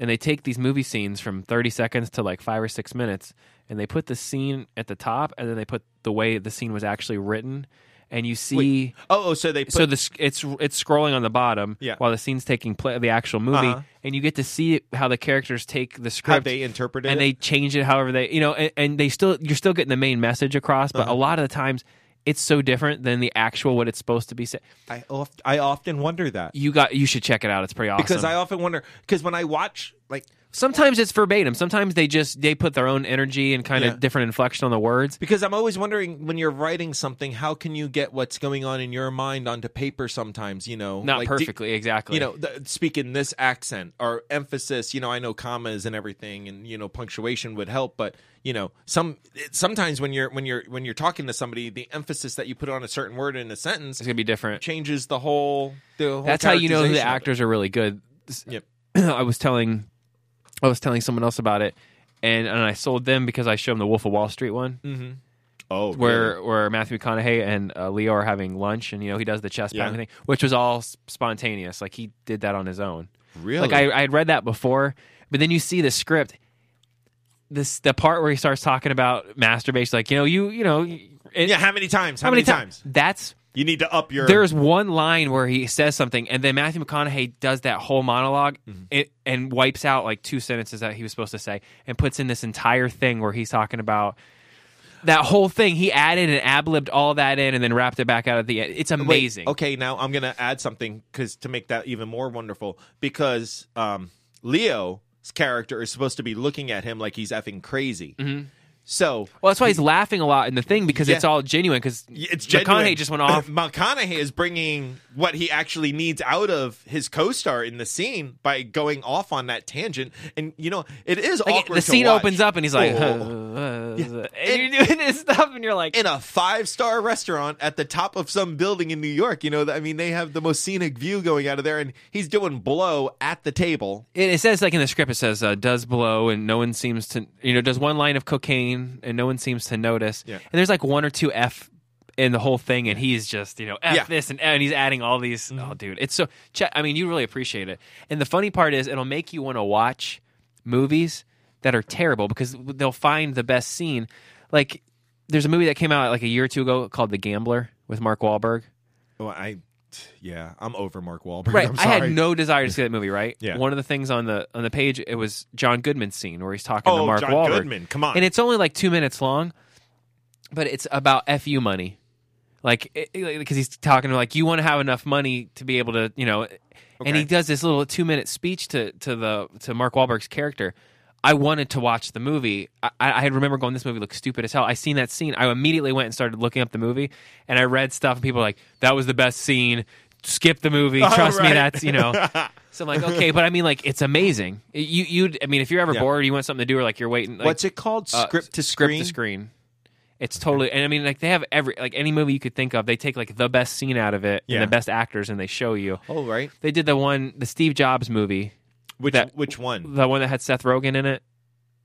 Speaker 2: and they take these movie scenes from 30 seconds to like five or six minutes, and they put the scene at the top, and then they put the way the scene was actually written, and you see
Speaker 1: Oh, oh, so they put.
Speaker 2: so the sc- it's it's scrolling on the bottom
Speaker 1: Yeah.
Speaker 2: while the scene's taking play the actual movie
Speaker 1: Uh-huh.
Speaker 2: and you get to see how the characters take the
Speaker 1: how
Speaker 2: script
Speaker 1: they interpret it,
Speaker 2: and they change it however they you know and, and they still you're still getting the main message across but
Speaker 1: Uh-huh.
Speaker 2: a lot of the times it's so different than the actual what it's supposed to be said
Speaker 1: I, oft, I often wonder that
Speaker 2: you got you should check it out it's pretty awesome
Speaker 1: because I often wonder because when I watch, like,
Speaker 2: sometimes it's verbatim sometimes they just they put their own energy and kind of
Speaker 1: Yeah.
Speaker 2: different inflection on the words
Speaker 1: because I'm always wondering when you're writing something, how can you get what's going on in your mind onto paper? Sometimes, you know,
Speaker 2: not
Speaker 1: Like, do-
Speaker 2: perfectly exactly
Speaker 1: you know, th- speak in this accent or emphasis. You know, I know commas and everything, and you know, punctuation would help, but you know, some it- sometimes when you're when you're when you're talking to somebody, the emphasis that you put on a certain word in a sentence
Speaker 2: it's gonna be different
Speaker 1: changes the whole. The whole
Speaker 2: That's how you know who the
Speaker 1: characterization of it.
Speaker 2: actors are really good. S-
Speaker 1: Yep.
Speaker 2: I was telling, I was telling someone else about it, and and I sold them because I showed them the Wolf of Wall Street one,
Speaker 1: Oh,
Speaker 2: where where Matthew McConaughey and uh, Leo are having lunch, and you know he does the chest
Speaker 1: Yeah.
Speaker 2: pounding thing, which was all s- spontaneous. Like he did that on his own.
Speaker 1: really?
Speaker 2: Like I I had read that before, but then you see the script. This the part where he starts talking about masturbation, like you know you you know. It,
Speaker 1: yeah. How many times? How,
Speaker 2: How many,
Speaker 1: many times?
Speaker 2: That's
Speaker 1: You need to up your.
Speaker 2: there's one line where he says something, and then Matthew McConaughey does that whole monolog
Speaker 1: Mm-hmm.
Speaker 2: it, and wipes out like two sentences that he was supposed to say, and puts in this entire thing where he's talking about that whole thing. He added and ad libbed all that in, and then wrapped it back out at the end. It's
Speaker 1: Wait,
Speaker 2: amazing.
Speaker 1: okay, now I'm gonna add something because to make that even more wonderful, because um, Leo's character is supposed to be looking at him like he's effing crazy.
Speaker 2: Mm-hmm.
Speaker 1: So
Speaker 2: Well, that's why he's laughing a lot in the thing because it's
Speaker 1: Yeah.
Speaker 2: all genuine. Because
Speaker 1: it's genuine.
Speaker 2: McConaughey just went off.
Speaker 1: McConaughey is bringing what he actually needs out of his co-star in the scene by going off on that tangent, and you know it is
Speaker 2: Like,
Speaker 1: awkward.
Speaker 2: the
Speaker 1: to
Speaker 2: scene
Speaker 1: watch.
Speaker 2: opens up, and he's like,
Speaker 1: Oh.
Speaker 2: and you're doing this stuff, and you're like,
Speaker 1: in a five-star restaurant at the top of some building in New York. You know, I mean, they have the most scenic view going out of there, and he's doing blow at the table.
Speaker 2: it, it says like in the script it says uh, does blow and no one seems to you know does one line of cocaine and no one seems to notice
Speaker 1: Yeah.
Speaker 2: and there's like one or two f in the whole thing and he's just you know f
Speaker 1: Yeah. Mm-hmm.
Speaker 2: this and, and he's adding all these oh dude it's so che- i mean you really appreciate it and the funny part is it'll make you want to watch movies that are terrible because they'll find the best scene like there's a movie that came out like a year or two ago called the gambler with mark Wahlberg.
Speaker 1: Well, I, yeah, I'm over Mark Wahlberg.
Speaker 2: Right.
Speaker 1: I'm
Speaker 2: I had
Speaker 1: sorry.
Speaker 2: no desire to see that movie. Right.
Speaker 1: Yeah.
Speaker 2: One of the things on the on the page it was John Goodman's scene where he's talking to
Speaker 1: Oh,
Speaker 2: Mark
Speaker 1: John
Speaker 2: Wahlberg,
Speaker 1: Goodman, come on.
Speaker 2: and it's only like two minutes long, but it's about fu money. like because he's talking to like you want to have enough money to be able to you know, and he
Speaker 1: Okay.
Speaker 2: does this little two minute speech to to the to Mark Wahlberg's character. I wanted to watch the movie. I, I I remember going, this movie looks stupid as hell. I seen that scene. I immediately went and started looking up the movie, and I read stuff, and people were like, "That was the best scene." Skip the movie. Trust me,
Speaker 1: Oh, right.
Speaker 2: that's you know. So I'm like, okay, but I mean, like, it's amazing. You, you, I mean, if you're ever
Speaker 1: Yeah.
Speaker 2: bored, you want something to do, or like you're waiting. Like,
Speaker 1: What's it called?
Speaker 2: uh,
Speaker 1: script to
Speaker 2: script
Speaker 1: screen.
Speaker 2: to screen. It's totally, and I mean, like they have every, like any movie you could think of, they take like the best scene out of it
Speaker 1: Yeah.
Speaker 2: and the best actors, and they show you.
Speaker 1: Oh, right.
Speaker 2: They did the one, the Steve Jobs movie,
Speaker 1: Which
Speaker 2: That-
Speaker 1: which one?
Speaker 2: the one that had Seth Rogen in it,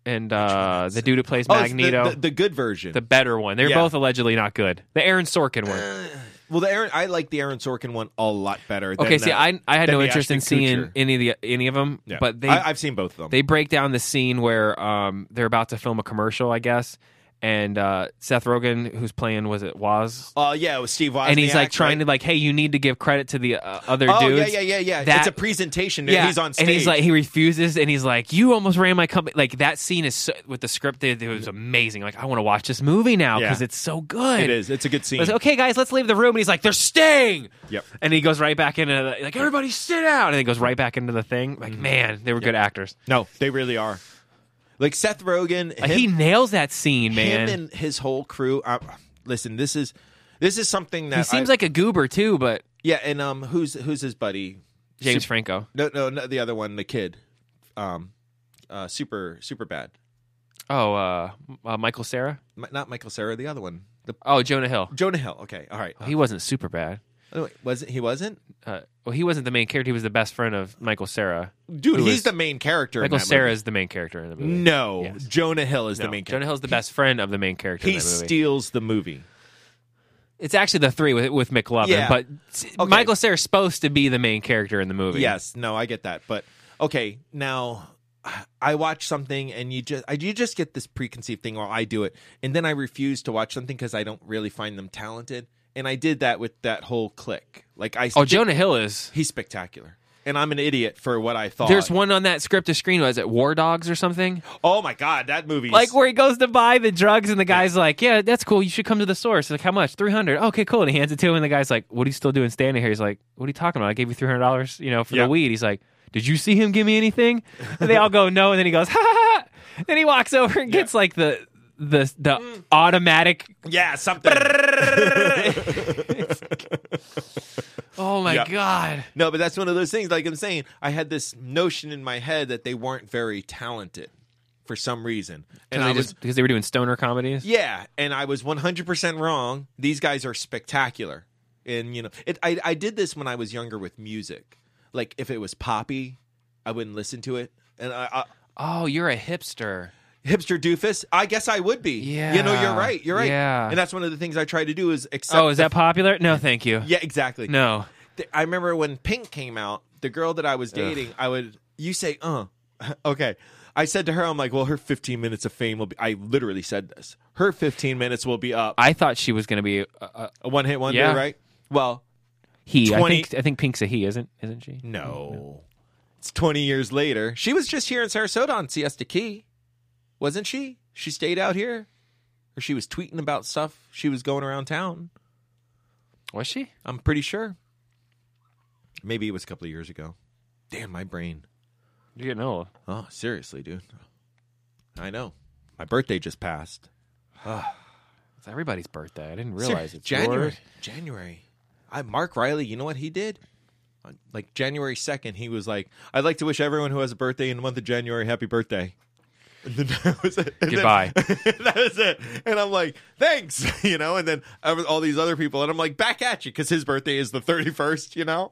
Speaker 2: and uh, the dude who plays
Speaker 1: Oh, it's the-
Speaker 2: Magneto,
Speaker 1: The,
Speaker 2: the,
Speaker 1: the, good version.
Speaker 2: better one. They're
Speaker 1: Yeah. Uh,
Speaker 2: both allegedly not good. The Aaron Sorkin one.
Speaker 1: well, the Aaron. I like the Aaron Sorkin one a lot better. Than
Speaker 2: Okay, see,
Speaker 1: that.
Speaker 2: I I had
Speaker 1: then
Speaker 2: no
Speaker 1: the
Speaker 2: interest in
Speaker 1: Ashton
Speaker 2: seeing
Speaker 1: Kutcher.
Speaker 2: any of the any of them,
Speaker 1: Yeah.
Speaker 2: but they
Speaker 1: I, have seen both of them.
Speaker 2: they break down the scene where um, they're about to film a commercial, I guess, and uh, Seth Rogen, who's playing, was it Waz?
Speaker 1: Oh yeah, it was Steve Wozniak.
Speaker 2: and he's like trying
Speaker 1: right?
Speaker 2: to like, hey, you need to give credit to the uh, other
Speaker 1: Oh
Speaker 2: dudes.
Speaker 1: yeah, yeah, yeah, yeah.
Speaker 2: That-
Speaker 1: it's a presentation. and
Speaker 2: Yeah,
Speaker 1: he's on stage.
Speaker 2: and he's like, he refuses, and he's like, "You almost ran my company." Like that scene is so, with the script, it, it was amazing. Like I want to watch this movie now
Speaker 1: Yeah.
Speaker 2: because it's so good.
Speaker 1: it is. It's a good
Speaker 2: I
Speaker 1: scene.
Speaker 2: was like, okay, guys, let's leave the room. And he's like, they're staying.
Speaker 1: Yep.
Speaker 2: And he goes right back into the, like, everybody sit down. And he goes right back into the thing. Like,
Speaker 1: Mm-hmm.
Speaker 2: man, they were good actors.
Speaker 1: No, they really are. Like Seth Rogen,
Speaker 2: Like,
Speaker 1: him,
Speaker 2: Uh, he nails that scene, man.
Speaker 1: him and his whole crew. Uh, listen, this is this is something that
Speaker 2: he seems
Speaker 1: uh, I-
Speaker 2: like a goober too, but
Speaker 1: yeah. And um, who's who's his buddy?
Speaker 2: James
Speaker 1: Sup-
Speaker 2: Franco.
Speaker 1: No, no, no, the other one, the kid. Um, uh, super, super bad.
Speaker 2: Oh, uh, uh, Michael Sarah.
Speaker 1: Mi- not Michael Sarah, the other one, the
Speaker 2: Oh, Jonah Hill.
Speaker 1: Jonah Hill. Okay, all right.
Speaker 2: He wasn't super bad.
Speaker 1: Oh, wait, wasn't he? Wasn't
Speaker 2: Uh, well, he wasn't the main character. He was the best friend of Michael Sarah.
Speaker 1: dude?
Speaker 2: Who
Speaker 1: he's
Speaker 2: is-
Speaker 1: the main character. in
Speaker 2: Michael
Speaker 1: that
Speaker 2: Sarah
Speaker 1: movie.
Speaker 2: is the main character in the movie.
Speaker 1: No,
Speaker 2: Yes.
Speaker 1: Jonah Hill is
Speaker 2: No,
Speaker 1: the main
Speaker 2: Jonah
Speaker 1: character.
Speaker 2: Hill's the best friend of the main character
Speaker 1: He
Speaker 2: in that movie.
Speaker 1: steals the movie.
Speaker 2: it's actually the three with with McLovin,
Speaker 1: Yeah.
Speaker 2: but s-
Speaker 1: Okay.
Speaker 2: Michael Sarah's supposed to be the main character in the movie.
Speaker 1: Yes, no, I get that. But okay, now I watch something and you just I, you just get this preconceived thing, or I do it, and then I refuse to watch something because I don't really find them talented. And I did that with that whole click. Like I,
Speaker 2: Oh,
Speaker 1: thi-
Speaker 2: Jonah Hill is.
Speaker 1: he's spectacular, and I'm an idiot for what I thought.
Speaker 2: There's one on that script to screen. Was it War Dogs or something?
Speaker 1: Oh my god, that movie.
Speaker 2: Like where he goes to buy the drugs, and the guy's like, "Yeah, that's cool. You should come to the source." Like, how much? Three hundred. Okay, cool. And he hands it to him, and the guy's like, "What are you still doing standing here?" He's like, "What are you talking about? I gave you three hundred dollars, you know, for
Speaker 1: Yeah.
Speaker 2: the weed." He's like, "Did you see him give me anything?" And they all go, "No." And then he goes, "Ha ha!" ha." Then he walks over and gets like the the the automatic.
Speaker 1: yeah, something.
Speaker 2: Oh my
Speaker 1: Yeah.
Speaker 2: god!
Speaker 1: no, but that's one of those things. Like I'm saying, I had this notion in my head that they weren't very talented for some reason, and
Speaker 2: And
Speaker 1: I
Speaker 2: they
Speaker 1: was
Speaker 2: just because they were doing stoner comedies.
Speaker 1: Yeah, and I was 100% wrong. These guys are spectacular. And you know, it I I did this when I was younger with music. Like if it was poppy, I wouldn't listen to it. And I,
Speaker 2: Oh, you're a hipster.
Speaker 1: I hipster doofus, I guess I would be. You know, you're
Speaker 2: Yeah,
Speaker 1: right. You're right.
Speaker 2: yeah.
Speaker 1: And that's one of the things I try to do is accept
Speaker 2: Oh, is that popular? No, thank you.
Speaker 1: Yeah, exactly.
Speaker 2: No.
Speaker 1: Th- I remember when Pink came out, the girl that I was dating, I would you say, "Uh, okay." I said to her, "I'm like, well, her 15 minutes of fame will be." I literally said this. Her 15 minutes will be up.
Speaker 2: I thought she was going to be a, a
Speaker 1: A one hit wonder,
Speaker 2: Yeah.
Speaker 1: right? Well,
Speaker 2: he.
Speaker 1: 20
Speaker 2: I think I think Pink's a he, isn't isn't she?
Speaker 1: no. It's 20 years later. She was just here in Sarasota on Siesta Key, wasn't she? She stayed out here. Or she was tweeting about stuff. She was going around town.
Speaker 2: Was she?
Speaker 1: I'm pretty sure. Maybe it was a couple of years ago. Damn, my brain.
Speaker 2: You're getting old.
Speaker 1: Oh, seriously, dude. I know. My birthday just passed.
Speaker 2: It's everybody's birthday. I didn't realize
Speaker 1: Ser-
Speaker 2: it's
Speaker 1: January.
Speaker 2: yours.
Speaker 1: January. I Mark Riley. You know what he did? On, Like January second, he was like, "I'd like to wish everyone who has a birthday in the month of January happy birthday." And then that was it. And then-
Speaker 2: Goodbye.
Speaker 1: that was it. And I'm like, "Thanks," you know. And then I was- all these other people, and I'm like, "Back at you," because his birthday is the 31st, you know.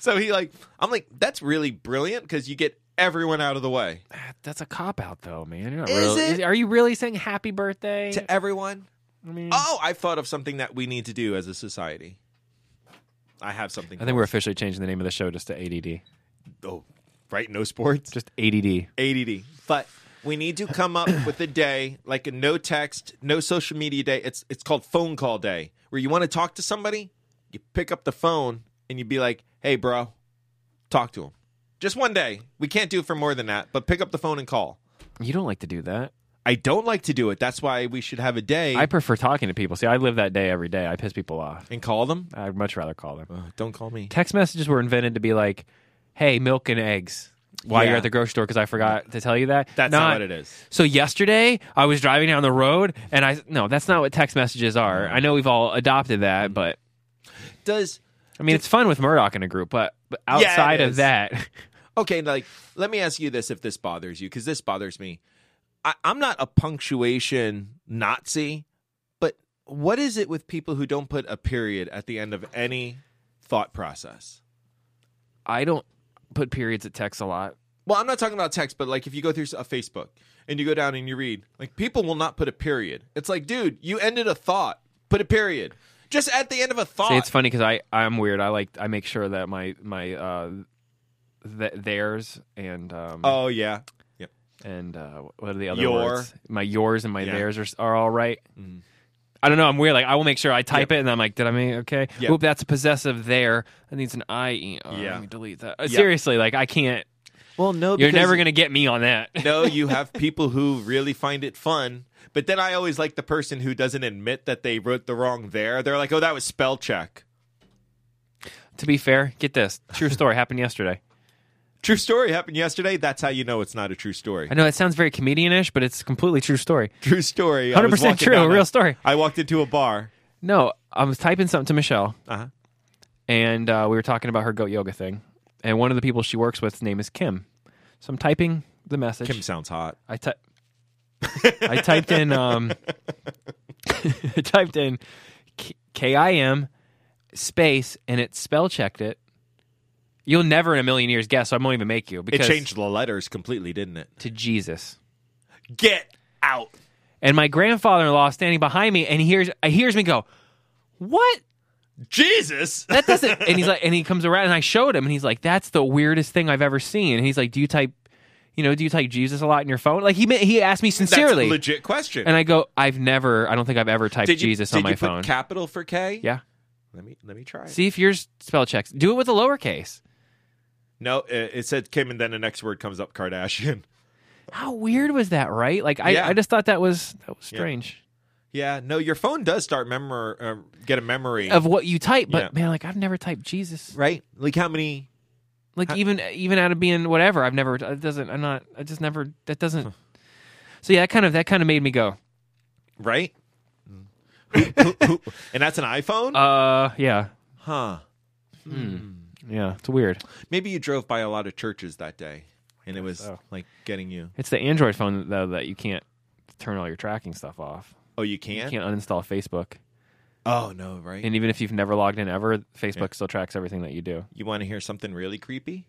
Speaker 1: So he like, I'm like, "That's really brilliant," because you get everyone out of the way
Speaker 2: That- That's a cop out, though, man. You're not
Speaker 1: Is
Speaker 2: really,
Speaker 1: it?
Speaker 2: Are you really saying happy birthday?
Speaker 1: to everyone.
Speaker 2: I mean,
Speaker 1: Oh, I've thought of something that we need to do as a society. I have something.
Speaker 2: I think we're officially changing the name of the show just to ADD.
Speaker 1: oh, right? No sports,
Speaker 2: Just ADD.
Speaker 1: ADD. But we need to come up with a day like a no text, no social media day. It's it's called phone call day, where you want to talk to somebody, you pick up the phone and you be like, "Hey, bro, talk to him." Just one day. We can't do it for more than that, but pick up the phone and call.
Speaker 2: You don't like to do that.
Speaker 1: I don't like to do it. That's why we should have a day
Speaker 2: I prefer talking to people. See, I live that day every day. I piss people off.
Speaker 1: and call them.
Speaker 2: I'd much rather call them.
Speaker 1: Uh, don't call me.
Speaker 2: Text messages were invented to be like, "Hey, milk and eggs." While
Speaker 1: Yeah.
Speaker 2: you're at the grocery store, because I forgot to tell you that.
Speaker 1: That's not, what it is.
Speaker 2: So yesterday, I was driving down the road, and I no, that's not what text messages are. I know we've all adopted that, but
Speaker 1: Does
Speaker 2: I mean, it's fun with Murdoch in a group, but, but
Speaker 1: Yeah, it
Speaker 2: outside of
Speaker 1: is.
Speaker 2: that,
Speaker 1: okay? Like, let me ask you this: if this bothers you, because this bothers me. I, I'm not a punctuation Nazi, but what is it with people who don't put a period at the end of any thought process?
Speaker 2: I don't put periods at text a lot.
Speaker 1: Well, I'm not talking about text, but like if you go through a Facebook and you go down and you read, like people will not put a period. It's like, dude, you ended a thought, put a period. Just at the end of a thought.
Speaker 2: See, it's funny because I I'm weird. I like I make sure that my my uh, th- theirs and um
Speaker 1: Oh yeah. Yep.
Speaker 2: and uh, what are the other
Speaker 1: Your.
Speaker 2: words? My yours and my
Speaker 1: Yeah. Mm-hmm.
Speaker 2: theirs are are all right. I don't know. I'm weird. Like I will make sure I type it, and I'm like, did I mean okay?
Speaker 1: Yep.
Speaker 2: Oop, that's a possessive there. That needs an I E. Oh,
Speaker 1: Yeah.
Speaker 2: Let me delete that. Uh, Seriously, like I can't.
Speaker 1: Well, no,
Speaker 2: You're never gonna get me on that.
Speaker 1: no, you have people who really find it fun, but then I always like the person who doesn't admit that they wrote the wrong there. They're like, "Oh, that was spell check."
Speaker 2: to be fair, get this true story happened yesterday.
Speaker 1: True story happened yesterday. That's how you know it's not a true story.
Speaker 2: I know it sounds very comedianish, but it's a completely true story.
Speaker 1: True story. I was
Speaker 2: 100%
Speaker 1: walking
Speaker 2: true,
Speaker 1: down
Speaker 2: a real story.
Speaker 1: I walked into a bar.
Speaker 2: No, I was typing something to Michelle,
Speaker 1: Uh-huh.
Speaker 2: and uh, we were talking about her goat yoga thing. And one of the people she works with's name is Kim. So I'm typing the message.
Speaker 1: Kim sounds hot.
Speaker 2: I type. I typed in. Um, I typed in K I M space, and it spell checked it. You'll never in a million years guess, so I won't even make you.
Speaker 1: It
Speaker 2: Because
Speaker 1: changed the letters completely, didn't it?
Speaker 2: to Jesus.
Speaker 1: Get out.
Speaker 2: And my grandfather-in-law standing behind me, and he hears he hears me go, "What?
Speaker 1: Jesus.
Speaker 2: that doesn't and he's like and he comes around and i showed him and he's like that's the weirdest thing i've ever seen and he's like do you type you know do you type jesus a lot in your phone like he ma- he asked me sincerely
Speaker 1: That's a legit question.
Speaker 2: and i go i've never i don't think i've ever typed
Speaker 1: did you,
Speaker 2: jesus
Speaker 1: did
Speaker 2: on my
Speaker 1: you put
Speaker 2: phone
Speaker 1: capital for K?
Speaker 2: yeah
Speaker 1: Let me let me try.
Speaker 2: see if yours spell checks do it with a lowercase
Speaker 1: No, it, it said Kim, and then the next word comes up Kardashian.
Speaker 2: how weird was that right like i,
Speaker 1: Yeah.
Speaker 2: I just thought that was that was
Speaker 1: Yeah.
Speaker 2: strange
Speaker 1: Yeah, no, your phone does start memor uh, get a memory
Speaker 2: of what you type but
Speaker 1: Yeah.
Speaker 2: man like i've never typed jesus
Speaker 1: right. Like how many?
Speaker 2: like even even out of being whatever i've never it doesn't i'm not i just never that doesn't so yeah that kind of that kind of made me go
Speaker 1: Right. Who- who- who- and that's an iPhone,
Speaker 2: uh yeah
Speaker 1: huh?
Speaker 2: Yeah, it's weird.
Speaker 1: Maybe you drove by a lot of churches that day, and it was
Speaker 2: so.
Speaker 1: like getting you.
Speaker 2: It's the Android phone though that you can't turn all your tracking stuff off.
Speaker 1: Oh, you
Speaker 2: You
Speaker 1: can't.
Speaker 2: can't uninstall Facebook,
Speaker 1: Oh no, right.
Speaker 2: and even if you've never logged in ever, Facebook still tracks everything that you do.
Speaker 1: you want to hear something really creepy?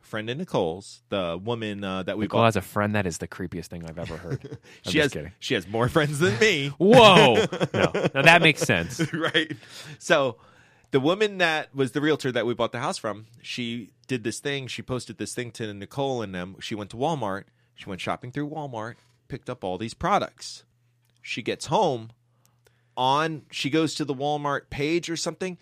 Speaker 1: Friend in Nicole's, the woman uh, that we
Speaker 2: Nicole has a friend that is the creepiest thing I've ever heard. I'm
Speaker 1: she
Speaker 2: just
Speaker 1: has
Speaker 2: kidding.
Speaker 1: she has more friends than me.
Speaker 2: Whoa! No, now that makes sense.
Speaker 1: right. So the woman that was the realtor that we bought the house from, she did this thing. She posted this thing to Nicole and them. She went to Walmart. She went shopping through Walmart, picked up all these products. She gets home on she goes to the Walmart page or something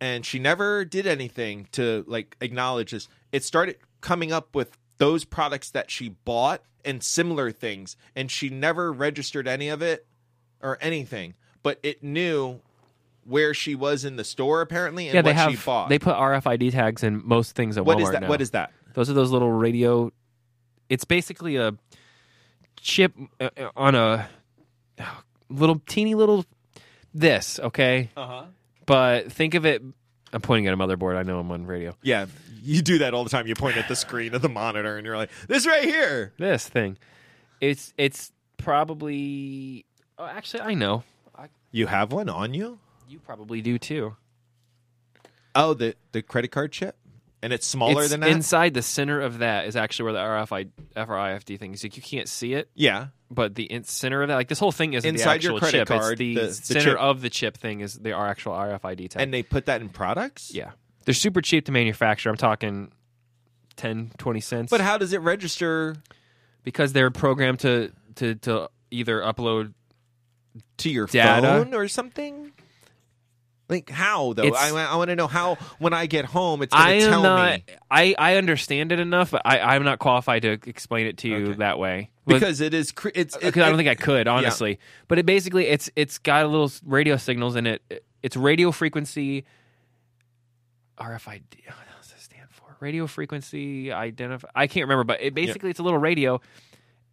Speaker 1: and she never did anything to like acknowledge this. It started coming up with those products that she bought and similar things and she never registered any of it or anything, but it knew where she was in the store apparently and
Speaker 2: yeah,
Speaker 1: what
Speaker 2: they have
Speaker 1: she bought.
Speaker 2: they put RFID tags in most things at
Speaker 1: what
Speaker 2: Walmart
Speaker 1: is that?
Speaker 2: now.
Speaker 1: What is that?
Speaker 2: Those are those little radio. It's basically a chip uh, uh, on a uh, little teeny little this. Okay. Uh
Speaker 1: Uh-huh.
Speaker 2: huh. But think of it. I'm pointing at a motherboard. I know I'm on radio.
Speaker 1: Yeah, you do that all the time. You point at the screen of the monitor and you're like, "This right here."
Speaker 2: This thing. It's it's probably. Oh, actually, I know.
Speaker 1: You have one on you?
Speaker 2: You probably do too.
Speaker 1: Oh, the the credit card chip, and it's smaller
Speaker 2: It's
Speaker 1: than that.
Speaker 2: Inside the center of that is actually where the RFID, FRIFD thing is. Like you can't see it,
Speaker 1: yeah,
Speaker 2: but the in- center of that, like this whole thing isn't the
Speaker 1: Inside your
Speaker 2: actual
Speaker 1: credit
Speaker 2: chip.
Speaker 1: card,
Speaker 2: it's the,
Speaker 1: the- the
Speaker 2: center
Speaker 1: chip.
Speaker 2: of the chip thing is the our actual RFID tag.
Speaker 1: and they put that in products.
Speaker 2: yeah, they're super cheap to manufacture. I'm talking 10, 20 cents.
Speaker 1: but how does it register
Speaker 2: because they're programmed to to to either upload.
Speaker 1: to your
Speaker 2: Data.
Speaker 1: phone or something? Like how though?
Speaker 2: It's-
Speaker 1: I, I want to know how when I get home, it's
Speaker 2: I
Speaker 1: going to
Speaker 2: am
Speaker 1: tell
Speaker 2: not.
Speaker 1: me.
Speaker 2: I I understand it enough, but I I'm not qualified to explain it to you
Speaker 1: Okay.
Speaker 2: that way.
Speaker 1: because it is. Cre- it's. It,
Speaker 2: because uh, I don't think I could honestly. But it basically it's it's got a little s- radio signals in it. It's radio frequency RFID. What does it stand for? Radio frequency identify. I can't remember, but it basically it's a little radio,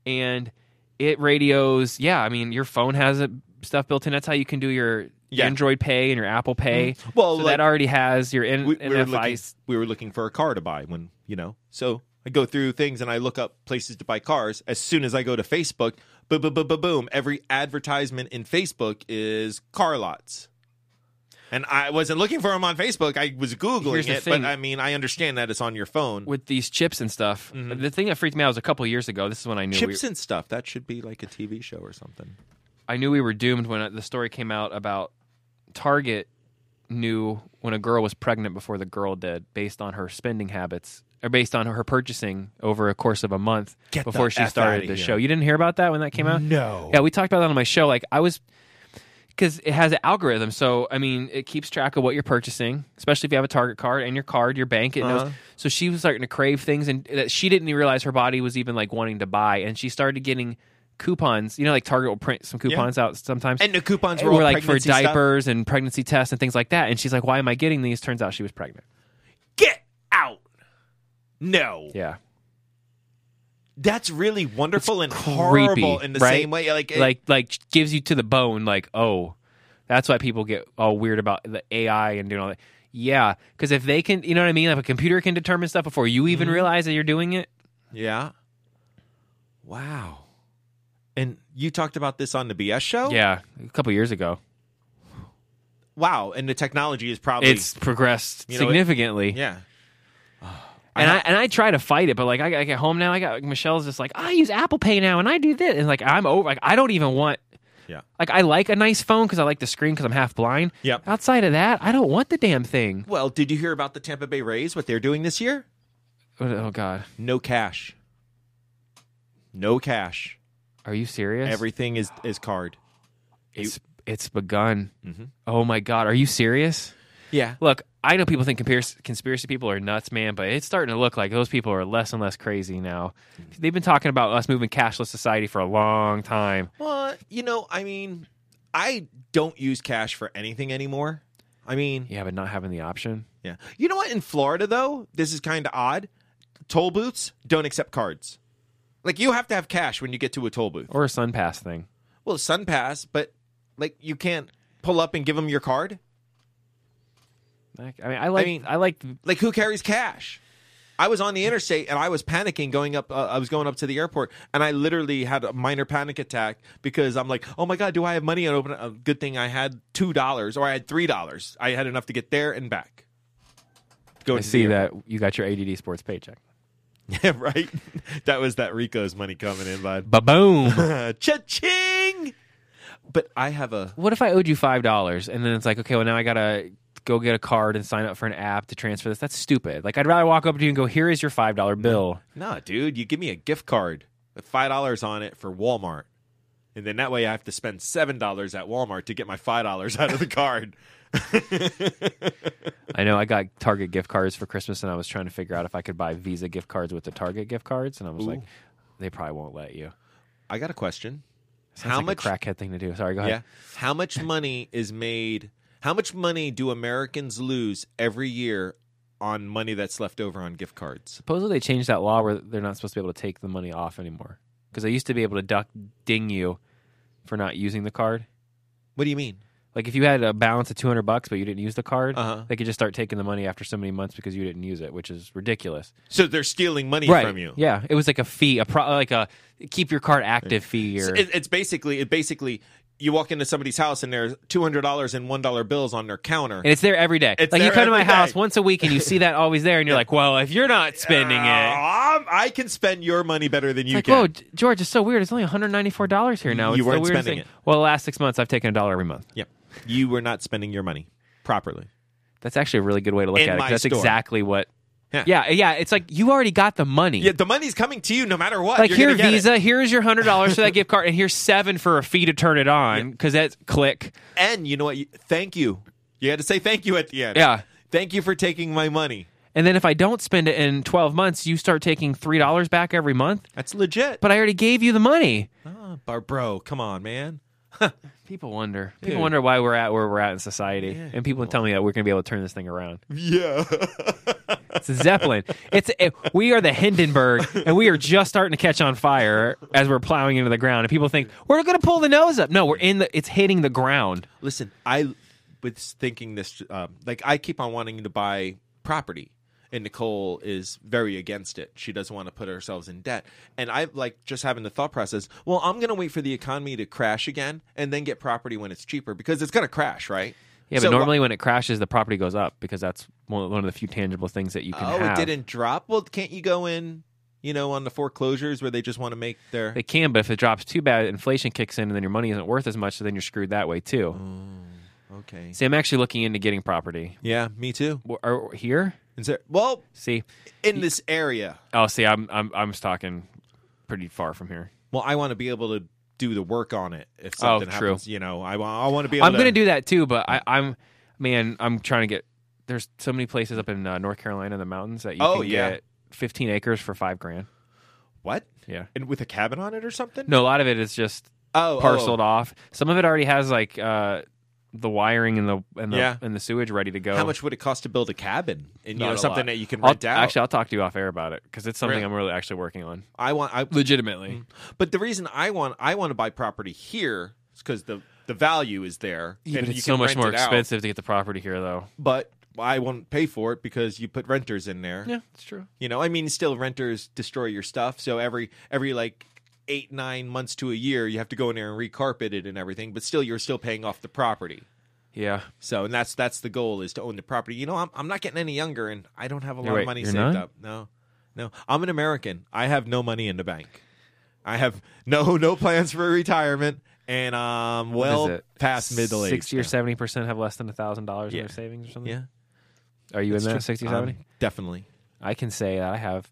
Speaker 2: and it radios. Yeah, I mean your phone has it stuff built in. That's how you can do your
Speaker 1: Yeah. Mm-hmm.
Speaker 2: Android Pay and your Apple Pay.
Speaker 1: Well,
Speaker 2: so
Speaker 1: like-
Speaker 2: that already has your N-
Speaker 1: we, we were
Speaker 2: NFI
Speaker 1: looking, we were looking for a car to buy when you know so i go through things and i look up places to buy cars as soon as i go to facebook boom boom boom boom, boom every advertisement in facebook is car lots and i wasn't looking for them on facebook i was googling
Speaker 2: Here's the
Speaker 1: it
Speaker 2: thing.
Speaker 1: but i mean i understand that it's on your phone
Speaker 2: with these chips and stuff.
Speaker 1: Mhm.
Speaker 2: The thing that freaked me out was a couple years ago. This is when I knew we-
Speaker 1: chips and stuff that should be like a tv show or something
Speaker 2: I knew we were doomed when uh, the story came out about Target knew when a girl was pregnant before the girl did, based on her spending habits or based on her purchasing over a course of a month
Speaker 1: Get the
Speaker 2: before she
Speaker 1: F
Speaker 2: started
Speaker 1: outta
Speaker 2: the
Speaker 1: here.
Speaker 2: show. You didn't hear about that when that came out?
Speaker 1: no
Speaker 2: Yeah, we talked about that on my show. Like I was, because it has an algorithm. So I mean, it keeps track of what you're purchasing, especially if you have a Target card and your card, your bank. It
Speaker 1: Uh-huh.
Speaker 2: knows. So she was starting to crave things, and that she didn't even realize her body was even like wanting to buy, and she started getting coupons. You know, like Target will print some coupons out sometimes.
Speaker 1: and the coupons
Speaker 2: And
Speaker 1: were all
Speaker 2: like for
Speaker 1: pregnancy stuff.
Speaker 2: diapers and pregnancy tests and things like that, and she's like, "Why am I getting these?" Turns out she was pregnant.
Speaker 1: get out no
Speaker 2: Yeah,
Speaker 1: that's really wonderful and
Speaker 2: creepy,
Speaker 1: horrible in the
Speaker 2: right?
Speaker 1: same way like it-
Speaker 2: like like gives you to the bone. Like, oh, that's why people get all weird about the AI and doing all that. Yeah, because if they can, you know what I mean. If a computer can determine stuff before you
Speaker 1: Mm-hmm.
Speaker 2: even realize that you're doing it,
Speaker 1: Yeah. Wow. And you talked about this on the BS show?
Speaker 2: yeah, a couple years ago,
Speaker 1: Wow. And the technology is probably
Speaker 2: it's progressed
Speaker 1: You know, it-
Speaker 2: significantly.
Speaker 1: yeah.
Speaker 2: and I and I try to fight it, but like I, I get home now, I got like, Michelle's just like I use Apple Pay now, and I do this, and like I'm over, like I don't even want.
Speaker 1: Yeah.
Speaker 2: Like I like a nice phone because I like the screen because I'm half blind.
Speaker 1: Yep.
Speaker 2: Outside of that, I don't want the damn thing.
Speaker 1: Well, did you hear about the Tampa Bay Rays what they're doing this year?
Speaker 2: Oh, Oh God,
Speaker 1: No cash. No cash.
Speaker 2: are you serious?
Speaker 1: Everything is is card.
Speaker 2: It's it's begun. Oh my god, are you serious?
Speaker 1: Yeah.
Speaker 2: Look, I know people think conspiracy, conspiracy people are nuts, man, but it's starting to look like those people are less and less crazy now. They've been talking about us moving cashless society for a long time.
Speaker 1: Well, you know, I mean, I don't use cash for anything anymore. I mean,
Speaker 2: Yeah, but not having the option.
Speaker 1: yeah. You know what in Florida though, this is kind of odd. Toll booths don't accept cards. Like you have to have cash when you get to a toll booth.
Speaker 2: Or a sun pass thing.
Speaker 1: Well, SunPass, but like you can't pull up and give them your card.
Speaker 2: I I mean I like I,
Speaker 1: mean-
Speaker 2: like
Speaker 1: Like who carries cash? I was on the interstate and I was panicking going up. Uh, I was going up to the airport and I literally had a minor panic attack because I'm like, oh my god, do I have money? And open. A good thing I had two dollars or I had three dollars. I had enough to get there and back. Go
Speaker 2: I see that you got your ADD sports paycheck.
Speaker 1: yeah, right. that was that Rico's money coming in, bud.
Speaker 2: Ba boom.
Speaker 1: Cha-ching! But I have a
Speaker 2: what if I owed you five dollars and then it's like, okay, well now I gotta go get a card and sign up for an app to transfer this. That's stupid. Like I'd rather walk up to you and go, here is your five dollar bill.
Speaker 1: No, dude, you give me a gift card with five dollars on it for Walmart, and then that way I have to spend seven dollars at Walmart to get my five dollars out of the card.
Speaker 2: I know I got Target gift cards for Christmas, and I was trying to figure out if I could buy Visa gift cards with the Target gift cards, and I was like, they probably won't let you.
Speaker 1: I got a question.
Speaker 2: Sounds
Speaker 1: how
Speaker 2: like
Speaker 1: much?
Speaker 2: a crackhead thing to do? Sorry, go
Speaker 1: yeah.
Speaker 2: ahead.
Speaker 1: How much money is made? How much money do Americans lose every year on money that's left over on gift cards?
Speaker 2: Supposedly they changed that law where they're not supposed to be able to take the money off anymore because they used to be able to duck ding you for not using the card.
Speaker 1: What do you mean?
Speaker 2: Like if you had a balance of two hundred bucks but you didn't use the card,
Speaker 1: Uh-huh.
Speaker 2: they could just start taking the money after so many months because you didn't use it, which is ridiculous.
Speaker 1: So they're stealing money from you.
Speaker 2: Yeah, it was like a fee, a pro- like a keep your card active fee. Or,
Speaker 1: So it, it's basically it basically you walk into somebody's house and there's two hundred dollars and one dollar bills on their counter.
Speaker 2: and it's there every day.
Speaker 1: It's
Speaker 2: like you
Speaker 1: there
Speaker 2: come to my
Speaker 1: every day.
Speaker 2: house once a week and you see that always there, and you're like, "Well, if you're not spending
Speaker 1: Oh,
Speaker 2: it,
Speaker 1: I'm- I can spend your money better than
Speaker 2: it's
Speaker 1: you
Speaker 2: like,
Speaker 1: can.
Speaker 2: whoa, G- George, it's so weird. It's only 194 dollars here now.
Speaker 1: You
Speaker 2: It's the
Speaker 1: weren't
Speaker 2: weirdest
Speaker 1: spending
Speaker 2: thing.
Speaker 1: it.
Speaker 2: Well, the last six months I've taken a dollar every month.
Speaker 1: Yep. You were not spending your money properly.
Speaker 2: That's actually a really good way to look
Speaker 1: In
Speaker 2: at it.
Speaker 1: my
Speaker 2: 'cause That's
Speaker 1: store.
Speaker 2: exactly what.
Speaker 1: Yeah.
Speaker 2: yeah, uh, yeah, It's like you already got the money.
Speaker 1: Yeah, the money's coming to you no matter what.
Speaker 2: like
Speaker 1: You're
Speaker 2: here,
Speaker 1: gonna get it.
Speaker 2: Visa. Here's your hundred dollars for that gift card, and here's seven for a fee to turn it on because that's click.
Speaker 1: And you know what? You- Thank you. You had to say thank you at the end.
Speaker 2: Yeah.
Speaker 1: Thank you for taking my money.
Speaker 2: And then if I don't spend it in 12 months, you start taking $3 back every month.
Speaker 1: That's legit.
Speaker 2: But I already gave you the money.
Speaker 1: Ah, bar- bro, come on, man.
Speaker 2: People wonder. People
Speaker 1: Dude.
Speaker 2: wonder why we're at where we're at in society.
Speaker 1: Yeah,
Speaker 2: and people tell me that we're going to be able to turn this thing around.
Speaker 1: Yeah.
Speaker 2: It's a Zeppelin. it's it, we are the Hindenburg, and we are just starting to catch on fire as we're plowing into the ground. And people think we're going to pull the nose up. No, we're in the. It's hitting the ground.
Speaker 1: Listen, I was thinking this. Um, like, I keep on wanting to buy property, and Nicole is very against it. She doesn't want to put ourselves in debt. And I like just having the thought process. Well, I'm going to wait for the economy to crash again, and then get property when it's cheaper because it's going to crash, right?
Speaker 2: Yeah,
Speaker 1: So, uh,
Speaker 2: but normally when it crashes, the property goes up because that's one one of the few tangible things that you can
Speaker 1: Oh,
Speaker 2: have.
Speaker 1: it didn't drop. Well, can't you go in? You know, on the foreclosures where they just want to make their
Speaker 2: They can, but if it drops too bad, inflation kicks in, and then your money isn't worth as much. So then you're screwed that way too.
Speaker 1: Oh. okay.
Speaker 2: See, I'm actually looking into getting property.
Speaker 1: Yeah, me too.
Speaker 2: Or- or here?
Speaker 1: Is there, well,
Speaker 2: See,
Speaker 1: in this area.
Speaker 2: oh, see, I'm I'm I'm talking pretty far from here.
Speaker 1: Well, I want to be able to do the work on it if
Speaker 2: Oh,
Speaker 1: something
Speaker 2: true.
Speaker 1: happens. You know, I, wa- I want to be. Able
Speaker 2: I'm
Speaker 1: to,
Speaker 2: going to do that too, but I, I'm man, I'm trying to get. There's so many places up in uh, North Carolina in the mountains that you
Speaker 1: Oh,
Speaker 2: can
Speaker 1: yeah.
Speaker 2: get 15 acres for five grand.
Speaker 1: what?
Speaker 2: Yeah.
Speaker 1: and with a cabin on it or something.
Speaker 2: No, a lot of it is just
Speaker 1: oh,
Speaker 2: parceled
Speaker 1: Oh.
Speaker 2: off. Some of it already has like uh, the wiring and the and the,
Speaker 1: Yeah.
Speaker 2: and the sewage ready to go.
Speaker 1: How much would it cost to build a cabin? And you
Speaker 2: Not
Speaker 1: know,
Speaker 2: a
Speaker 1: something
Speaker 2: lot.
Speaker 1: that you can
Speaker 2: I'll,
Speaker 1: rent out.
Speaker 2: Actually, I'll talk to you off air about it because it's something
Speaker 1: Really? Mm.
Speaker 2: I'm really actually working on.
Speaker 1: I want. I,
Speaker 2: Legitimately,
Speaker 1: but the reason I want I want to buy property here is because the the value is there,
Speaker 2: Even
Speaker 1: and
Speaker 2: it's
Speaker 1: you
Speaker 2: so
Speaker 1: can
Speaker 2: much
Speaker 1: rent
Speaker 2: more
Speaker 1: it out.
Speaker 2: expensive to get the property here, though.
Speaker 1: But I won't pay for it because you put renters in there.
Speaker 2: it's true.
Speaker 1: You know, I mean, still renters destroy your stuff. So every every like eight nine months to a year, you have to go in there and recarpet it and everything. But still, you're still paying off the property.
Speaker 2: Yeah,
Speaker 1: So and that's that's the goal is to own the property. You know, I'm I'm not getting any younger, and I don't have a lot
Speaker 2: wait,
Speaker 1: of money
Speaker 2: you're
Speaker 1: saved
Speaker 2: not?
Speaker 1: up. No, no, I'm an American. I have no money in the bank. I have no no plans for retirement, and um,
Speaker 2: What is
Speaker 1: well
Speaker 2: it?
Speaker 1: past middle age.
Speaker 2: Sixty or
Speaker 1: now.
Speaker 2: seventy percent have less than thousand dollars in
Speaker 1: Yeah.
Speaker 2: their savings or something.
Speaker 1: Yeah,
Speaker 2: Are you
Speaker 1: that's
Speaker 2: in
Speaker 1: true.
Speaker 2: that 60,
Speaker 1: Um,
Speaker 2: 70?
Speaker 1: definitely
Speaker 2: I can say that I have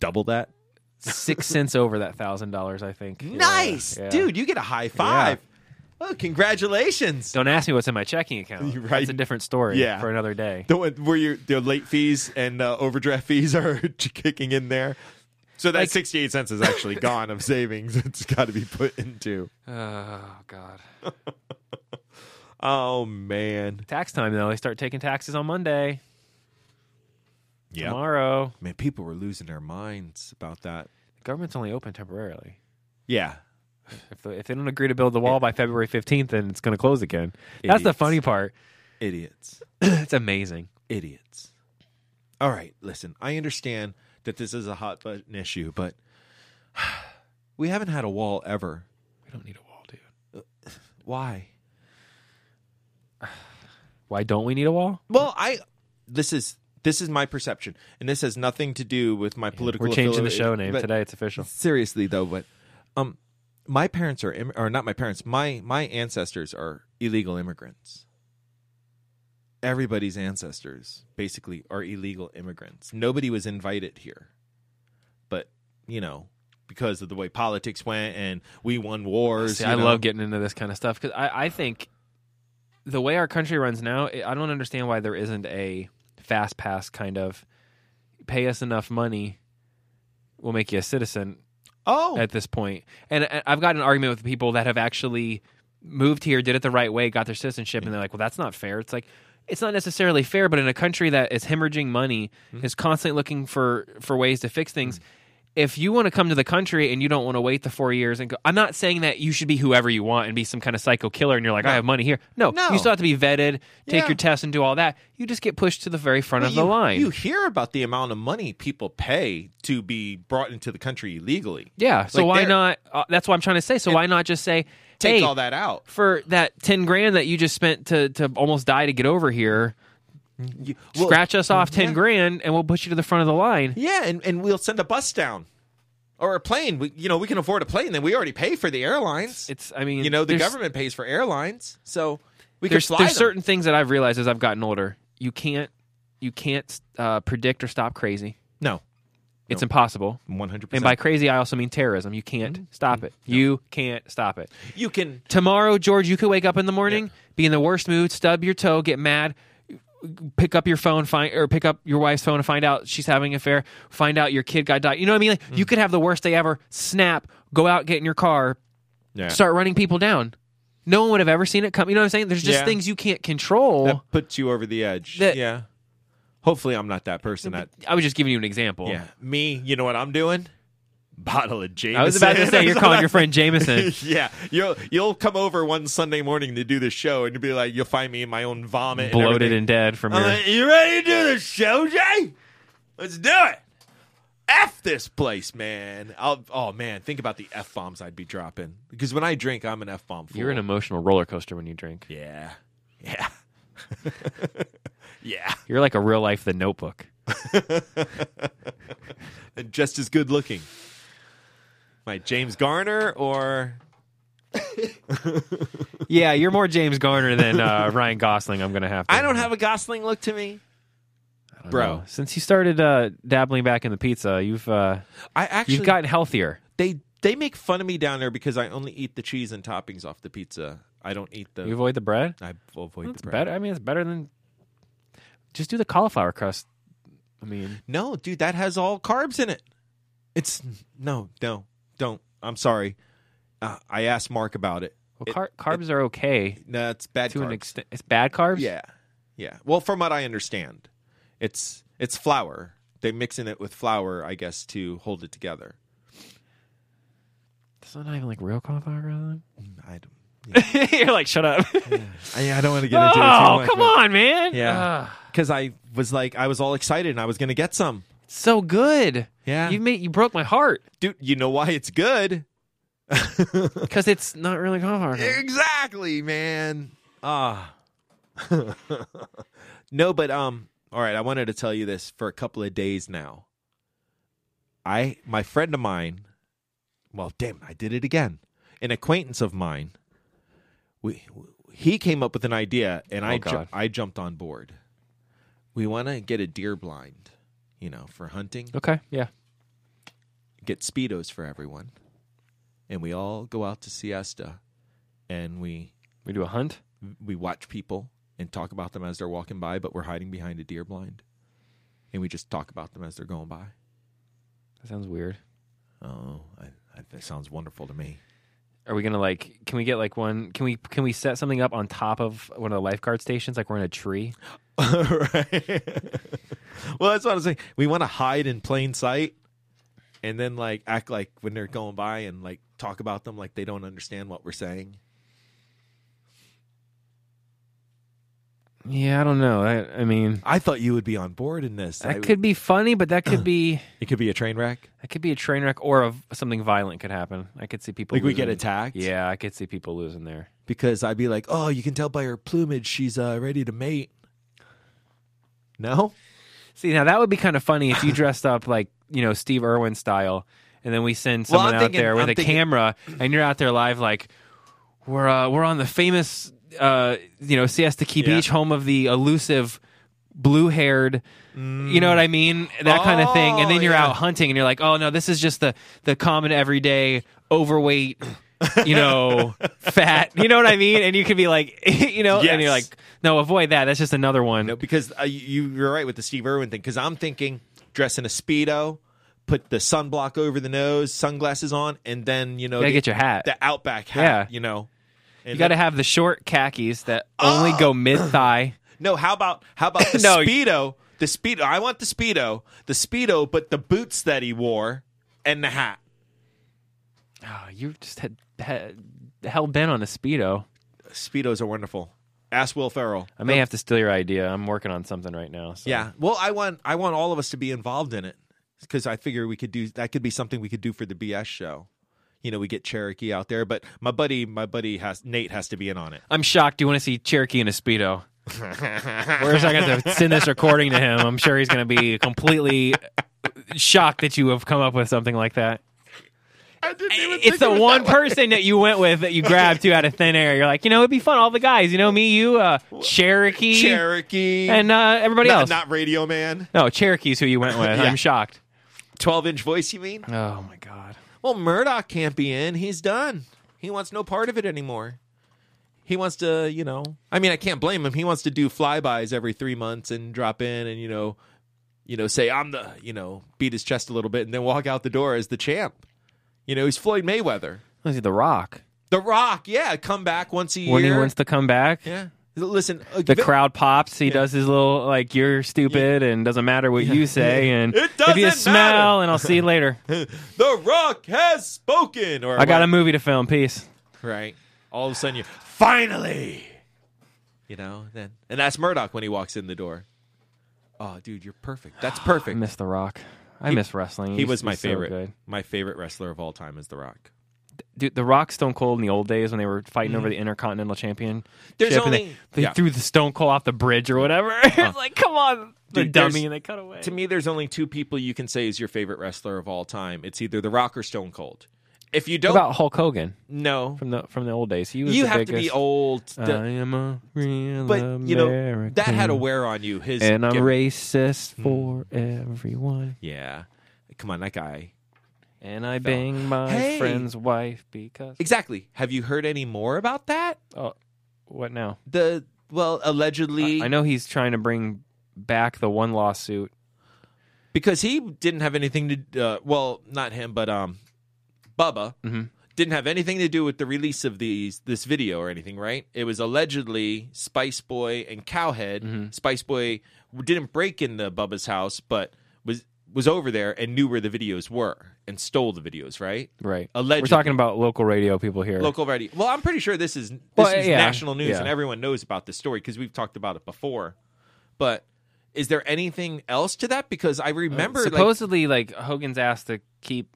Speaker 1: double that.
Speaker 2: six cents over that thousand dollars. I think. Yeah,
Speaker 1: Nice,
Speaker 2: yeah.
Speaker 1: dude. You get a high five. Oh, congratulations.
Speaker 2: Don't ask me what's in my checking account.
Speaker 1: You're right.
Speaker 2: That's a different story.
Speaker 1: Yeah.
Speaker 2: for another day.
Speaker 1: The one where your the late fees and uh, overdraft fees are kicking in there. So that
Speaker 2: Like-
Speaker 1: 68 cents is actually gone of savings. It's got to be put into.
Speaker 2: Oh God.
Speaker 1: Oh man.
Speaker 2: Tax time though. They start taking taxes on Monday. Tomorrow.
Speaker 1: Man, people were losing their minds about that.
Speaker 2: The government's only open temporarily.
Speaker 1: Yeah.
Speaker 2: If, the, if they don't agree to build the wall by February fifteenth, then it's going to close again. That's the
Speaker 1: Idiots.
Speaker 2: funny part.
Speaker 1: Idiots.
Speaker 2: it's amazing.
Speaker 1: Idiots. All right, listen. I understand that this is a hot button issue, but we haven't had a wall ever.
Speaker 2: We don't need a wall, dude.
Speaker 1: Why?
Speaker 2: Why don't we need a wall?
Speaker 1: Well, I this is this is my perception, and this has nothing to do with my political.
Speaker 2: We're changing the
Speaker 1: affili-
Speaker 2: show name
Speaker 1: but-
Speaker 2: today. It's official.
Speaker 1: Seriously though, but um, my parents are Im- or not my parents. My my ancestors are illegal immigrants. Everybody's ancestors basically are illegal immigrants. Nobody was invited here, but you know because of the way politics went and we won wars.
Speaker 2: See,
Speaker 1: you
Speaker 2: I
Speaker 1: know?
Speaker 2: love getting into this kind of stuff because I, I think the way our country runs now, I I don't understand why there isn't a fast pass kind of pay us enough money, we'll make you a citizen
Speaker 1: Oh,
Speaker 2: at this point. And I- I've got an argument with people that have actually moved here, did it the right way, got their citizenship, and they're like, "Well, that's not fair." It's like it's not necessarily fair, but in a country that is hemorrhaging money,
Speaker 1: Mm-hmm.
Speaker 2: is constantly looking for for ways to fix things. If you want to come to the country and you don't want to wait the four years and go, I'm not saying that you should be whoever you want and be some kind of psycho killer and you're like, I have money here. No,
Speaker 1: No.
Speaker 2: you still have to be vetted, take
Speaker 1: Yeah.
Speaker 2: your tests, and do all that. You just get pushed to the very front of
Speaker 1: But
Speaker 2: the
Speaker 1: you-
Speaker 2: line.
Speaker 1: You hear about the amount of money people pay to be brought into the country illegally.
Speaker 2: yeah. So
Speaker 1: Like,
Speaker 2: why
Speaker 1: they're-
Speaker 2: not? Uh, that's what I'm trying to say. So why not just say,
Speaker 1: take
Speaker 2: hey,
Speaker 1: all that out?
Speaker 2: for that 10 grand that you just spent to, to almost die to get over here
Speaker 1: You- well,
Speaker 2: scratch us off 10
Speaker 1: yeah.
Speaker 2: grand and we'll put you to the front of the line
Speaker 1: Yeah, and, and we'll send a bus down or a plane. We, you know, we can afford a plane. Then we already pay for the airlines.
Speaker 2: it's i mean
Speaker 1: you know, the
Speaker 2: there's-
Speaker 1: government pays for airlines, so we can
Speaker 2: there's,
Speaker 1: fly
Speaker 2: there's
Speaker 1: them.
Speaker 2: certain things that i've realized as i've gotten older you can't you can't uh, predict or stop crazy
Speaker 1: No,
Speaker 2: it's impossible
Speaker 1: one hundred
Speaker 2: and
Speaker 1: percent.
Speaker 2: by crazy i also mean terrorism you can't
Speaker 1: Mm-hmm.
Speaker 2: stop it you can't stop it
Speaker 1: you can
Speaker 2: tomorrow george you could wake up in the morning be in the worst mood stub your toe get mad pick up your phone, find or pick up your wife's phone and find out she's having an affair. Find out your kid got died. You know what I mean? Like
Speaker 1: Mm.
Speaker 2: you could have the worst day ever. Snap. Go out, get in your car,
Speaker 1: Yeah.
Speaker 2: start running people down. No one would have ever seen it come. You know what I'm saying? There's just
Speaker 1: Yeah.
Speaker 2: things you can't control.
Speaker 1: that puts you over the edge.
Speaker 2: That-
Speaker 1: yeah. Hopefully, I'm not that person. That
Speaker 2: I was just giving you an example.
Speaker 1: yeah, me. You know what I'm doing? Bottle of Jameson.
Speaker 2: I was about to say you're calling your friend Jameson.
Speaker 1: yeah, you'll you'll come over one Sunday morning to do the show, and you'll be like, you'll find me in my own vomit,
Speaker 2: bloated
Speaker 1: and
Speaker 2: and dead from
Speaker 1: everything.
Speaker 2: your
Speaker 1: I'm like, Uh, you ready to do the show, Jay? Let's do it. F this place, man. I'll, oh man, think about the f bombs I'd be dropping because when I drink, I'm an f bomb.
Speaker 2: You're an emotional roller coaster when you drink.
Speaker 1: yeah, yeah, yeah.
Speaker 2: You're like a real life The Notebook.
Speaker 1: and just as good looking. My James Garner or
Speaker 2: Yeah, you're more James Garner than uh, Ryan Gosling. I'm gonna have. to.
Speaker 1: I don't have a Gosling look to me.
Speaker 2: I don't
Speaker 1: bro.
Speaker 2: know. Since you started uh, dabbling back in the pizza, you've uh,
Speaker 1: I actually
Speaker 2: you've gotten healthier.
Speaker 1: they they make fun of me down there because I only eat the cheese and toppings off the pizza. I don't eat the
Speaker 2: You avoid the bread.
Speaker 1: I avoid
Speaker 2: It's
Speaker 1: the bread.
Speaker 2: better. I mean, it's better than just do the cauliflower crust. I mean,
Speaker 1: No, dude, that has all carbs in it. It's no, no, don't. I'm sorry. Uh, I asked Mark about it.
Speaker 2: well, car- carbs are okay
Speaker 1: No, it's bad
Speaker 2: to an
Speaker 1: carbs.
Speaker 2: extent. It's bad carbs.
Speaker 1: Yeah, yeah. Well, from what I understand, it's it's flour. They mix in it with flour, I guess, to hold it together.
Speaker 2: it's not even like real cauliflower crust.
Speaker 1: I don't.
Speaker 2: you're like, shut up.
Speaker 1: I, I don't want to get into it too
Speaker 2: oh,
Speaker 1: much.
Speaker 2: come on, man.
Speaker 1: Yeah.
Speaker 2: Ah,
Speaker 1: Because I was like, I was all excited and I was going to get some.
Speaker 2: so good.
Speaker 1: Yeah.
Speaker 2: You made you broke my heart
Speaker 1: Dude, you know why it's good?
Speaker 2: because it's not really cauliflower. crust.
Speaker 1: exactly, man. Ah. no, but um all right, I wanted to tell you this for a couple of days now. I my friend of mine, well, damn, I did it again. An acquaintance of mine, we he came up with an idea and I
Speaker 2: Oh,
Speaker 1: ju-
Speaker 2: God.
Speaker 1: I jumped on board. We want to get a deer blind, you know, for hunting.
Speaker 2: Okay. Yeah.
Speaker 1: get speedos for everyone, and we all go out to siesta, and we
Speaker 2: We do a hunt.
Speaker 1: we watch people and talk about them as they're walking by, but we're hiding behind a deer blind, and we just talk about them as they're going by.
Speaker 2: That sounds weird.
Speaker 1: Oh, I, I, that sounds wonderful to me.
Speaker 2: Are we gonna like? Can we get like one? Can we can we set something up on top of one of the lifeguard stations? Like we're in a tree.
Speaker 1: right. well, that's what I'm saying. We want to hide in plain sight, and then like act like when they're going by and like talk about them like they don't understand what we're saying.
Speaker 2: Yeah, I don't know. I, I mean,
Speaker 1: I thought you would be on board in this. I-
Speaker 2: that could be funny, but that could be
Speaker 1: it could be a train wreck.
Speaker 2: that could be a train wreck or a, something violent could happen. I could see people
Speaker 1: Like we get
Speaker 2: losing-
Speaker 1: attacked?
Speaker 2: Yeah, I could see people losing there.
Speaker 1: because I'd be like, "Oh, you can tell by her plumage she's uh, ready to mate." No,
Speaker 2: See, now that would be kind of funny if you dressed up like you know Steve Irwin style, and then we send
Speaker 1: Well, I'm
Speaker 2: someone
Speaker 1: thinking-
Speaker 2: out there with
Speaker 1: I'm
Speaker 2: a
Speaker 1: thinking-
Speaker 2: camera, and you're out there live like we're uh, we're on the famous uh, you know Siesta Key
Speaker 1: Yeah.
Speaker 2: Beach, home of the elusive blue haired. You know what I mean? That kind of thing. And then
Speaker 1: Oh,
Speaker 2: you're
Speaker 1: yeah.
Speaker 2: out hunting, and you're like, oh no, this is just the the common everyday overweight. You know, fat. You know what I mean, and you could be like, you know, and
Speaker 1: Yes.
Speaker 2: you're like, no, avoid that. That's just another one.
Speaker 1: no, because uh, you, you're right with the Steve Irwin thing. Because I'm thinking dress in a speedo, put the sunblock over the nose, sunglasses on, and then you know,
Speaker 2: Gotta
Speaker 1: the,
Speaker 2: get your hat.
Speaker 1: the Outback hat.
Speaker 2: Yeah.
Speaker 1: you know, And
Speaker 2: You got to
Speaker 1: then-
Speaker 2: have the short khakis that only go mid thigh.
Speaker 1: no. How about how about the
Speaker 2: No.
Speaker 1: speedo? The speedo. I want the speedo. The speedo, but the boots that he wore and the hat.
Speaker 2: Oh, you just had, had hell bent on a speedo.
Speaker 1: Speedos are wonderful. Ask Will Ferrell.
Speaker 2: I may have to steal your idea. I'm working on something right now. So.
Speaker 1: Yeah. Well, I want I want all of us to be involved in it because I figure we could do that. Could be something we could do for the BS show. You know, we get Cherokee out there, but my buddy, my buddy has Nate has to be in on it.
Speaker 2: I'm shocked. You want to see Cherokee in a speedo? Where's I got to send this recording to him? I'm sure he's going to be completely shocked that you have come up with something like that. Eh,
Speaker 1: I didn't
Speaker 2: It's the one person that you went with that you grabbed to out of thin air. You're like, you know, it'd be fun. All the guys, you know, me, you, uh, Cherokee,
Speaker 1: Cherokee
Speaker 2: and uh, everybody
Speaker 1: not,
Speaker 2: else.
Speaker 1: not Radio Man.
Speaker 2: no, Cherokee's who you went with.
Speaker 1: Yeah.
Speaker 2: I'm shocked.
Speaker 1: Twelve inch voice, you mean?
Speaker 2: Oh my god.
Speaker 1: Well, Murdoch can't be in. He's done. He wants no part of it anymore. He wants to, you know, I mean, I can't blame him. He wants to do flybys every three months and drop in and, you know, you know, say, I'm the, you know, beat his chest a little bit and then walk out the door as the champ. You know, he's Floyd Mayweather.
Speaker 2: Let's see, The Rock.
Speaker 1: The Rock, yeah, come back once a year.
Speaker 2: When he wants to come back,
Speaker 1: yeah. Listen, uh,
Speaker 2: the
Speaker 1: Vin-
Speaker 2: crowd pops. He does his little like you're stupid and doesn't matter what you say and
Speaker 1: It
Speaker 2: if you
Speaker 1: doesn't
Speaker 2: smell
Speaker 1: matter.
Speaker 2: and I'll see you later.
Speaker 1: The Rock has spoken. Or
Speaker 2: I got a movie to film. Peace.
Speaker 1: right. All of a sudden, you finally, you know, then and that's Murdoch when he walks in the door. Oh, dude, you're perfect. That's
Speaker 2: I
Speaker 1: perfect.
Speaker 2: miss The Rock. I miss wrestling.
Speaker 1: he
Speaker 2: He's-
Speaker 1: was my
Speaker 2: he's so
Speaker 1: favorite.
Speaker 2: good.
Speaker 1: my favorite wrestler of all time is The Rock.
Speaker 2: Dude, The Rock, Stone Cold in the old days when they were fighting over the Intercontinental Championship.
Speaker 1: Mm. There's
Speaker 2: and they,
Speaker 1: only-
Speaker 2: they
Speaker 1: Yeah.
Speaker 2: threw the Stone Cold off the bridge or whatever. it's like, come on, the
Speaker 1: Dude, there's-
Speaker 2: dummy, and they cut away.
Speaker 1: To me, there's only two people you can say is your favorite wrestler of all time. It's either The Rock or Stone Cold. If you
Speaker 2: What
Speaker 1: don't
Speaker 2: about Hulk Hogan
Speaker 1: know,
Speaker 2: from the from the old days? He was
Speaker 1: you
Speaker 2: the
Speaker 1: have to
Speaker 2: biggest,
Speaker 1: be old. to-
Speaker 2: I am a real
Speaker 1: but you know that had a
Speaker 2: American.
Speaker 1: wear on you. His
Speaker 2: and I'm
Speaker 1: gimmick.
Speaker 2: racist for everyone.
Speaker 1: Yeah, come on, that guy.
Speaker 2: And I bang my
Speaker 1: Hey!
Speaker 2: friend's wife because.
Speaker 1: Exactly. Have you heard any more about that?
Speaker 2: Oh, what now?
Speaker 1: The well,
Speaker 2: I,
Speaker 1: allegedly,
Speaker 2: I know he's trying to bring back the one lawsuit.
Speaker 1: because he didn't have anything to. Uh, well, not him, but um, Bubba
Speaker 2: Mhm.
Speaker 1: didn't have anything to do with the release of these this video or anything, right? It was allegedly Spice Boy and Cowhead.
Speaker 2: Mm-hmm.
Speaker 1: Spice Boy didn't break into Bubba's house, but was was over there and knew where the videos were and stole the videos, right?
Speaker 2: Right.
Speaker 1: Allegedly.
Speaker 2: We're talking about local radio people here.
Speaker 1: local radio. Well, I'm pretty sure this is this
Speaker 2: Well,
Speaker 1: is
Speaker 2: yeah,
Speaker 1: national news,
Speaker 2: yeah.
Speaker 1: and everyone knows about this story because we've talked about it before. But is there anything else to that? Because I remember, like-
Speaker 2: Supposedly, like, Hogan's asked to keep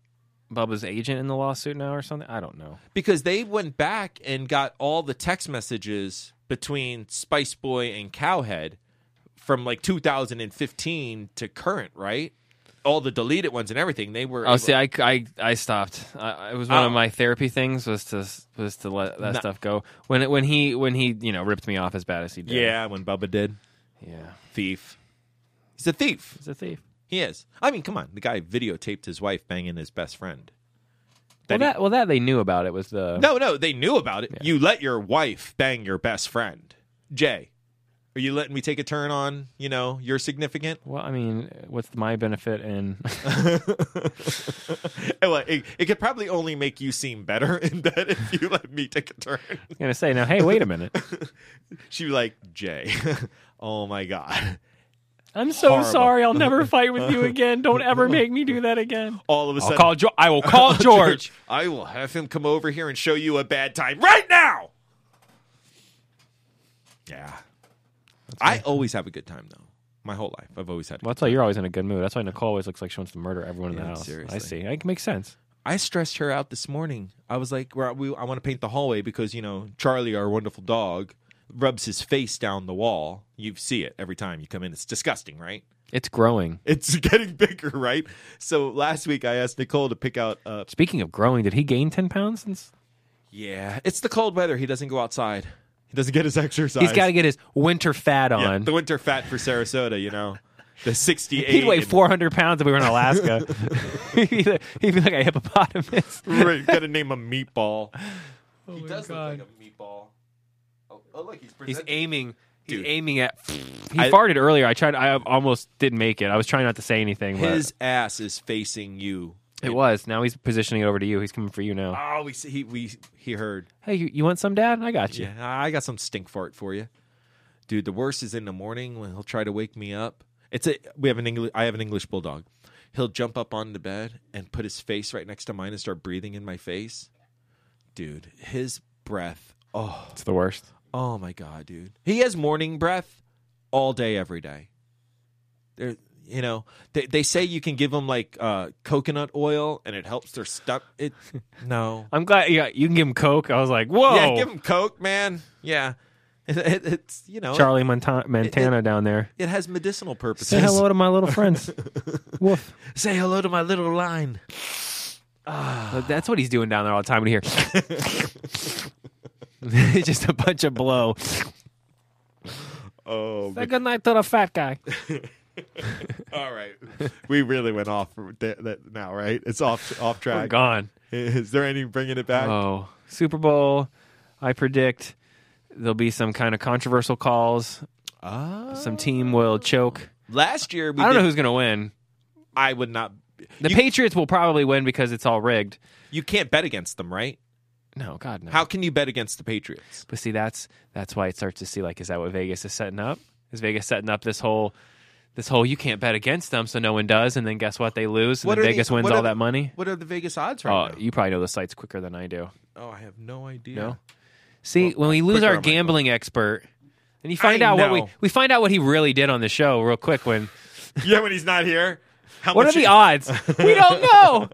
Speaker 2: Bubba's agent in the lawsuit now or something. I don't know.
Speaker 1: because they went back and got all the text messages between Spice Boy and Cowhead from like 2015 to current, right? All the deleted ones and everything. They were.
Speaker 2: Oh,
Speaker 1: able-
Speaker 2: see, I, I, I stopped. I, it was one
Speaker 1: Oh.
Speaker 2: of my therapy things was to was to let that
Speaker 1: No.
Speaker 2: stuff go. When it, when he when he you know ripped me off as bad as he did.
Speaker 1: yeah, when Bubba did
Speaker 2: yeah.
Speaker 1: thief. He's a thief.
Speaker 2: He's a thief.
Speaker 1: He is. I mean, come on. The guy videotaped his wife banging his best friend.
Speaker 2: Well,
Speaker 1: That he-
Speaker 2: that well that they knew about it was the
Speaker 1: No, no, they knew about it. You let your wife bang your best friend. Jay, are you letting me take a turn on, you know, your significant?
Speaker 2: Well, I mean, what's my benefit in?
Speaker 1: Eh, well, it, it could probably only make you seem better in that if you let me take a turn.
Speaker 2: gonna say now, hey, wait a minute.
Speaker 1: She'd be like, Jay, oh my God.
Speaker 2: I'm so
Speaker 1: Horrible.
Speaker 2: sorry. I'll never fight with you again. Don't ever make me do that again.
Speaker 1: All of a
Speaker 2: I'll
Speaker 1: sudden,
Speaker 2: call. Jo- I will call George.
Speaker 1: I will have him come over here and show you a bad time right now. Yeah. I always have a good time, though. My whole life. I've always had a
Speaker 2: Well, that's why you're always in a good mood. That's why Nicole always looks like she wants to murder everyone in the
Speaker 1: Yeah,
Speaker 2: house.
Speaker 1: seriously.
Speaker 2: I see. It makes sense.
Speaker 1: I stressed her out this morning. I was like, "We're- we, I want to paint the hallway because, you know, Charlie, our wonderful dog, rubs his face down the wall. You see it every time you come in. It's disgusting, right?
Speaker 2: It's growing.
Speaker 1: It's getting bigger, right? So last week I asked Nicole to pick out uh
Speaker 2: Speaking of growing, did he gain ten pounds since?
Speaker 1: Yeah, it's the cold weather. He doesn't go outside. He doesn't get his exercise.
Speaker 2: He's got to get his winter fat
Speaker 1: Yeah,
Speaker 2: on.
Speaker 1: the winter fat for Sarasota, you know. The 68
Speaker 2: He'd weigh
Speaker 1: and-
Speaker 2: 400 pounds if we were in Alaska. he'd, be like, he'd be like a hippopotamus.
Speaker 1: Right, got to name him Meatball.
Speaker 2: Oh
Speaker 1: he
Speaker 2: my
Speaker 1: does
Speaker 2: God.
Speaker 1: look like a meatball. Oh, oh look, he's
Speaker 2: He's
Speaker 1: presenting-
Speaker 2: aiming. He's
Speaker 1: Dude.
Speaker 2: aiming at. He
Speaker 1: I-
Speaker 2: farted earlier. I tried. I almost didn't make it. I was trying not to say anything. But
Speaker 1: His ass is facing you.
Speaker 2: it was. Now he's positioning it over to you. He's coming for you now.
Speaker 1: Oh, we see, he we he heard.
Speaker 2: hey, you, you want some, Dad? I got you.
Speaker 1: Yeah, I got some stink fart for you, dude. The worst is in the morning when he'll try to wake me up. It's a we have an English. I have an English bulldog. He'll jump up on the bed and put his face right next to mine and start breathing in my face, dude. His breath. Oh,
Speaker 2: It's the worst.
Speaker 1: oh my god, dude. He has morning breath all day, every day. There, you know, they they say you can give them like uh, coconut oil and it helps their stomach. It no.
Speaker 2: I'm glad. Yeah, you can give him Coke. I was like, whoa,
Speaker 1: Yeah, give him Coke, man. Yeah. It, it- it's, you know,
Speaker 2: Charlie Monta- Montana down there.
Speaker 1: it has medicinal purposes.
Speaker 2: Say hello to my little friends. Woof.
Speaker 1: Say hello to my little line.
Speaker 2: That's what he's doing down there all the time. To hear, it's just a bunch of blow.
Speaker 1: Oh,
Speaker 2: Say good night to the fat guy.
Speaker 1: all right. We really went off that, that now, right? It's off off
Speaker 2: We're
Speaker 1: track.
Speaker 2: gone. Uh,
Speaker 1: Is there any bringing it back?
Speaker 2: Oh, Super Bowl. I predict there'll be some kind of controversial calls.
Speaker 1: Ah.
Speaker 2: Some team will choke.
Speaker 1: Last year, we
Speaker 2: I don't know
Speaker 1: did-
Speaker 2: who's going to win.
Speaker 1: I would not.
Speaker 2: The
Speaker 1: you,
Speaker 2: Patriots will probably win because it's all rigged.
Speaker 1: you can't bet against them, right?
Speaker 2: No, God no.
Speaker 1: How can you bet against the Patriots?
Speaker 2: But see, that's that's why it starts to see like, is that what Vegas is setting up? Is Vegas setting up this whole this whole you can't bet against them, so no one does, and then guess what? They lose, and
Speaker 1: What
Speaker 2: then
Speaker 1: are
Speaker 2: Vegas
Speaker 1: the-
Speaker 2: wins
Speaker 1: what
Speaker 2: all
Speaker 1: are the-
Speaker 2: that money.
Speaker 1: What are the Vegas odds
Speaker 2: Oh,
Speaker 1: right now?
Speaker 2: you probably know the sites quicker than I do.
Speaker 1: oh, I have no idea.
Speaker 2: No. See,
Speaker 1: Well,
Speaker 2: when we lose
Speaker 1: quicker
Speaker 2: our
Speaker 1: on my phone.
Speaker 2: gambling expert, and you find
Speaker 1: I
Speaker 2: out what
Speaker 1: know.
Speaker 2: we we find out what he really did on the show real quick. When
Speaker 1: Yeah, when he's not here. How
Speaker 2: what are
Speaker 1: much
Speaker 2: the
Speaker 1: you-
Speaker 2: odds? we don't know.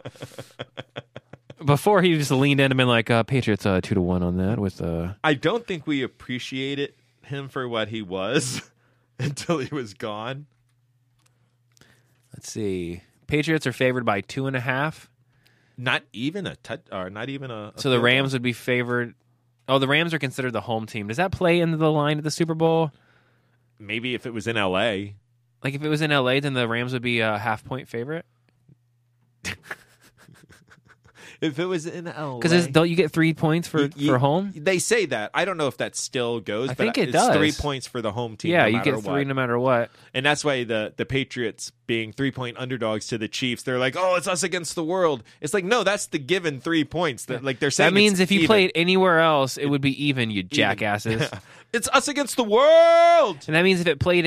Speaker 2: Before he just leaned in and been like, uh, "Patriots uh, two to one on that with uh,
Speaker 1: I don't think we appreciated him for what he was until he was gone.
Speaker 2: let's see, Patriots are favored by two and a half.
Speaker 1: Not even a touch, or not even a. a
Speaker 2: So the
Speaker 1: field
Speaker 2: Rams would be favored. Oh, the Rams are considered the home team. Does that play into the line at the Super Bowl?
Speaker 1: goal. Maybe if it was in L.A.
Speaker 2: Like if it was in LA, then the Rams would be a half point favorite
Speaker 1: If it was in L.A.
Speaker 2: because don't you get three points for
Speaker 1: You- you-
Speaker 2: for home?
Speaker 1: They say that. I don't know if that still goes.
Speaker 2: I
Speaker 1: but
Speaker 2: think it
Speaker 1: it's Three
Speaker 2: does.
Speaker 1: points for the home team.
Speaker 2: Yeah,
Speaker 1: no
Speaker 2: you
Speaker 1: matter
Speaker 2: get three
Speaker 1: what.
Speaker 2: no matter what.
Speaker 1: And that's why the the Patriots being three point underdogs to the Chiefs, they're like, oh, it's us against the world. It's like, no, that's the given three points. That like they're saying
Speaker 2: That means
Speaker 1: it's
Speaker 2: if you
Speaker 1: even.
Speaker 2: played anywhere else, it would be even, you jackasses.
Speaker 1: it's us against the world.
Speaker 2: And that means if it played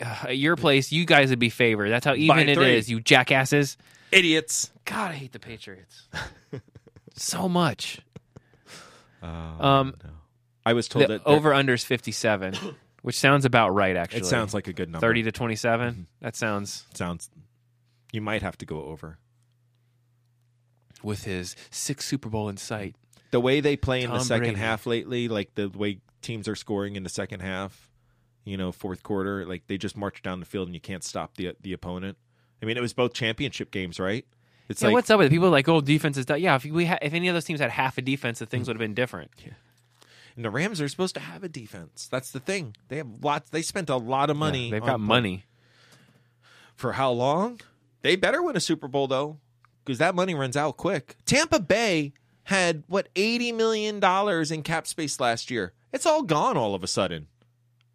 Speaker 2: at, uh, at your place, you guys would be favored. That's how even it
Speaker 1: three.
Speaker 2: is, you jackasses.
Speaker 1: Idiots.
Speaker 2: God, I hate the Patriots so much. um,
Speaker 1: I was told
Speaker 2: the
Speaker 1: that
Speaker 2: over under is 57, which sounds about right, actually.
Speaker 1: It sounds like a good number. Mm-hmm.
Speaker 2: 30 to 27. That sounds
Speaker 1: sounds. You might have to go over
Speaker 2: with his sixth Super Bowl in sight.
Speaker 1: the way they play in the
Speaker 2: Tom
Speaker 1: second
Speaker 2: Brady.
Speaker 1: half lately, like the way teams are scoring in the second half. You know, fourth quarter, like they just march down the field and you can't stop the the opponent. I mean, it was both championship games, right? It's
Speaker 2: Yeah,
Speaker 1: like
Speaker 2: what's up with it? people are like, oh, defense is done. Yeah, if we ha- if any of those teams had half a defense, the
Speaker 1: Mm.
Speaker 2: things would have been different.
Speaker 1: And the Rams are supposed to have a defense. That's the thing. They have lots. They spent a lot of money.
Speaker 2: Yeah, they've
Speaker 1: on-
Speaker 2: got money.
Speaker 1: for how long? They better win a Super Bowl though, because that money runs out quick. Tampa Bay had what eighty million dollars in cap space last year. It's all gone all of a sudden.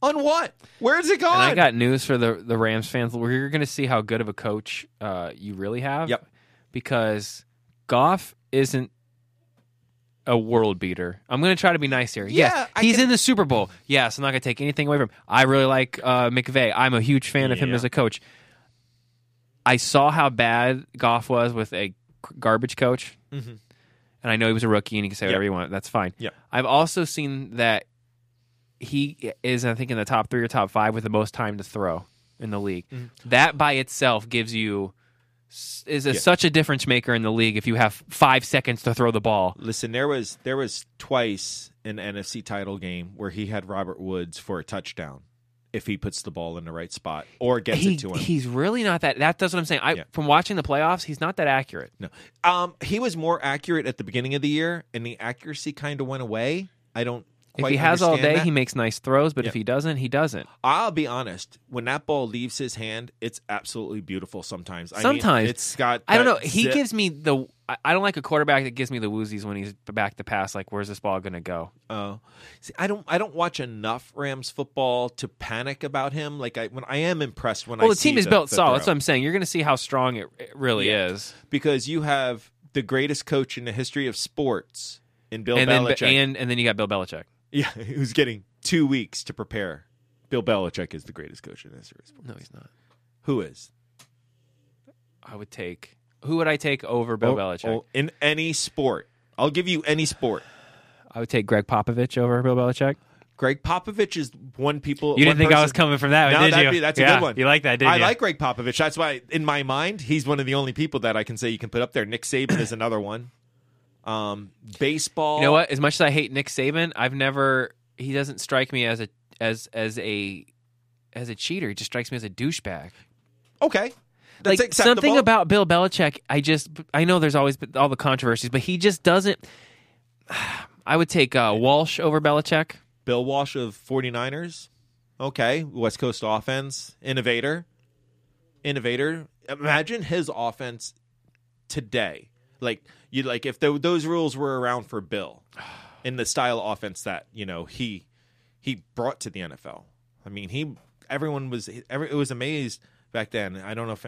Speaker 1: On what? Where's it gone?
Speaker 2: And I got news for the the Rams fans. We're going to see how good of a coach uh, you really have.
Speaker 1: Yep.
Speaker 2: Because Goff isn't a world beater. I'm going to try to be nice here.
Speaker 1: Yeah,
Speaker 2: yes,
Speaker 1: I
Speaker 2: he's
Speaker 1: can-
Speaker 2: in the Super Bowl. Yes, I'm not going to take anything away from him. I really like uh, McVay. I'm a huge fan of him
Speaker 1: Yeah.
Speaker 2: as a coach. I saw how bad Goff was with a garbage coach.
Speaker 1: Mhm.
Speaker 2: And I know he was a rookie and he can say whatever he wants. That's fine.
Speaker 1: Yep.
Speaker 2: I've also seen that he is, I think, in the top three or top five with the most time to throw in the league. That by itself gives you is a,
Speaker 1: Yeah.
Speaker 2: such a difference maker in the league if you have five seconds to throw the ball.
Speaker 1: Listen, there was there was twice an NFC title game where he had Robert Woods for a touchdown if he puts the ball in the right spot or gets
Speaker 2: He,
Speaker 1: it to him.
Speaker 2: he's really not that. That that's what I'm saying. I
Speaker 1: Yeah.
Speaker 2: from watching the playoffs, he's not that accurate.
Speaker 1: No. Um, he was more accurate at the beginning of the year, and the accuracy kind of went away. I don't.
Speaker 2: If
Speaker 1: Quite
Speaker 2: he has all day,
Speaker 1: understand that.
Speaker 2: he makes nice throws, but if
Speaker 1: Yeah.
Speaker 2: he doesn't, he doesn't.
Speaker 1: I'll be honest. When that ball leaves his hand, it's absolutely beautiful. Sometimes. I mean,
Speaker 2: Sometimes.
Speaker 1: it's got.
Speaker 2: I don't know.
Speaker 1: that
Speaker 2: He
Speaker 1: zip.
Speaker 2: gives me the. I- I don't like a quarterback that gives me the woozies when he's back to pass. Like, where's this ball going to go?
Speaker 1: Oh, see, I don't. I don't watch enough Rams football to panic about him. Like I, when I am impressed when I.
Speaker 2: Well, the
Speaker 1: see
Speaker 2: team is
Speaker 1: the-
Speaker 2: built
Speaker 1: the
Speaker 2: solid. That's
Speaker 1: throw.
Speaker 2: what I'm saying. You're going to see how strong it it really
Speaker 1: Yeah.
Speaker 2: is.
Speaker 1: because you have the greatest coach in the history of sports in Bill
Speaker 2: and
Speaker 1: Belichick.
Speaker 2: then and and then you got Bill Belichick.
Speaker 1: yeah, who's getting two weeks to prepare. Bill Belichick is the greatest coach in the history of sports.
Speaker 2: No, he's not.
Speaker 1: Who is?
Speaker 2: I would take. Who would I take over Bill
Speaker 1: Oh,
Speaker 2: Belichick?
Speaker 1: oh, in any sport. I'll give you any sport.
Speaker 2: I would take Greg Popovich over Bill Belichick.
Speaker 1: Greg Popovich is one people.
Speaker 2: You
Speaker 1: one
Speaker 2: didn't think I was
Speaker 1: person-
Speaker 2: coming from that,
Speaker 1: No,
Speaker 2: did
Speaker 1: that'd
Speaker 2: you?
Speaker 1: be- that's a
Speaker 2: Yeah,
Speaker 1: good one.
Speaker 2: You like that, didn't
Speaker 1: I
Speaker 2: you?
Speaker 1: like Greg Popovich. That's why, in my mind, he's one of the only people that I can say you can put up there. Nick Saban is another one. Um, baseball.
Speaker 2: You know what? As much as I hate Nick Saban, I've never. He doesn't strike me as a as as a as a cheater. He just strikes me as a douchebag.
Speaker 1: Okay, that's
Speaker 2: like
Speaker 1: acceptable.
Speaker 2: something about Bill Belichick. I just I know there's always been all the controversies, but he just doesn't. I would take uh, Walsh over Belichick.
Speaker 1: Bill Walsh of 49ers. Okay, West Coast offense innovator. Innovator. Imagine his offense today. Like you like if tho- those rules were around for Bill in the style of offense that, you know, he he brought to the NFL. I mean, he everyone was every it was amazed back then. I don't know if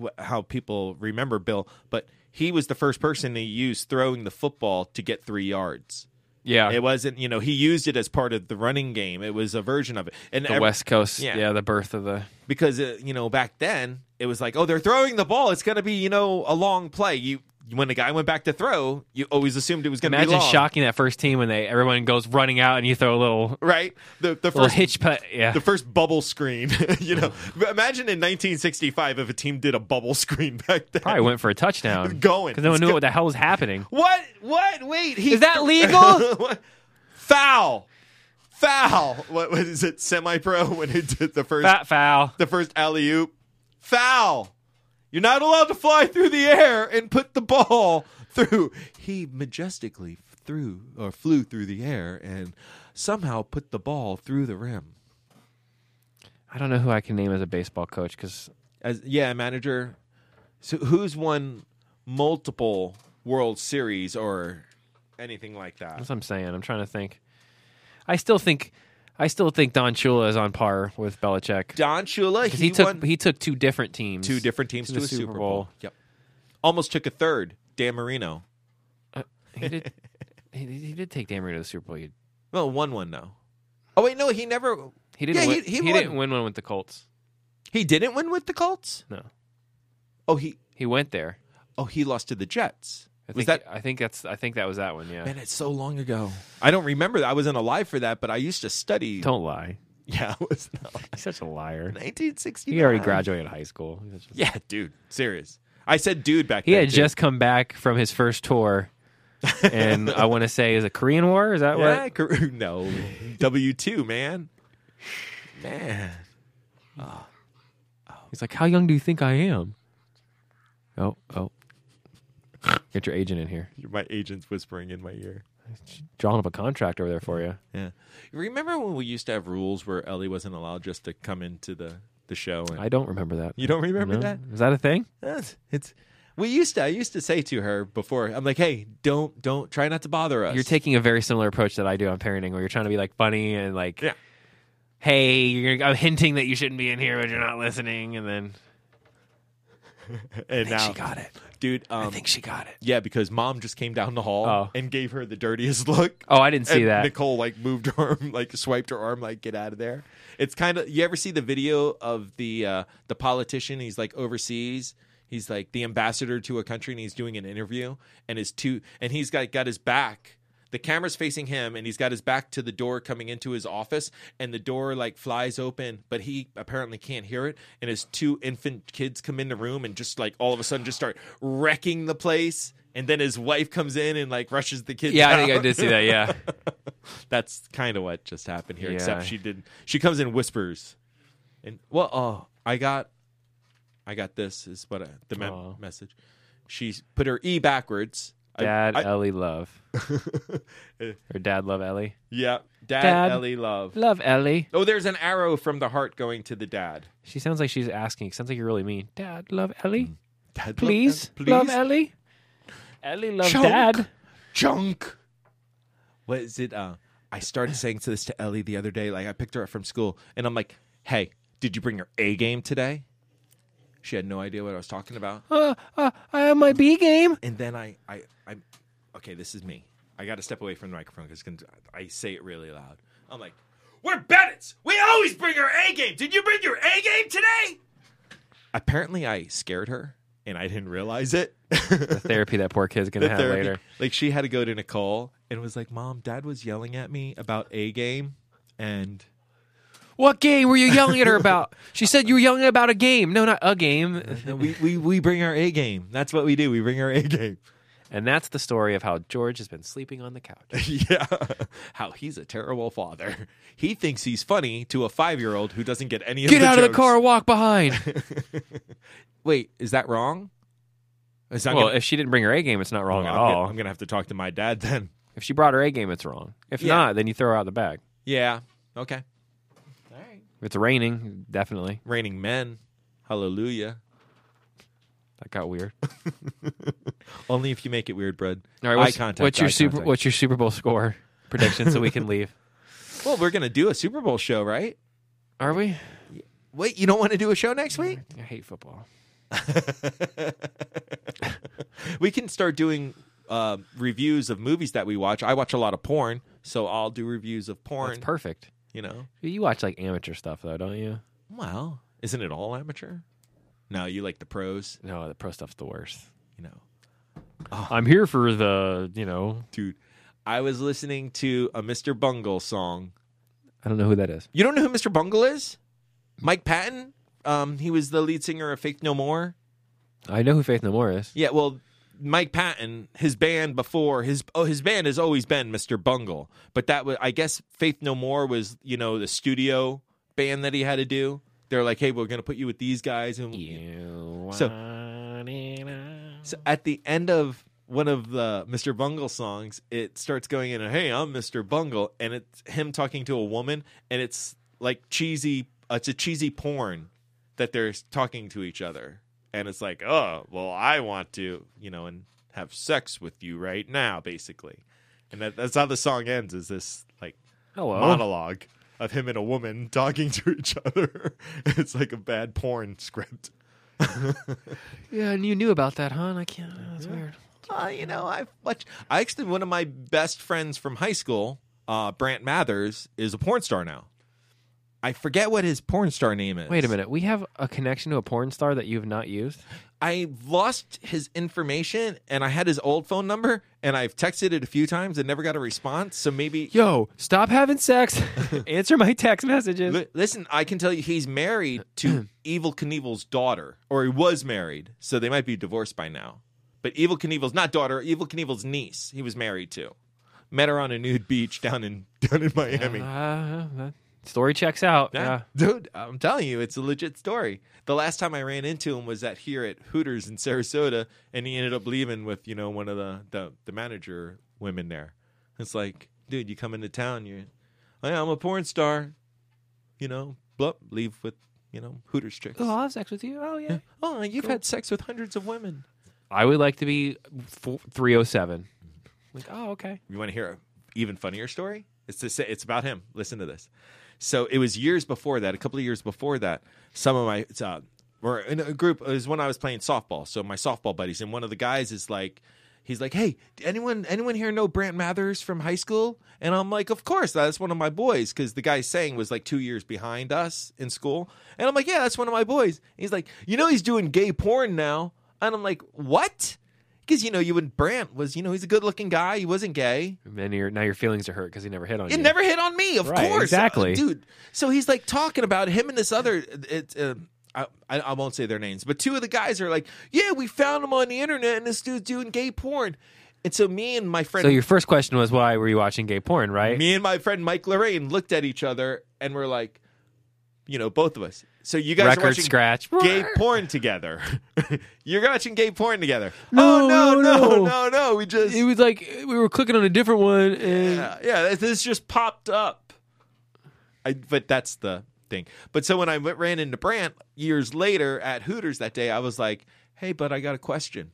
Speaker 1: wh- how people remember Bill, but he was the first person to use throwing the football to get three yards.
Speaker 2: Yeah,
Speaker 1: It wasn't, you know, he used it as part of the running game. It was a version of it. And
Speaker 2: the
Speaker 1: ev-
Speaker 2: West Coast.
Speaker 1: yeah.
Speaker 2: Yeah. the birth of the.
Speaker 1: because uh, you know back then it was like oh they're throwing the ball it's going to be you know a long play you when the guy went back to throw you always assumed it was going to be
Speaker 2: Imagine
Speaker 1: long
Speaker 2: shocking that first team when they everyone goes running out and you throw a little
Speaker 1: right the the
Speaker 2: little
Speaker 1: first
Speaker 2: hitch putt. Yeah,
Speaker 1: the first bubble screen you know But imagine in 1965 if a team did a bubble screen back then
Speaker 2: probably went for a touchdown.
Speaker 1: Going.
Speaker 2: because no one
Speaker 1: It's
Speaker 2: knew
Speaker 1: go-
Speaker 2: what the hell was happening.
Speaker 1: what what wait he
Speaker 2: Is that legal?
Speaker 1: What? foul foul what, what is it semi pro when he did the first
Speaker 2: Fat foul.
Speaker 1: the first alley oop. Foul. You're not allowed to fly through the air and put the ball through. He majestically threw or flew through the air and somehow put the ball through the rim.
Speaker 2: I don't know who I can name as a baseball coach because
Speaker 1: As yeah, manager. So who's won multiple World Series or anything like that?
Speaker 2: that's what I'm saying. I'm trying to think. I still think, I still think Don Shula is on par with Belichick
Speaker 1: Don Shula,
Speaker 2: because
Speaker 1: he,
Speaker 2: he, took
Speaker 1: won
Speaker 2: he took two different teams,
Speaker 1: two different teams
Speaker 2: to
Speaker 1: to,
Speaker 2: the
Speaker 1: a
Speaker 2: Super
Speaker 1: Super
Speaker 2: Bowl.
Speaker 1: Bowl. Yep. Almost took a third, Dan Marino.
Speaker 2: Uh, He did, he, he did take Dan Marino to the Super Bowl. He,
Speaker 1: Well, won one though. Oh wait, no, he never
Speaker 2: he didn't.
Speaker 1: Yeah,
Speaker 2: win,
Speaker 1: he- he won.
Speaker 2: didn't win one with the Colts.
Speaker 1: He didn't win with the Colts.
Speaker 2: No,
Speaker 1: Oh, he
Speaker 2: he went there.
Speaker 1: oh he lost to the Jets.
Speaker 2: I
Speaker 1: was
Speaker 2: think, uh,
Speaker 1: that?
Speaker 2: I think that's. I think that was that one. Yeah.
Speaker 1: Man, it's so long ago. I don't remember. that. I wasn't alive for that, but I used to study.
Speaker 2: Don't lie.
Speaker 1: Yeah, I was not.
Speaker 2: He's such a liar.
Speaker 1: 1960.
Speaker 2: He already graduated high school. He's such a-
Speaker 1: Yeah, dude. Serious. I said dude back
Speaker 2: He
Speaker 1: then.
Speaker 2: had
Speaker 1: too.
Speaker 2: just come back from his first tour, and I want to say is a Korean War. Is that
Speaker 1: yeah,
Speaker 2: what?
Speaker 1: cor- no W two man. Man,
Speaker 2: He's like, "How young do you think I am?" Oh, oh. Get your agent in here.
Speaker 1: my agent's whispering in my ear.
Speaker 2: Drawing up a contract over there for you.
Speaker 1: Yeah. Remember when we used to have rules where Ellie wasn't allowed just to come into the the show? And
Speaker 2: I don't remember that.
Speaker 1: you don't remember
Speaker 2: No?
Speaker 1: that?
Speaker 2: Is that a thing?
Speaker 1: That's- It's we used to. I used to say to her before. I'm like, hey, don't don't try not to bother us.
Speaker 2: You're taking a very similar approach that I do on parenting, where you're trying to be like funny and like,
Speaker 1: Yeah.
Speaker 2: "Hey, you're gonna, I'm hinting that you shouldn't be in here, but you're not listening," and then
Speaker 1: and
Speaker 2: I think
Speaker 1: now,
Speaker 2: she got it.
Speaker 1: dude. Um,
Speaker 2: I think she got it.
Speaker 1: yeah, because mom just came down the hall
Speaker 2: Oh.
Speaker 1: and gave her the dirtiest look.
Speaker 2: Oh, I didn't see
Speaker 1: And
Speaker 2: that.
Speaker 1: Nicole like moved her arm, like swiped her arm, like get out of there. It's kind of you ever see the video of the uh, the politician? He's like overseas. He's like the ambassador to a country, and he's doing an interview, and his two and he's got got his back. The camera's facing him, and he's got his back to the door coming into his office, and the door like flies open, but he apparently can't hear it. And his two infant kids come in the room and just like all of a sudden just start wrecking the place. And then his wife comes in and like rushes the kids.
Speaker 2: Yeah, I think I
Speaker 1: out.
Speaker 2: did see that. Yeah.
Speaker 1: That's kind of what just happened here.
Speaker 2: Yeah.
Speaker 1: Except she did. She comes in whispers, and well, oh, I got, I got this is what I, the mem-
Speaker 2: Aw.
Speaker 1: message. She put her e backwards. I-
Speaker 2: Dad
Speaker 1: I- Uh,
Speaker 2: Ellie love. or dad love Ellie.
Speaker 1: yeah, dad,
Speaker 2: Dad.
Speaker 1: Ellie love.
Speaker 2: Love Ellie.
Speaker 1: Oh, there's an arrow from the heart going to the dad.
Speaker 2: She sounds like she's asking. Sounds like you're really mean. Dad Mm. love Ellie.
Speaker 1: Dad, love-
Speaker 2: Please.
Speaker 1: please,
Speaker 2: Love Ellie. Ellie love
Speaker 1: Choke.
Speaker 2: dad.
Speaker 1: junk. What is it? Uh, I started saying to this to Ellie the other day. Like I picked her up from school, and I'm like, "Hey, did you bring your A game today?" She had no idea what I was talking about.
Speaker 2: Uh, uh, I have my B game.
Speaker 1: and then I, I, I, okay, this is me. I got to step away from the microphone because I say it really loud. I'm like, we're Bennett's. We always bring our A game. Did you bring your A game today? Apparently, I scared her and I didn't realize it. the
Speaker 2: Therapy that poor kid's gonna have
Speaker 1: therapy-
Speaker 2: later.
Speaker 1: Like, she had to go to Nicole and was like, Mom, Dad was yelling at me about A game. And
Speaker 2: What game were you yelling at her about? She said you were yelling about a game. No, not a game.
Speaker 1: we, we, we bring our A game. That's what we do. We bring our A game.
Speaker 2: and that's the story of how George has been sleeping on the couch.
Speaker 1: yeah. How he's a terrible father. He thinks he's funny to a five year old who doesn't get any of
Speaker 2: Get
Speaker 1: the
Speaker 2: out of the
Speaker 1: jokes.
Speaker 2: car. Walk behind.
Speaker 1: Wait, is that wrong? Is that
Speaker 2: well,
Speaker 1: gonna-
Speaker 2: if she didn't bring her A game, it's not wrong
Speaker 1: I'm
Speaker 2: at
Speaker 1: gonna-
Speaker 2: all.
Speaker 1: I'm going to have to talk to my dad then.
Speaker 2: If she brought her A game, it's wrong. If
Speaker 1: Yeah.
Speaker 2: not, then you throw her out the bag.
Speaker 1: Yeah. Okay. All right.
Speaker 2: If it's raining, definitely.
Speaker 1: Raining men. Hallelujah.
Speaker 2: That got weird.
Speaker 1: Only if you make it weird, bud.
Speaker 2: All right, what's,
Speaker 1: eye contact.
Speaker 2: what's your
Speaker 1: eye
Speaker 2: super
Speaker 1: contact.
Speaker 2: what's your Super Bowl score prediction so we can leave?
Speaker 1: Well, we're gonna do a Super Bowl show, right?
Speaker 2: Are we?
Speaker 1: Wait, you don't want to do a show next week?
Speaker 2: I hate football.
Speaker 1: we can start doing uh, reviews of movies that we watch. I watch a lot of porn, so I'll do reviews of
Speaker 2: That's
Speaker 1: porn.
Speaker 2: perfect.
Speaker 1: you know,
Speaker 2: You watch like amateur stuff though, don't you?
Speaker 1: well, isn't it all amateur? No, you like the pros,
Speaker 2: No, the pro stuff's the worst.
Speaker 1: you know.
Speaker 2: I'm here for the, you know,
Speaker 1: Dude, I was listening to a Mr. Bungle song.
Speaker 2: I don't know who that is.
Speaker 1: You don't know who Mr. Bungle is? Mike Patton. Um, he was the lead singer of Faith No More.
Speaker 2: I know who Faith No More is.
Speaker 1: Yeah, well, Mike Patton, his band before his oh his band has always been Mr. Bungle, but that was I guess Faith No More was you know the studio band that he had to do. They're like, hey, we're gonna put you with these guys, and So- so at the end of one of the Mr. Bungle songs, it starts going in, "Hey, I'm Mr. Bungle," and it's him talking to a woman, and it's like cheesy. uh, It's a cheesy porn that they're talking to each other, and it's like, "Oh, well, I want to, you know, and have sex with you right now," basically, and that, that's how the song ends. Is this like
Speaker 2: Hello.
Speaker 1: monologue of him and a woman talking to each other? it's like a bad porn script.
Speaker 2: Yeah, and you knew about that, huh? I can't. That's weird.
Speaker 1: Uh, you know, I've watched. I actually, one of my best friends from high school, uh, Brant Mathers, is a porn star now. I forget what his porn star name is.
Speaker 2: Wait a minute. We have a connection to a porn star that you have not used.
Speaker 1: I lost his information, and I had his old phone number, and I've texted it a few times and never got a response. So maybe
Speaker 2: Yo, stop having sex. Answer my text messages.
Speaker 1: Li- listen, I can tell you he's married to Evil Knievel's daughter, or he was married, so they might be divorced by now. But Evil Knievel's not daughter, Evil Knievel's niece. He was married to. Met her on a nude beach down in down in Miami.
Speaker 2: Uh, that story checks out.
Speaker 1: Yeah.
Speaker 2: Yeah.
Speaker 1: Dude, I'm telling you, it's a legit story. The last time I ran into him was at here at Hooters in Sarasota, and he ended up leaving with, you know, one of the the, the manager women there. It's like, dude, you come into town, you're "Hey, I'm a porn star. You know, blup, leave with, you know, Hooters chicks.
Speaker 2: Oh, I'll have sex with you. Oh, yeah.
Speaker 1: Oh, you've had sex with hundreds of women.
Speaker 2: I would like to be four, 307. Like, oh, okay.
Speaker 1: You want to hear an even funnier story? It's to say it's about him. Listen to this. So it was years before that, a couple of years before that. Some of my uh, were in a group. It was when I was playing softball. So my softball buddies, and one of the guys is like, he's like, "Hey, anyone anyone here know Brant Mathers from high school?" And I'm like, "Of course, that's one of my boys." Because the guy sang was like two years behind us in school, and I'm like, "Yeah, that's one of my boys." And he's like, "You know, he's doing gay porn now," and I'm like, "What?" Because you know, you and Brant was, you know, he's a good-looking guy. He wasn't gay.
Speaker 2: And then your now your feelings are hurt because he never hit on you.
Speaker 1: It never hit on me, of
Speaker 2: Right,
Speaker 1: course,
Speaker 2: exactly.
Speaker 1: Uh, dude. So he's like talking about him and this other. It, uh, I, I I won't say their names, but two of the guys are like, "Yeah, we found him on the internet, and this dude's doing gay porn." And so me and my friend,
Speaker 2: So your first question was why were you watching gay porn, right?
Speaker 1: me and my friend Mike Lorraine looked at each other and we're like, you know, both of us. So you guys are
Speaker 2: Record
Speaker 1: watching
Speaker 2: scratch.
Speaker 1: gay porn together. You're watching gay porn together.
Speaker 2: No,
Speaker 1: oh no,
Speaker 2: no,
Speaker 1: no,
Speaker 2: no.
Speaker 1: no, no. We just
Speaker 2: It was like we were clicking on a different one, and
Speaker 1: yeah, yeah this, this just popped up. I, but that's the thing. But so when I went, ran into Brant years later at Hooters that day, I was like, "Hey, but I got a question."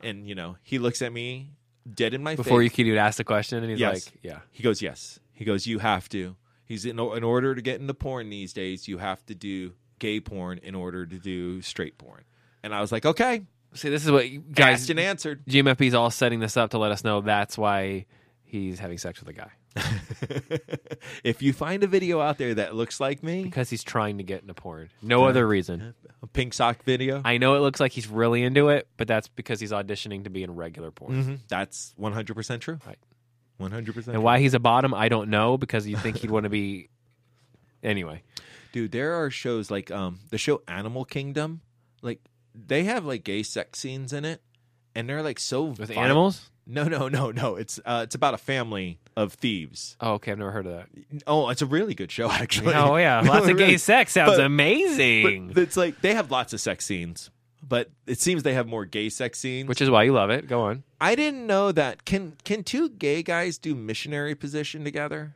Speaker 1: And you know, he looks at me dead in my
Speaker 2: before you
Speaker 1: face.
Speaker 2: could even ask the question, and he's
Speaker 1: Yes.
Speaker 2: like, "Yeah,
Speaker 1: He goes, "Yes." He goes, "You have to." He's in, in order to get into porn these days, you have to do gay porn in order to do straight porn. And I was like, "Okay."
Speaker 2: see, this is what you guys
Speaker 1: Asked and answered.
Speaker 2: GMFB's all setting this up to let us know that's why he's having sex with a guy
Speaker 1: if you find a video out there that looks like me,
Speaker 2: because he's trying to get into porn. No other reason.
Speaker 1: a pink sock video,
Speaker 2: I know it looks like he's really into it, but that's because he's auditioning to be in regular porn.
Speaker 1: That's 100% true.
Speaker 2: Mm-hmm. Right.
Speaker 1: 100%.
Speaker 2: And why he's a bottom, I don't know, because you think he'd want to be. Anyway,
Speaker 1: Dude, there are shows like um the show Animal Kingdom, like they have like gay sex scenes in it and they're like so
Speaker 2: with
Speaker 1: violent.
Speaker 2: animals.
Speaker 1: No, no, no, no. It's uh it's about a family of thieves.
Speaker 2: Oh, okay, I've never heard of that.
Speaker 1: Oh, it's a really good show actually.
Speaker 2: Oh yeah,
Speaker 1: No,
Speaker 2: lots of
Speaker 1: really.
Speaker 2: gay sex sounds
Speaker 1: But-
Speaker 2: amazing.
Speaker 1: But it's like they have lots of sex scenes, but it seems they have more gay sex scenes.
Speaker 2: Which is why you love it. Go on.
Speaker 1: I didn't know that. Can can two gay guys do missionary position together?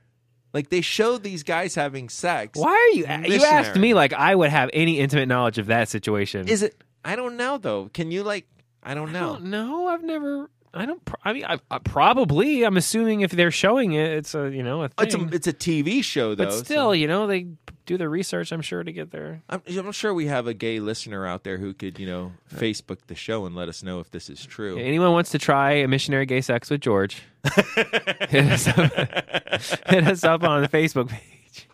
Speaker 1: Like they show these guys having sex.
Speaker 2: Why are you? You asked
Speaker 1: Missionary.
Speaker 2: me like I would have any intimate knowledge of that situation.
Speaker 1: Is it? I don't know though. Can you like? I don't know.
Speaker 2: no, I've never. I don't. pr- I mean, I, I probably. I'm assuming if they're showing it, it's a you know a thing.
Speaker 1: It's a, it's a TV show though.
Speaker 2: but
Speaker 1: so-
Speaker 2: still, you know, they do their research. I'm sure to get there.
Speaker 1: I'm, I'm sure we have a gay listener out there who could, you know, Facebook the show and let us know if this is true.
Speaker 2: Anyone wants to try a missionary gay sex with George? hit, us up, hit us up on the Facebook page.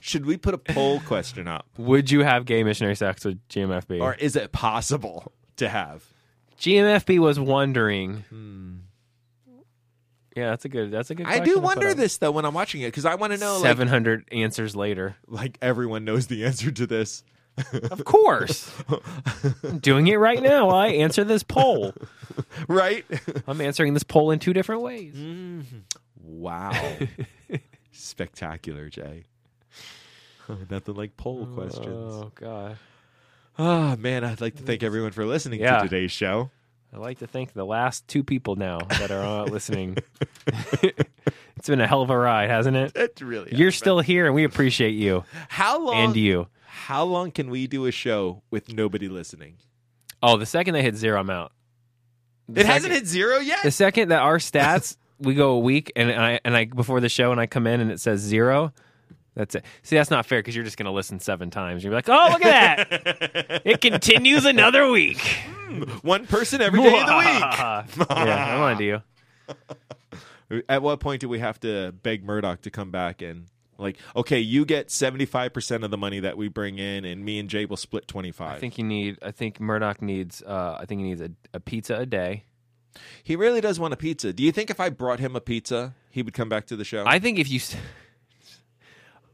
Speaker 1: Should we put a poll question up,
Speaker 2: Would you have gay missionary sex with GMFB?
Speaker 1: or is it possible to have?
Speaker 2: GMFB was wondering. Yeah, that's a good. That's a good.
Speaker 1: Hmm. I do wonder this though when I'm watching it because I want to know, like,
Speaker 2: Seven hundred answers later.
Speaker 1: like everyone knows the answer to this.
Speaker 2: Of course, I'm doing it right now. while I answer this poll.
Speaker 1: right?
Speaker 2: I'm answering this poll in two different ways.
Speaker 1: Wow. Spectacular, Jay. Nothing like poll questions.
Speaker 2: Oh God!
Speaker 1: Oh, man, I'd like to thank everyone for listening
Speaker 2: Yeah.
Speaker 1: to today's show.
Speaker 2: I'd like to thank the last two people now that are uh, listening. it's been a hell of a ride, hasn't it?
Speaker 1: It really
Speaker 2: You're still here, and we appreciate you
Speaker 1: how long
Speaker 2: and you.
Speaker 1: How long can we do a show with nobody listening?
Speaker 2: Oh, the second they hit zero, I'm out. The
Speaker 1: it hasn't
Speaker 2: second-
Speaker 1: hit zero yet.
Speaker 2: the second that our stats we go a week and I and I before the show and I come in and it says zero. That's it. See, that's not fair because you're just going to listen seven times. You're like, oh, look at that! it continues another week.
Speaker 1: One person every day of the
Speaker 2: yeah, I'm on to you.
Speaker 1: week. At what point do we have to beg Murdoch to come back and like, okay, you get seventy five percent of the money that we bring in, and me and Jay will split twenty
Speaker 2: I
Speaker 1: five.
Speaker 2: think you need. I think Murdoch needs. Uh, I think he needs a, a pizza a day.
Speaker 1: He really does want a pizza. Do you think if I brought him a pizza, he would come back to the show?
Speaker 2: I think if you, s-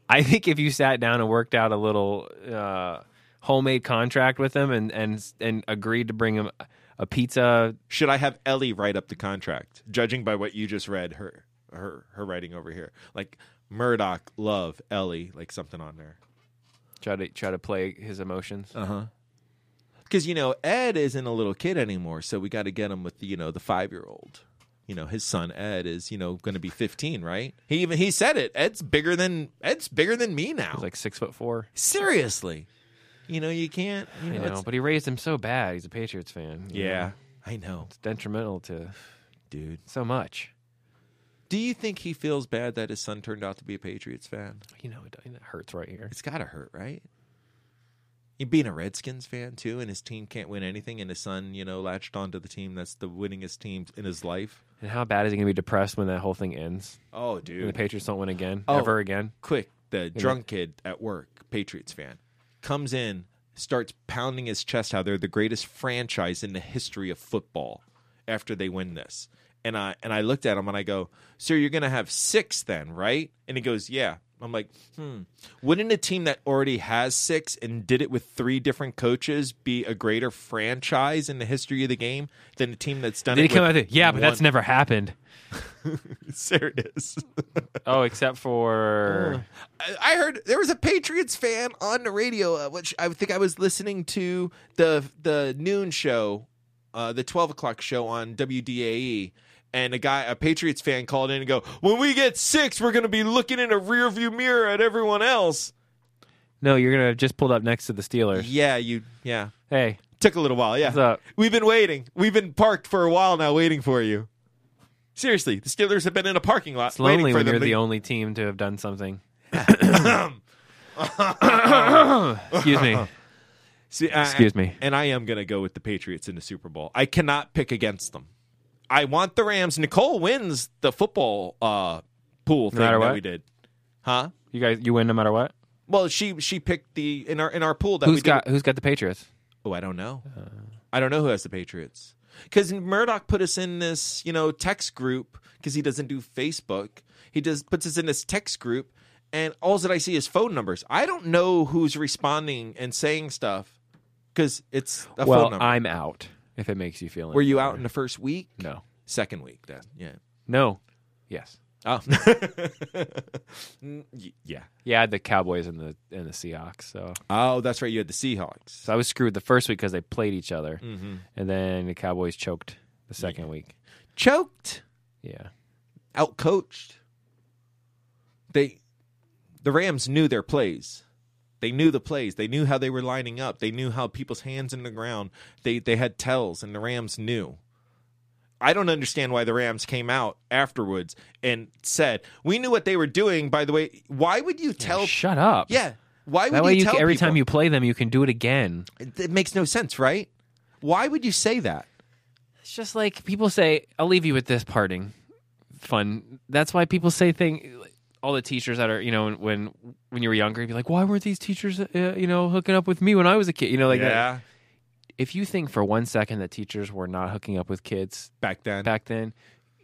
Speaker 2: I think if you sat down and worked out a little uh, homemade contract with him and and and agreed to bring him a pizza
Speaker 1: Should I have Ellie write up the contract? Judging by what you just read, her her her writing over here, like Murdoch, love Ellie, like something on there.
Speaker 2: try to try to play his emotions.
Speaker 1: Uh-huh. because you know Ed isn't a little kid anymore, so we got to get him with you know the five year old. You know his son Ed is you know going to be fifteen, right? He even he said it. Ed's bigger than Ed's bigger than me now.
Speaker 2: He's like six foot four.
Speaker 1: seriously, you know you can't. You know,
Speaker 2: You know,
Speaker 1: it's-
Speaker 2: but he raised him so bad. He's a Patriots fan. you know.
Speaker 1: yeah, I know,
Speaker 2: it's detrimental to
Speaker 1: dude.
Speaker 2: so much.
Speaker 1: Do you think he feels bad that his son turned out to be a Patriots fan?
Speaker 2: You know, it, it hurts right here.
Speaker 1: It's got to hurt, right? You being a Redskins fan too, and his team can't win anything, and his son, you know, latched onto the team that's the winningest team in his life.
Speaker 2: And how bad is he going to be depressed when that whole thing ends?
Speaker 1: Oh,
Speaker 2: And the
Speaker 1: dude,
Speaker 2: Patriots don't win again,
Speaker 1: Oh.
Speaker 2: ever again.
Speaker 1: quick the drunk kid at work patriots fan comes in starts pounding his chest how they're the greatest franchise in the history of football after they win this and i and i looked at him and i go sir you're gonna have six then right and he goes yeah i'm like hmm wouldn't a team that already has six and did it with three different coaches be a greater franchise in the history of the game than a team that's done
Speaker 2: Did he
Speaker 1: it
Speaker 2: come out
Speaker 1: with
Speaker 2: there? Yeah, but that's
Speaker 1: one-
Speaker 2: never happened.
Speaker 1: serious
Speaker 2: Oh, except for
Speaker 1: I- I heard there was a Patriots fan on the radio, uh, which I think I was listening to the the noon show, uh, the twelve o'clock show on WDAE, E. and a guy, a Patriots fan, called in and go, "When we get six, we're going to be looking in a rearview mirror at everyone else."
Speaker 2: no. You're gonna have just pulled up next to the Steelers.
Speaker 1: Yeah, you, yeah,
Speaker 2: Hey,
Speaker 1: took a little while. Yeah,
Speaker 2: What's up?
Speaker 1: we've been waiting. We've been parked for a while now, waiting for you. Seriously, the Steelers have been in a parking lot.
Speaker 2: it's
Speaker 1: waiting
Speaker 2: lonely
Speaker 1: for
Speaker 2: when
Speaker 1: them
Speaker 2: you're
Speaker 1: to-
Speaker 2: the only team to have done something. Excuse me.
Speaker 1: See, I-
Speaker 2: Excuse me.
Speaker 1: And I am going to go with the Patriots in the Super Bowl. I cannot pick against them. I want the Rams. Nicole wins the football uh, pool thing
Speaker 2: matter
Speaker 1: that
Speaker 2: what?
Speaker 1: we did, huh?
Speaker 2: You guys, you win no matter what.
Speaker 1: Well, she she picked the in our in our pool that we
Speaker 2: Who's
Speaker 1: did-
Speaker 2: got Uh. Who's got the Patriots?
Speaker 1: Oh, I don't know. I don't know who has the Patriots. Because Murdoch put us in this, you know, text group because he doesn't do Facebook. He does puts us in this text group, and all that I see is phone numbers. I don't know who's responding and saying stuff because it's a phone
Speaker 2: well,
Speaker 1: number.
Speaker 2: I'm out. If it makes you feel.
Speaker 1: Were
Speaker 2: any
Speaker 1: you
Speaker 2: better.
Speaker 1: out in the first week?
Speaker 2: No.
Speaker 1: Second week then. Yeah.
Speaker 2: No. Yes.
Speaker 1: Oh. Mm, y- yeah.
Speaker 2: Yeah, I had the Cowboys and the and the Seahawks. So,
Speaker 1: Oh, that's right. You had the Seahawks.
Speaker 2: so I was screwed the first week because they played each other,
Speaker 1: Mm-hmm.
Speaker 2: and then the Cowboys choked the second week.
Speaker 1: Choked,
Speaker 2: Yeah.
Speaker 1: outcoached. They the Rams knew their plays. They knew the plays. They knew how they were lining up. They knew how people's hands in the ground. They they had tells and the Rams knew. I don't understand why the Rams came out afterwards and said we knew what they were doing. By the way, why would you tell?
Speaker 2: Shut up.
Speaker 1: Yeah, why would
Speaker 2: That way,
Speaker 1: you
Speaker 2: you
Speaker 1: tell
Speaker 2: can, every
Speaker 1: people?
Speaker 2: time you play them, you can do it again.
Speaker 1: It, it makes no sense, right? Why would you say that?
Speaker 2: It's just like people say, I'll leave you with this parting fun. That's why people say thing all the teachers that are, you know, when when you were younger, you'd be like, why weren't these teachers, uh, you know, hooking up with me when I was a kid? You know, like that. If you think for one second that teachers were not hooking up with kids
Speaker 1: back then.
Speaker 2: back then,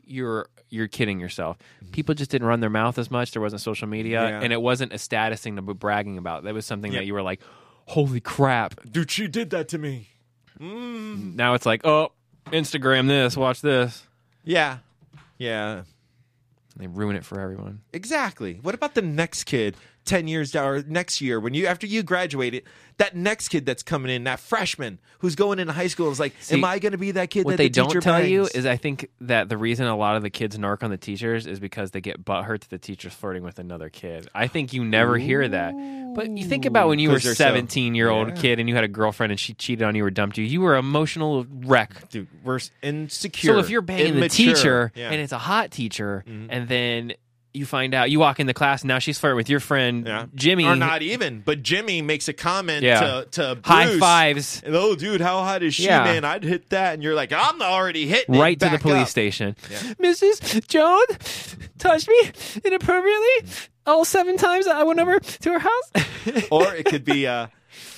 Speaker 2: you're you're kidding yourself. People just didn't run their mouth as much. There wasn't social media,
Speaker 1: Mm-hmm. Yeah.
Speaker 2: and it wasn't a status thing to be bragging about. That was something
Speaker 1: Yeah.
Speaker 2: that you were like, "Holy crap!"
Speaker 1: Dude, she did that to me.
Speaker 2: Now it's like, "Oh, Instagram this, watch this."
Speaker 1: Yeah, yeah.
Speaker 2: They ruin it for everyone.
Speaker 1: Exactly. What about the next kid 10 years down or next year when you after you graduated, that next kid that's coming in, that freshman who's going into high school is like,
Speaker 2: See,
Speaker 1: am I going to be that kid
Speaker 2: what
Speaker 1: that
Speaker 2: they
Speaker 1: the
Speaker 2: don't
Speaker 1: teacher
Speaker 2: tell you
Speaker 1: bangs?
Speaker 2: is I think that the reason a lot of the kids narc on the teachers is because they get butthurt that the teacher's flirting with another kid. I think you never hear that. But you think about when you were
Speaker 1: 'Cause they're so-
Speaker 2: 17 year old
Speaker 1: Yeah.
Speaker 2: kid and you had a girlfriend and she cheated on you or dumped you. You were an emotional wreck.
Speaker 1: dude, we're s- insecure.
Speaker 2: So if you're banging the
Speaker 1: immature.
Speaker 2: teacher
Speaker 1: Yeah. Mm-hmm.
Speaker 2: and it's a hot teacher and then you find out you walk into class and now she's flirting with your friend
Speaker 1: Yeah.
Speaker 2: Jimmy
Speaker 1: or not even, but Jimmy makes a comment
Speaker 2: Yeah.
Speaker 1: to to
Speaker 2: high
Speaker 1: Bruce,
Speaker 2: fives
Speaker 1: Oh, dude, how hot is she,
Speaker 2: Yeah.
Speaker 1: man? I'd hit that, and you're like, I'm already hitting it.
Speaker 2: right to the
Speaker 1: Back
Speaker 2: police
Speaker 1: up.
Speaker 2: station.
Speaker 1: Yeah.
Speaker 2: Mrs. Jones touched me inappropriately all seven times I went over to her house.
Speaker 1: or it could be uh,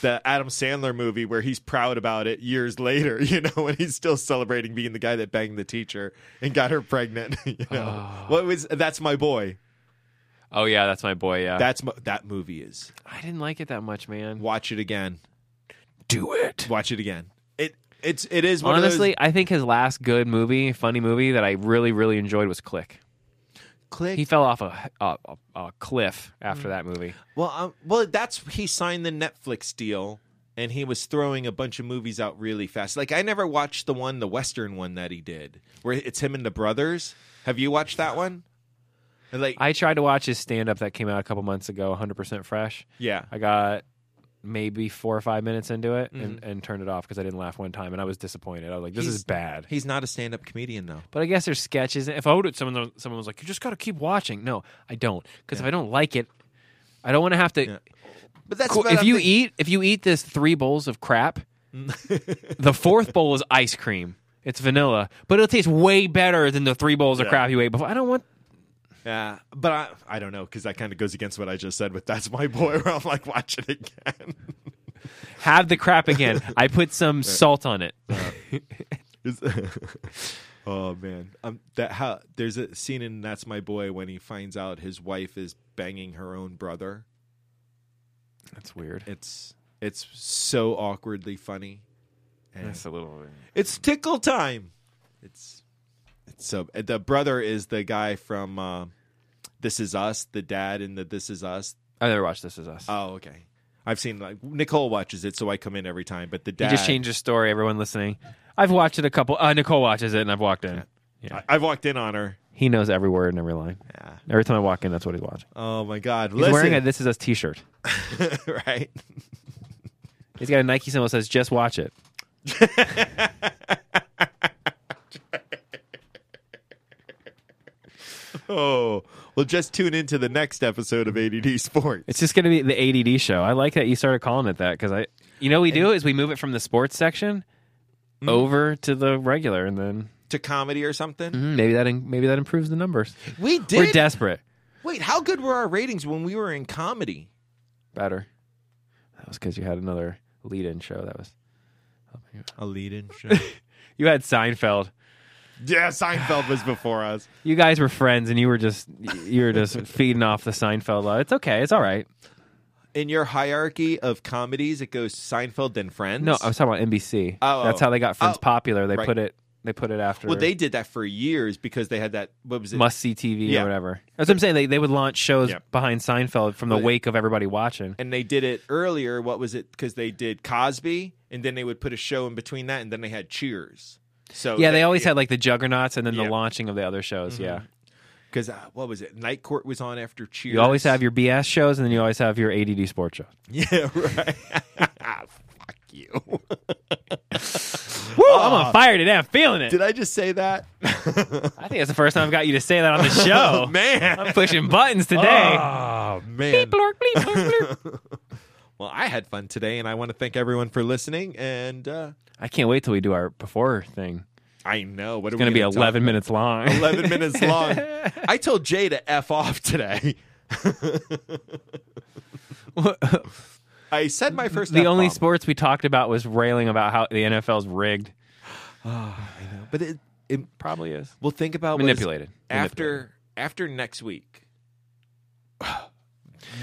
Speaker 1: the Adam Sandler movie where he's proud about it years later, you know, when he's still celebrating being the guy that banged the teacher and got her pregnant. You know, what was that's my boy.
Speaker 2: oh yeah, that's my boy. Yeah,
Speaker 1: That's my, that movie is.
Speaker 2: I didn't like it that much, man.
Speaker 1: Watch it again.
Speaker 2: Do it.
Speaker 1: Watch it again. It it's it is one
Speaker 2: Honestly,
Speaker 1: of
Speaker 2: I think his last good movie, funny movie that I really, really enjoyed was Click.
Speaker 1: those click.
Speaker 2: He fell off a a, a, a cliff
Speaker 1: Mm.
Speaker 2: after that movie.
Speaker 1: well, um, well, that's he signed the Netflix deal. And he was throwing a bunch of movies out really fast. Like I never watched the one, the Western one that he did, where it's him and the brothers. Have you watched that one? And like,
Speaker 2: I tried to watch his stand up that came out a couple months ago, 100% fresh.
Speaker 1: yeah,
Speaker 2: I got maybe four or five minutes into it and, and turned it off because I didn't laugh one time and I was disappointed. I was like, this
Speaker 1: Mm-hmm. He's-
Speaker 2: is bad.
Speaker 1: He's not a stand-up comedian though.
Speaker 2: But I guess there's sketches. If I would, someone someone was like, you just got to keep watching. No, I don't, because if I don't like it, I don't want to have to.
Speaker 1: Yeah. But that's
Speaker 2: Cool,
Speaker 1: what
Speaker 2: If
Speaker 1: I'm
Speaker 2: you
Speaker 1: thinking.
Speaker 2: eat, if you eat this three bowls of crap, the fourth bowl is ice cream. It's vanilla, but it'll taste way better than the three bowls of crap you ate before. I don't want.
Speaker 1: Yeah, but I, I don't know because that kind of goes against what I just said. With that's my boy, where I'm like, watch it again.
Speaker 2: Have the crap again. I put some salt on it.
Speaker 1: Is- oh man, um, that how there's a scene in That's My Boy when he finds out his wife is banging her own brother.
Speaker 2: That's weird.
Speaker 1: It's it's so awkwardly funny. And
Speaker 2: That's a little.
Speaker 1: It's tickle time. It's it's so the brother is the guy from uh, This Is Us, the dad in the This Is Us.
Speaker 2: I never watched This Is Us.
Speaker 1: Oh, okay. I've seen like Nicole watches it, so I come in every time. But the
Speaker 2: He
Speaker 1: dad
Speaker 2: just changed his story. Everyone listening, I've watched it a couple. Uh, Nicole watches it, and I've walked in.
Speaker 1: I, I've walked in on her.
Speaker 2: He knows every word and every line.
Speaker 1: Yeah.
Speaker 2: Every time I walk in, that's what he's watching.
Speaker 1: Oh my God!
Speaker 2: He's
Speaker 1: Listen,
Speaker 2: wearing a "This Is Us" T-shirt.
Speaker 1: right?
Speaker 2: He's got a Nike symbol that says "Just Watch It."
Speaker 1: Oh, well, just tune into the next episode of ADD Sports.
Speaker 2: It's just going to be the ADD show. I like that you started calling it that because I, you know, what we do is we move it from the sports section over to the regular, and then
Speaker 1: to comedy or something.
Speaker 2: Mm, maybe that maybe that improves the numbers.
Speaker 1: We did.
Speaker 2: Mm-hmm. We're desperate.
Speaker 1: Wait, how good were our ratings when we were in comedy?
Speaker 2: Better. That was because you had another lead-in show. That was
Speaker 1: A lead-in show.
Speaker 2: you had Seinfeld.
Speaker 1: yeah, Seinfeld was before us.
Speaker 2: You guys were friends, and you were just you were just feeding off the Seinfeld love. It's okay. It's all right.
Speaker 1: In your hierarchy of comedies, it goes Seinfeld then Friends.
Speaker 2: No, I was talking about NBC.
Speaker 1: Oh,
Speaker 2: that's
Speaker 1: oh.
Speaker 2: how they got Friends
Speaker 1: Oh,
Speaker 2: popular. They
Speaker 1: right.
Speaker 2: put it. They put it after.
Speaker 1: well, they did that for years because they had that. What was it?
Speaker 2: must see TV
Speaker 1: Yeah.
Speaker 2: or whatever. That's what I'm saying. They they would launch shows
Speaker 1: Yeah.
Speaker 2: behind Seinfeld from the
Speaker 1: Well, yeah.
Speaker 2: wake of everybody watching.
Speaker 1: and they did it earlier. What was it? Because they did Cosby, and then they would put a show in between that, and then they had Cheers. So
Speaker 2: Yeah, they always had like the juggernauts and then
Speaker 1: Oh, Yeah. Mm-hmm.
Speaker 2: the launching of the other shows. Yeah,
Speaker 1: because uh, what was it? Night Court was on after Cheers.
Speaker 2: you always have your BS shows and then you always have your ADD sports shows.
Speaker 1: yeah right. Fuck you.
Speaker 2: Woo! Oh, I'm on fire today. I'm feeling it.
Speaker 1: Ah. Did I just say that?
Speaker 2: I think that's the first time I've got you to say that on the show.
Speaker 1: man.
Speaker 2: I'm pushing buttons today.
Speaker 1: Oh, man.
Speaker 2: Blurk, bleep, blurk, blurk.
Speaker 1: Well, I had fun today, and I want to thank everyone for listening. And uh,
Speaker 2: I can't wait till we do our before thing.
Speaker 1: I know what
Speaker 2: It's
Speaker 1: are
Speaker 2: going to
Speaker 1: we
Speaker 2: be
Speaker 1: gonna talk
Speaker 2: 11 minutes long.
Speaker 1: 11 minutes long. I told Jay to F off today. I said my first
Speaker 2: the only
Speaker 1: F-bomb,
Speaker 2: sports we talked about was railing about how the NFL's rigged.
Speaker 1: But it, it,
Speaker 2: Probably is.
Speaker 1: we'll think about what is-
Speaker 2: Manipulated.
Speaker 1: After, after next week.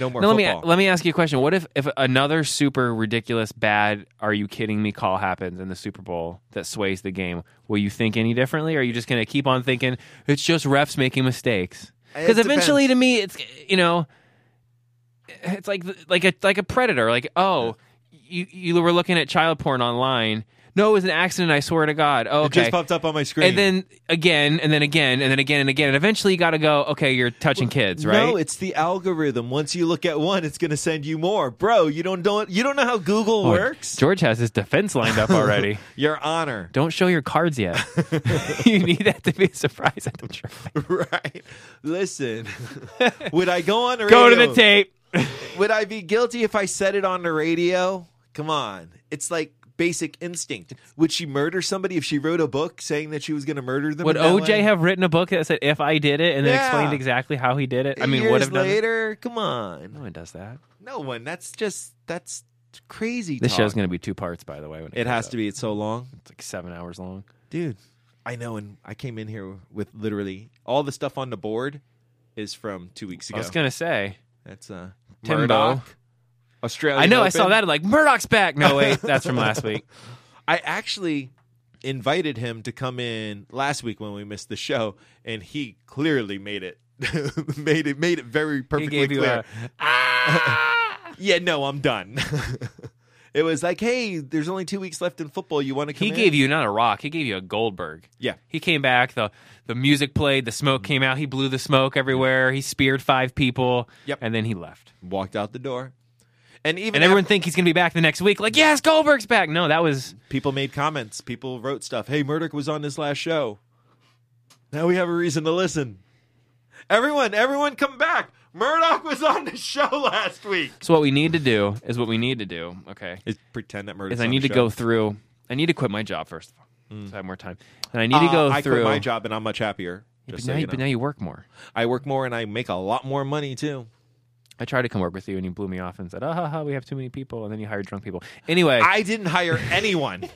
Speaker 1: No more
Speaker 2: Now, let me
Speaker 1: football.
Speaker 2: let me ask you a question. What if if another super ridiculous bad are you kidding me call happens in the Super Bowl that sways the game? Will you think any differently? Or are you just going to keep on thinking it's just refs making mistakes?
Speaker 1: It
Speaker 2: Because eventually,
Speaker 1: depends.
Speaker 2: to me, it's you know, it's like like a like a predator. Like oh, you you were looking at child porn online. No, it was an accident. I swear to God. Oh,
Speaker 1: It
Speaker 2: okay.
Speaker 1: just popped up on my screen.
Speaker 2: and then again, and then again, and then again, and again, and eventually you got to go. Okay, you're touching kids, right?
Speaker 1: No, it's the algorithm. Once you look at one, it's going to send you more. Bro, you don't know you don't know how Google
Speaker 2: Oh,
Speaker 1: works.
Speaker 2: George has his defense lined up already.
Speaker 1: Your honor.
Speaker 2: Don't show your cards yet. you need that to be a surprise at the trial.
Speaker 1: right. Listen. would I go on the radio?
Speaker 2: Go to the tape.
Speaker 1: Would I be guilty if I said it on the radio? Come on. It's like basic instinct. Would she murder somebody if she wrote a book saying that she was going to murder them?
Speaker 2: Would
Speaker 1: in that
Speaker 2: OJ
Speaker 1: way?
Speaker 2: have written a book that said if I did it and then
Speaker 1: Yeah.
Speaker 2: explained exactly how he did it? I mean,
Speaker 1: Years
Speaker 2: would have done it?
Speaker 1: later. Come
Speaker 2: No
Speaker 1: on.
Speaker 2: one does that.
Speaker 1: No one. That's just that's crazy.
Speaker 2: This
Speaker 1: talk.
Speaker 2: show's going to be two parts, by the way. When it,
Speaker 1: It has to be. It's so long.
Speaker 2: It's like seven hours long.
Speaker 1: dude i know and i came in here with literally all the stuff on the board is from two weeks
Speaker 2: I
Speaker 1: ago
Speaker 2: was going to say.
Speaker 1: that's uh
Speaker 2: Timbo.
Speaker 1: Murdoch, australia
Speaker 2: I know. I saw that. Like Murdoch's back. No wait, that's from last week.
Speaker 1: i actually invited him to come in last week when we missed the show and he clearly made it made it made it very
Speaker 2: He
Speaker 1: perfectly
Speaker 2: gave you
Speaker 1: clear Ah!
Speaker 2: a.
Speaker 1: yeah no i'm done it was like hey there's only two weeks left in football you want to come
Speaker 2: He
Speaker 1: in?
Speaker 2: gave you not a rock. He gave you a Goldberg.
Speaker 1: yeah
Speaker 2: He came back. the The music played. The smoke
Speaker 1: Mm-hmm.
Speaker 2: came out. He blew the smoke everywhere. He speared five people.
Speaker 1: Yep.
Speaker 2: And then he left.
Speaker 1: walked out the door and even
Speaker 2: And everyone think he's going to be back the next week. Like, yes, Goldberg's back. No, that was
Speaker 1: people made comments. People wrote stuff. Hey, Murdoch was on this last show. Now we have a reason to listen. Everyone, everyone, come back. Murdoch was on the show last week.
Speaker 2: so. What we need to do is what we need to do. Okay,
Speaker 1: Is pretend that Murdoch.
Speaker 2: is I need to go through. I need to quit my job first of all, so I have more time. And I need to go
Speaker 1: Mm. Uh, Ah, I
Speaker 2: through.
Speaker 1: quit my job and I'm much happier.
Speaker 2: But,
Speaker 1: Just
Speaker 2: now,
Speaker 1: so you
Speaker 2: but
Speaker 1: know.
Speaker 2: now you work more.
Speaker 1: I work more and I make a lot more money too.
Speaker 2: I tried to come work with you, and you blew me off and said, "Ah, ha, ha, we have too many people." And then you hired drunk people. Anyway,
Speaker 1: I didn't hire anyone.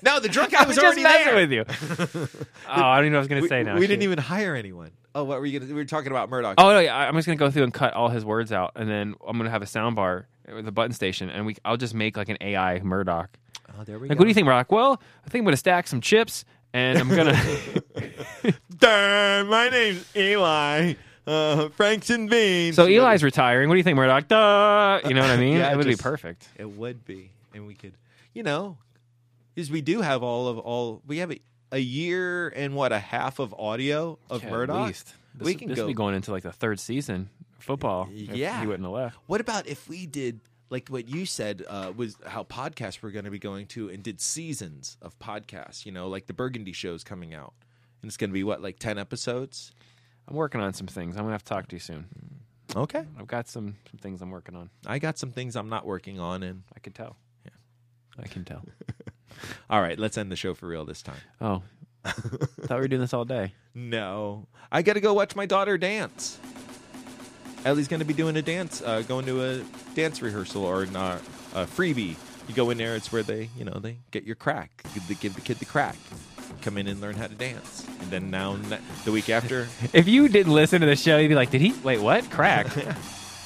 Speaker 1: no, the drunk guy was
Speaker 2: just
Speaker 1: already
Speaker 2: messing
Speaker 1: there.
Speaker 2: with you. oh, I don't even know what I was going to
Speaker 1: We,
Speaker 2: say now.
Speaker 1: we didn't
Speaker 2: Shoot.
Speaker 1: even hire anyone. Oh, what were you gonna? We were talking about Murdoch.
Speaker 2: Oh no, yeah, I- I'm just gonna go through and cut all his words out, and then I'm gonna have a sound bar with a button station, and we I'll just make like an AI Murdoch.
Speaker 1: Oh, there we
Speaker 2: Like,
Speaker 1: go.
Speaker 2: what do you think, Murdoch? Well, I think I'm gonna stack some chips, and I'm gonna.
Speaker 1: Darn, my name's Eli. Uh, Franks and Beans.
Speaker 2: so Eli's retiring. What do you think, Murdoch? Duh! You know what I mean?
Speaker 1: Yeah,
Speaker 2: it would
Speaker 1: just-
Speaker 2: be perfect.
Speaker 1: It would be, and we could, you know, because we do have all of all. We have a, a year and what a half of audio of
Speaker 2: Yeah, at
Speaker 1: Murdoch.
Speaker 2: least. This,
Speaker 1: we
Speaker 2: would-
Speaker 1: can
Speaker 2: this
Speaker 1: go.
Speaker 2: would be going into like the third season of football. if
Speaker 1: Yeah.
Speaker 2: he wouldn't have left.
Speaker 1: What about if we did like what you said uh, was how podcasts we're going to be going to, and did seasons of podcasts? You know, like the Burgundy show's coming out, and it's going to be what like ten episodes.
Speaker 2: I'm working on some things. I'm gonna have to talk to you soon.
Speaker 1: Okay,
Speaker 2: I've got some some things I'm working on.
Speaker 1: I got some things I'm not working on, and
Speaker 2: I can tell. Yeah, I can tell.
Speaker 1: all right, let's end the show for real this time.
Speaker 2: Oh, thought we were doing this all day.
Speaker 1: No. I got to go watch my daughter dance. Ellie's going to be doing a dance, uh, going to a dance rehearsal or an, uh, a freebie. You go in there, it's where they, you know, they get your crack. Give the, give the kid the crack. Come in and learn how to dance. And then now, ne- the week after,
Speaker 2: If you didn't listen to the show, you'd be like, "Did he? Wait, what? Crack?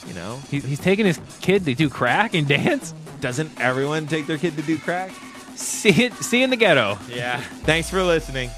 Speaker 1: you know,
Speaker 2: he's, he's taking his kid to do crack and dance?
Speaker 1: doesn't everyone take their kid to do crack?
Speaker 2: See it? See in the ghetto."
Speaker 1: Yeah. Thanks for listening.